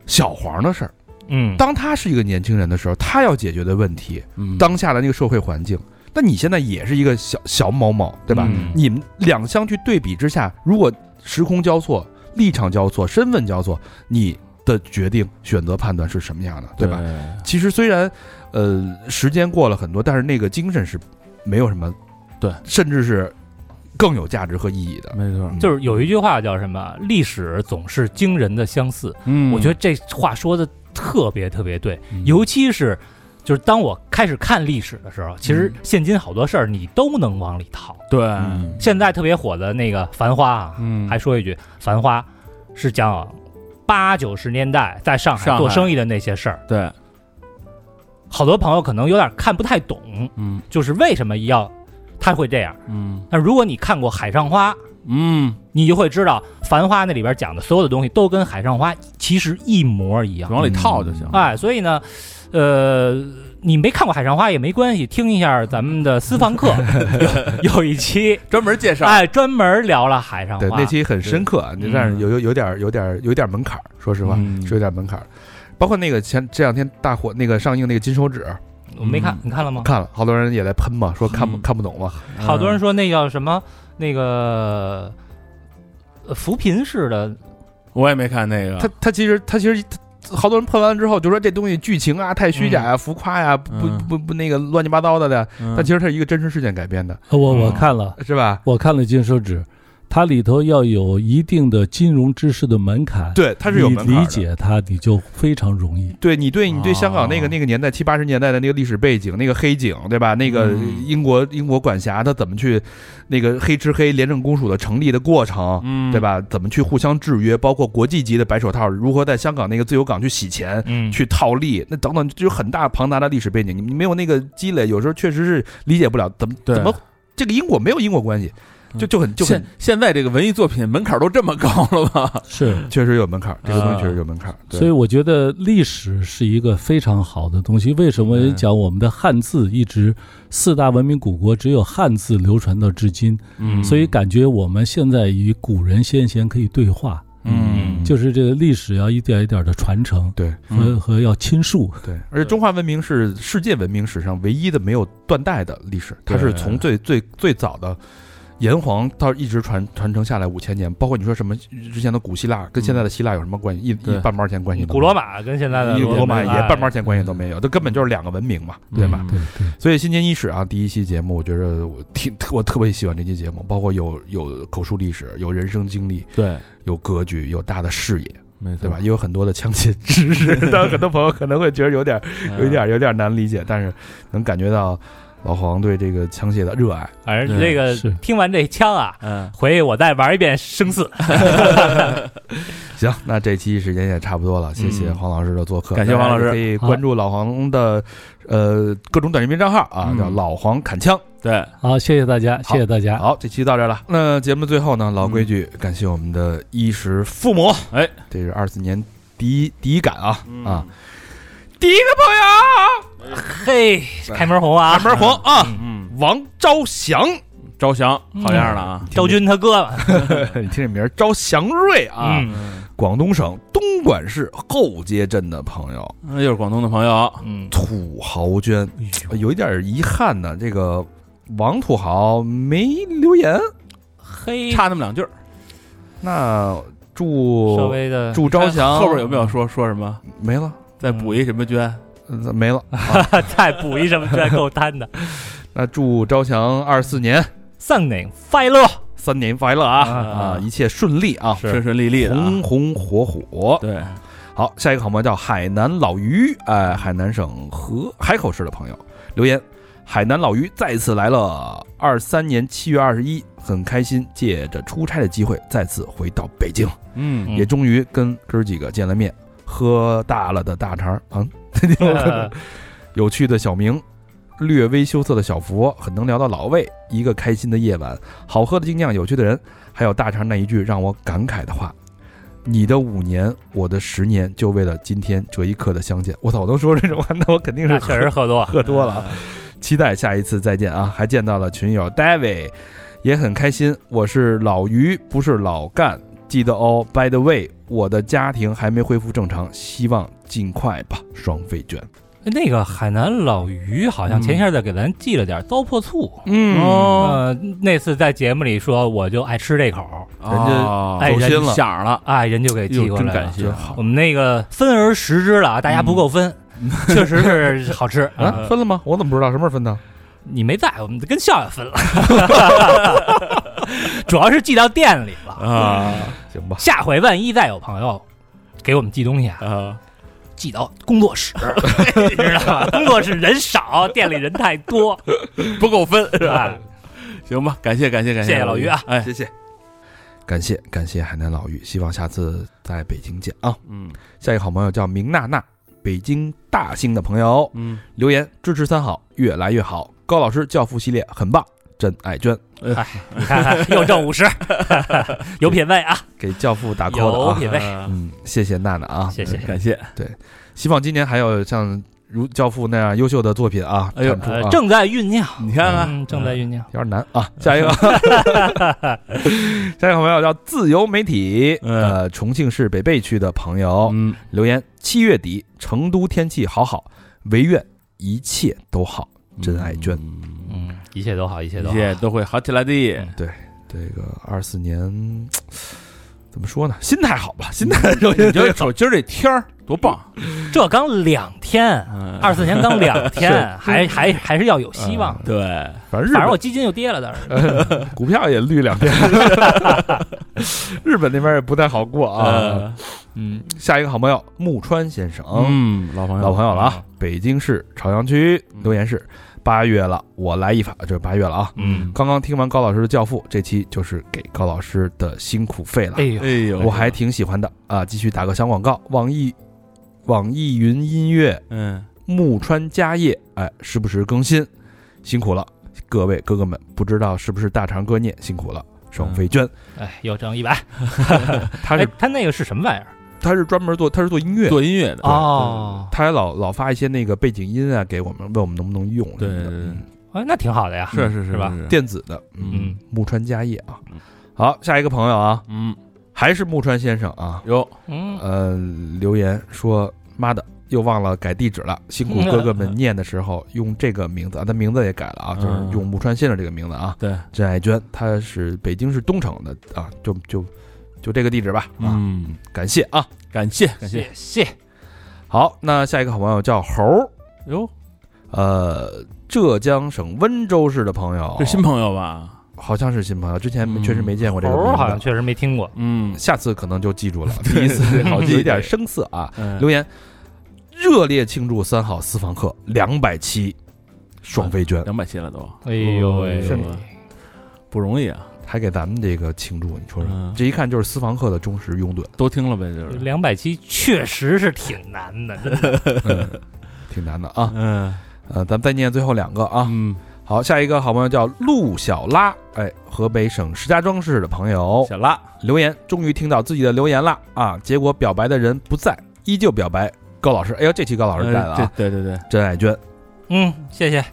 S1: 小黄的事儿。
S3: 嗯，
S1: 当他是一个年轻人的时候，他要解决的问题，
S2: 嗯
S1: 当下的那个社会环境。那你现在也是一个小小某某，对吧？
S2: 嗯
S1: 你们两相去对比之下，如果时空交错、立场交错、身份交错，你的决定、选择、判断是什么样的，对吧？？其实虽然，呃，时间过了很多，但是那个精神是没有什么，
S2: 对，
S1: 甚至是更有价值和意义的。
S2: 没错，
S3: 就是有一句话叫什么？历史总是惊人的相似。
S2: 嗯
S3: 我觉得这话说的特别特别对，
S2: 嗯
S3: 尤其是就是当我开始看历史的时候，其实现今好多事儿你都能往里套。
S2: 对，
S1: 嗯
S3: 现在特别火的那个《繁花》啊，
S2: 嗯
S3: 还说一句，《繁花》是讲八九十年代在上海
S2: 上海
S3: 做生意的那些事儿，
S2: 对，
S3: 好多朋友可能有点看不太懂，
S2: 嗯
S3: 就是为什么要他会这样。
S2: 嗯
S3: 但如果你看过《海上花》，
S2: 嗯，
S3: 你就会知道《繁花》那里边讲的所有的东西都跟《海上花》其实一模一样。
S1: 嗯
S2: 往里套就行。
S3: 哎，所以呢，呃，你没看过《海上花》也没关系，听一下咱们的私房课有有 一期，
S2: 嗯专门介绍，
S3: 哎，专门聊了《海上花
S1: 对，》。那期很深刻，啊，
S2: 对
S1: 但是有有有点有点有点门槛儿，说实话、
S2: 嗯
S1: 是有点门槛儿。包括那个前这两天大火那个上映那个金手指，
S3: 我没看
S2: 嗯，
S3: 你看了吗？
S1: 看了，好多人也在喷嘛，说看不、
S2: 嗯
S1: 看不懂嘛。
S3: 好多人说那叫什么那个。呃扶贫式的，
S2: 我也没看那个，
S1: 他他其实他其实他好多人喷完之后就说这东西剧情啊太虚假呀、浮夸呀、不
S2: 嗯
S1: 不不不那个乱七八糟的的。
S2: 嗯
S1: 但其实它是一个真实事件改编的，
S4: 呃我我
S2: 嗯
S4: 看了，
S1: 是吧？
S4: 我看了金手指，它里头要有一定的金融知识的门槛，，
S1: 对，它是有门槛
S4: 你
S1: 的
S4: 理。解它，你就非常容易。
S1: 对你对你对香港那个
S2: 哦
S1: 那个年代七八十年代的那个历史背景，那个黑警对吧？那个
S2: 嗯
S1: 英国英国管辖他怎么去那个黑吃黑廉政公署的成立的过程，
S2: 嗯，
S1: 对？吧？怎么去互相制约，包括国际级的白手套如何在香港那个自由港去洗钱，
S3: 嗯
S1: 去套利，那等等，就有很大庞大的历史背景，你你没有那个积累，有时候确实是理解不了怎么
S2: 对
S1: 怎么这个因果没有因果关系，就
S2: 嗯
S1: 就很就很
S2: 现现在这个文艺作品门槛都这么高了吗？
S4: 是，
S1: 确实有门槛儿，这个东
S2: 啊
S1: 西确实有门槛儿，对
S4: 所以我觉得历史是一个非常好的东西。为什么
S2: 嗯
S4: 讲我们的汉字一直四大文明古国只有汉字流传到至今？
S2: 嗯
S4: 所以感觉我们现在与古人先贤可以对话，
S2: 嗯
S4: 就是这个历史要一点一点的传承
S1: 对
S4: 和和要亲述。
S1: 对，而且中华文明是世界文明史上唯一的没有断代的历史，它是
S2: 对
S1: 从最最最早的炎黄到一直传传承下来五千年，包括你说什么之前的古希腊跟现在的希腊有什么关系？一
S2: 对
S1: 一半毛钱关系都没有，
S3: 古罗马跟现在的
S1: 一古罗马
S3: 马哎
S1: 也半毛钱关系都没有，这根本就是两个文明嘛，对吧？
S2: 嗯
S4: 对对，
S1: 所以新年伊始啊，第一期节目，我觉得我挺我特别喜欢这期节目，包括有有口述历史，有人生经历，
S2: 对，
S1: 有格局，有大的视野，
S2: 没错，
S1: 对吧？？也有很多的枪械知识，但很多朋友可能会觉得有点
S2: 嗯
S1: 有点有点难理解，但是能感觉到老黄对这个枪械的热爱。
S3: 反正这个
S4: 是
S3: 听完这枪啊，
S2: 嗯，
S3: 回去我再玩一遍生死。
S1: 行，那这期时间也差不多了，谢谢
S2: 嗯
S1: 黄老师的做客，
S2: 感谢黄老师
S1: 大家可以关注老黄的呃各种短视频账号啊，
S2: 嗯
S1: 叫老黄砍枪。
S2: 对，
S4: 好，谢谢大家，谢谢大家。
S1: 好，这期到这儿了。哎那节目最后呢，老规矩，感谢我们的衣食父母。
S2: 哎，
S1: 这是二四年第一第一感啊啊，第一个
S3: 嘿，开门红啊！
S1: 朋友，门红 啊，
S2: 嗯，
S1: 王昭祥，
S2: 招降，好样的啊！
S3: 昭君他哥，
S1: 你听这名儿，昭祥瑞啊，
S3: 嗯
S1: 广东省东莞市后街镇的朋友，
S2: 嗯又是广东的朋友，
S3: 嗯，
S1: 土豪捐，有一点遗憾呢，这个王土豪没留言，
S3: 嘿，
S4: 嗯
S2: 差那么两句儿。
S1: 那
S3: 稍
S1: 祝
S3: 微的
S1: 祝昭祥
S2: 后边有没有说说什么？
S1: 没了？
S2: 再补一什么捐？
S1: 呃没了。
S3: 再补一什么，这够贪的。
S1: 那祝昭祥二四年
S3: 丧年快 乐，
S1: 三年快乐啊
S2: 啊
S1: 啊，一切顺利啊，
S2: 顺顺利利的啊。
S1: 红红火火。
S2: 对，
S1: 好，下一个好朋友叫海南老于，哎，海南省和海口市的朋友留言。海南老于再次来了。二三年七月二十一，很开心，借着出差的机会再次回到北京，
S2: 嗯，
S1: 也终于跟哥儿几个见了面，喝大了的大肠，嗯，
S3: 呃
S1: 有趣的小明，略微羞涩的小佛，很能聊到老魏，一个开心的夜晚，好喝的精酿，有趣的人，还有大肠那一句让我感慨的话：“你的五年，我的十年，就为了今天这一刻的相见。”我操，我能说出这种话，那我肯定是
S3: 那确实喝多，
S1: 喝多了。期待下一次再见啊！还见到了群友 David，也很开心。我是老于，不是老干，记得哦。By the way，我的家庭还没恢复正常，希望尽快吧。双飞卷，
S3: 那个海南老于好像前些日子给咱寄了点糟粕醋，
S1: 嗯
S3: 呃，那次在节目里说我就爱吃这口，
S1: 人家
S2: 啊
S3: 哎
S1: 走
S3: 人
S1: 心了，
S2: 想了，
S3: 哎，人就给寄
S2: 哟，
S3: 过
S2: 真
S3: 来
S2: 感
S3: 了。
S2: 谢
S1: 真，
S2: 啊
S1: 好
S3: 我们那个分而食之了啊，大家不够分，确实是好吃
S1: 啊！。分了吗？我怎么不知道什么时候分的？
S3: 你没在，我们跟笑笑分了， 主要是寄到店里了。
S2: 啊
S1: 行吧，
S3: 下回万一再有朋友给我们寄东西啊，
S2: 啊，
S3: 寄到工作 室，你知道吧？工作室人少，店里人太多，
S2: 不够分是
S3: 是
S2: 吧？
S3: 吧？
S2: 行吧，感谢感谢感
S3: 谢谢老于啊，
S2: 哎，
S1: 谢谢，感谢感谢海南老于，希望下次在北京见啊！
S2: 嗯
S1: 下一个好朋友叫明娜娜，北京大兴的朋友，
S2: 嗯，
S1: 留言支持三好，越来越好。高老师教父系列很棒，真爱娟
S3: 你
S2: 哎
S3: 看看，又挣五 十，有品位啊，
S1: 给教父打 call 的
S3: 有
S1: 啊。
S3: 品位。
S1: 嗯，谢谢娜娜啊，
S3: 谢谢
S2: 感谢，
S1: 希望今年还有像如教父那样优秀的作品啊，
S2: 哎呦
S1: 产出
S3: 呃
S1: 啊，，
S3: 正在酝酿，
S2: 你看啊看，
S3: 嗯，正在酝酿。
S1: 有点难啊。下一个，下一个朋友叫自由媒体，
S2: 嗯
S1: 呃，重庆市北碚区的朋友
S2: 嗯，
S1: 留言：七月底成都天气好好，唯愿一切都好。真爱娟
S2: 嗯
S3: 嗯，一切都好，一切
S2: 一
S3: 都好。
S2: 切都会好起来的。
S1: 这个二四年怎么说呢？心态好吧，心态首
S2: 你
S1: 先
S2: 就瞅今儿这天儿多棒，
S3: 这刚两天，
S2: 嗯
S3: 二四年刚 两天，还还还是要有希望的。
S2: 对，
S1: 反正日
S3: 反正
S1: 本
S3: 我基金又跌了，倒是。
S1: 股票也绿两天，日本那边也不太好过啊。
S2: 呃
S1: 嗯，下一个好朋友木川先生，
S2: 嗯，老朋友，
S1: 老朋友了啊，北京市朝阳区
S2: 嗯
S1: 留言是八月了，我来一发，这是八月了啊。
S2: 嗯，
S1: 刚刚听完高老师的《教父》，这期就是给高老师的辛苦费了
S3: 哎，呦
S2: 哎，呦，
S1: 我还挺喜欢的啊。继续打个小广告，网易网易云音乐
S2: 嗯，
S1: 木川家业，哎，时不时更新，辛苦了，各位哥哥们，不知道是不是大肠哥念辛苦了，双飞娟，
S2: 嗯
S3: 哎，又挣一百。
S1: 他
S3: 哎
S1: 是，
S3: 他那个是什么玩意儿？
S1: 他是专门做他是做音乐，
S2: 做音乐的，
S3: 哦，
S1: 他还老老发一些那个背景音啊给我们，问我们能不能用什
S2: 对
S1: 么的，
S2: 对对
S1: 嗯
S3: 哎，那挺好的呀。
S2: 是是是
S3: 是吧？
S1: 电子的，
S2: 嗯
S3: 嗯，
S1: 木川家业啊
S2: 嗯。
S1: 好，下一个朋友啊，
S2: 嗯，
S1: 还是木川先生啊，
S2: 哟，
S3: 嗯，
S1: 呃，留言说妈的。又忘了改地址了，辛苦哥哥们念的时候用这个名字啊，他名字也改了啊，就是
S2: 嗯
S1: 用木川先生这个名字啊。
S2: 对，
S1: 郑爱娟，她是北京市东城的啊，就就就这个地址吧啊，
S2: 嗯，
S1: 感谢啊。
S2: 感谢感谢，
S3: 谢谢。
S1: 好，那下一个好朋友叫猴儿，
S2: 哟，
S1: 呃，浙江省温州市的朋友
S2: 这，新朋友吧，
S1: 好像是新朋友，之前
S2: 嗯
S1: 确实没见过这个名
S3: 猴
S1: 字，
S3: 好像确实没听过。
S2: 嗯
S1: 下次可能就记住了，第一次好记有点生涩啊。
S2: 嗯，
S1: 留言热烈庆祝三好私房课两百期，双飞娟
S2: 两百期了都，
S3: 哎呦喂，
S1: 是
S2: 吗不容易啊，
S1: 还给咱们这个庆祝，你说说
S2: 嗯，
S1: 这一看就是私房课的忠实拥趸，
S2: 都听了呗，就是，
S3: 两百期确实是挺难的，真的。
S1: 嗯挺难的啊。
S2: 嗯
S1: 呃，咱们再念最后两个啊。
S2: 嗯，
S1: 好，下一个好朋友叫陆小拉，哎，河北省石家庄市的朋友
S2: 小拉，
S1: 留言，终于听到自己的留言了啊！结果表白的人不在，依旧表白。高老师，哎呦，这期高老师在了
S2: 呃
S1: 啊！
S2: 对对对
S1: 真爱娟
S3: 嗯，谢谢。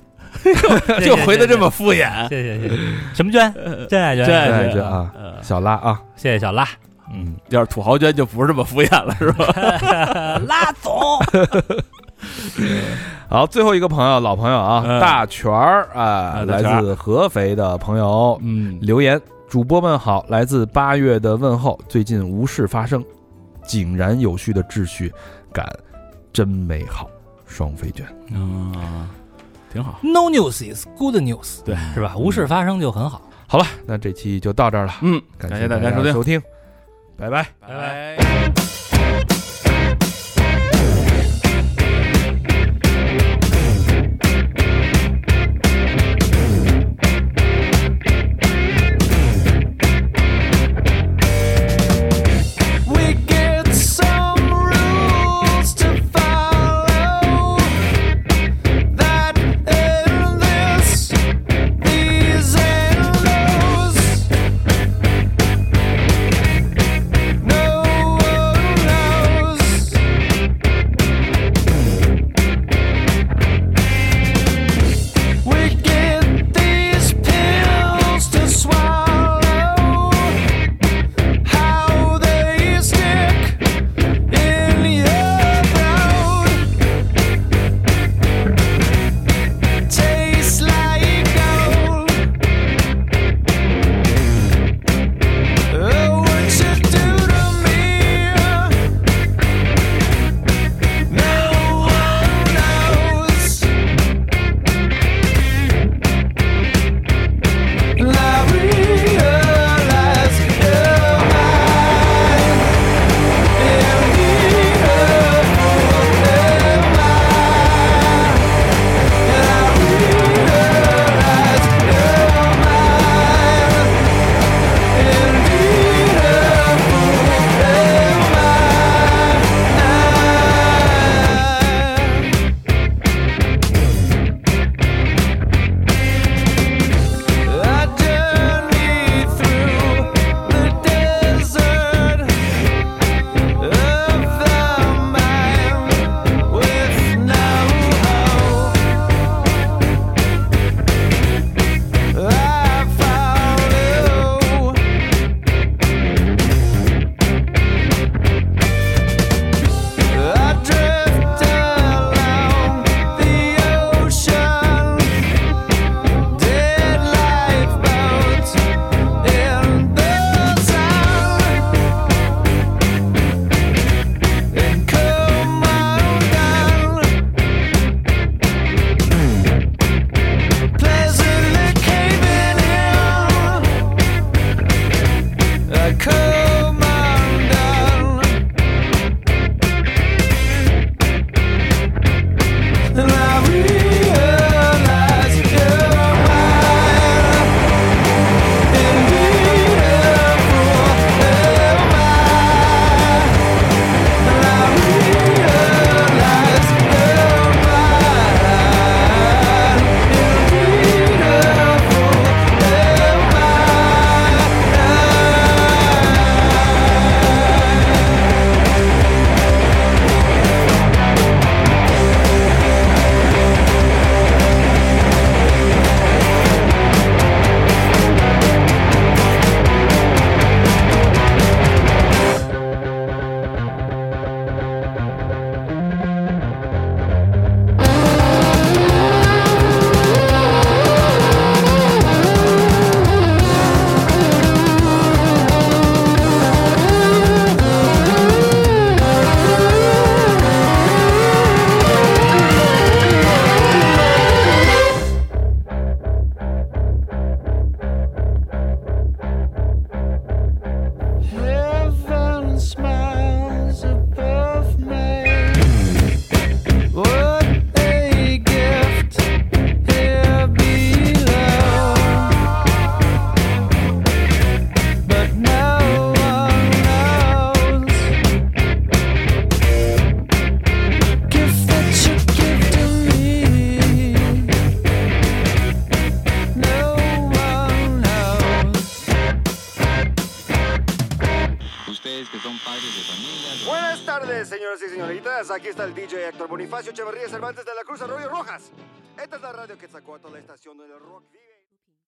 S2: 对，
S3: 就
S2: 回的这么敷衍，
S3: 谢谢谢谢， 什么娟？真爱娟，
S2: 真
S3: 哎
S1: 真
S2: 爱
S1: 爱
S2: 对
S1: 娟啊，
S2: 呃，
S1: 小拉啊，
S3: 谢谢小拉，
S1: 嗯，
S2: 要是土豪捐就不是这么敷衍了，是吧？
S3: 拉总，
S1: 好，最后一个朋友，老朋友啊，
S2: 嗯
S1: 大全儿啊，
S2: 啊大
S1: 来
S2: 全儿
S1: 自合肥的朋友
S2: 嗯，
S1: 留言，主播们好，来自八月的问候，最近无事发生，井然有序的秩序感真美好，双飞卷。
S2: 嗯，挺好，
S3: No news is good news，
S2: 对，
S3: 是吧？无事发生就很好。
S1: 好了，那这期就到这儿了，
S2: 嗯，
S1: 感
S2: 感
S1: 谢
S2: 谢大
S1: 家
S2: 家收听，哎
S1: 收听，拜拜。
S2: 拜拜。
S6: Buenas tardes, señoras y señoritas. Aquí está el DJ Héctor Bonifacio Echeverría Cervantes de la Cruz Arroyo Rojas. Esta es la radio que sacó a toda la estación donde el rock vive.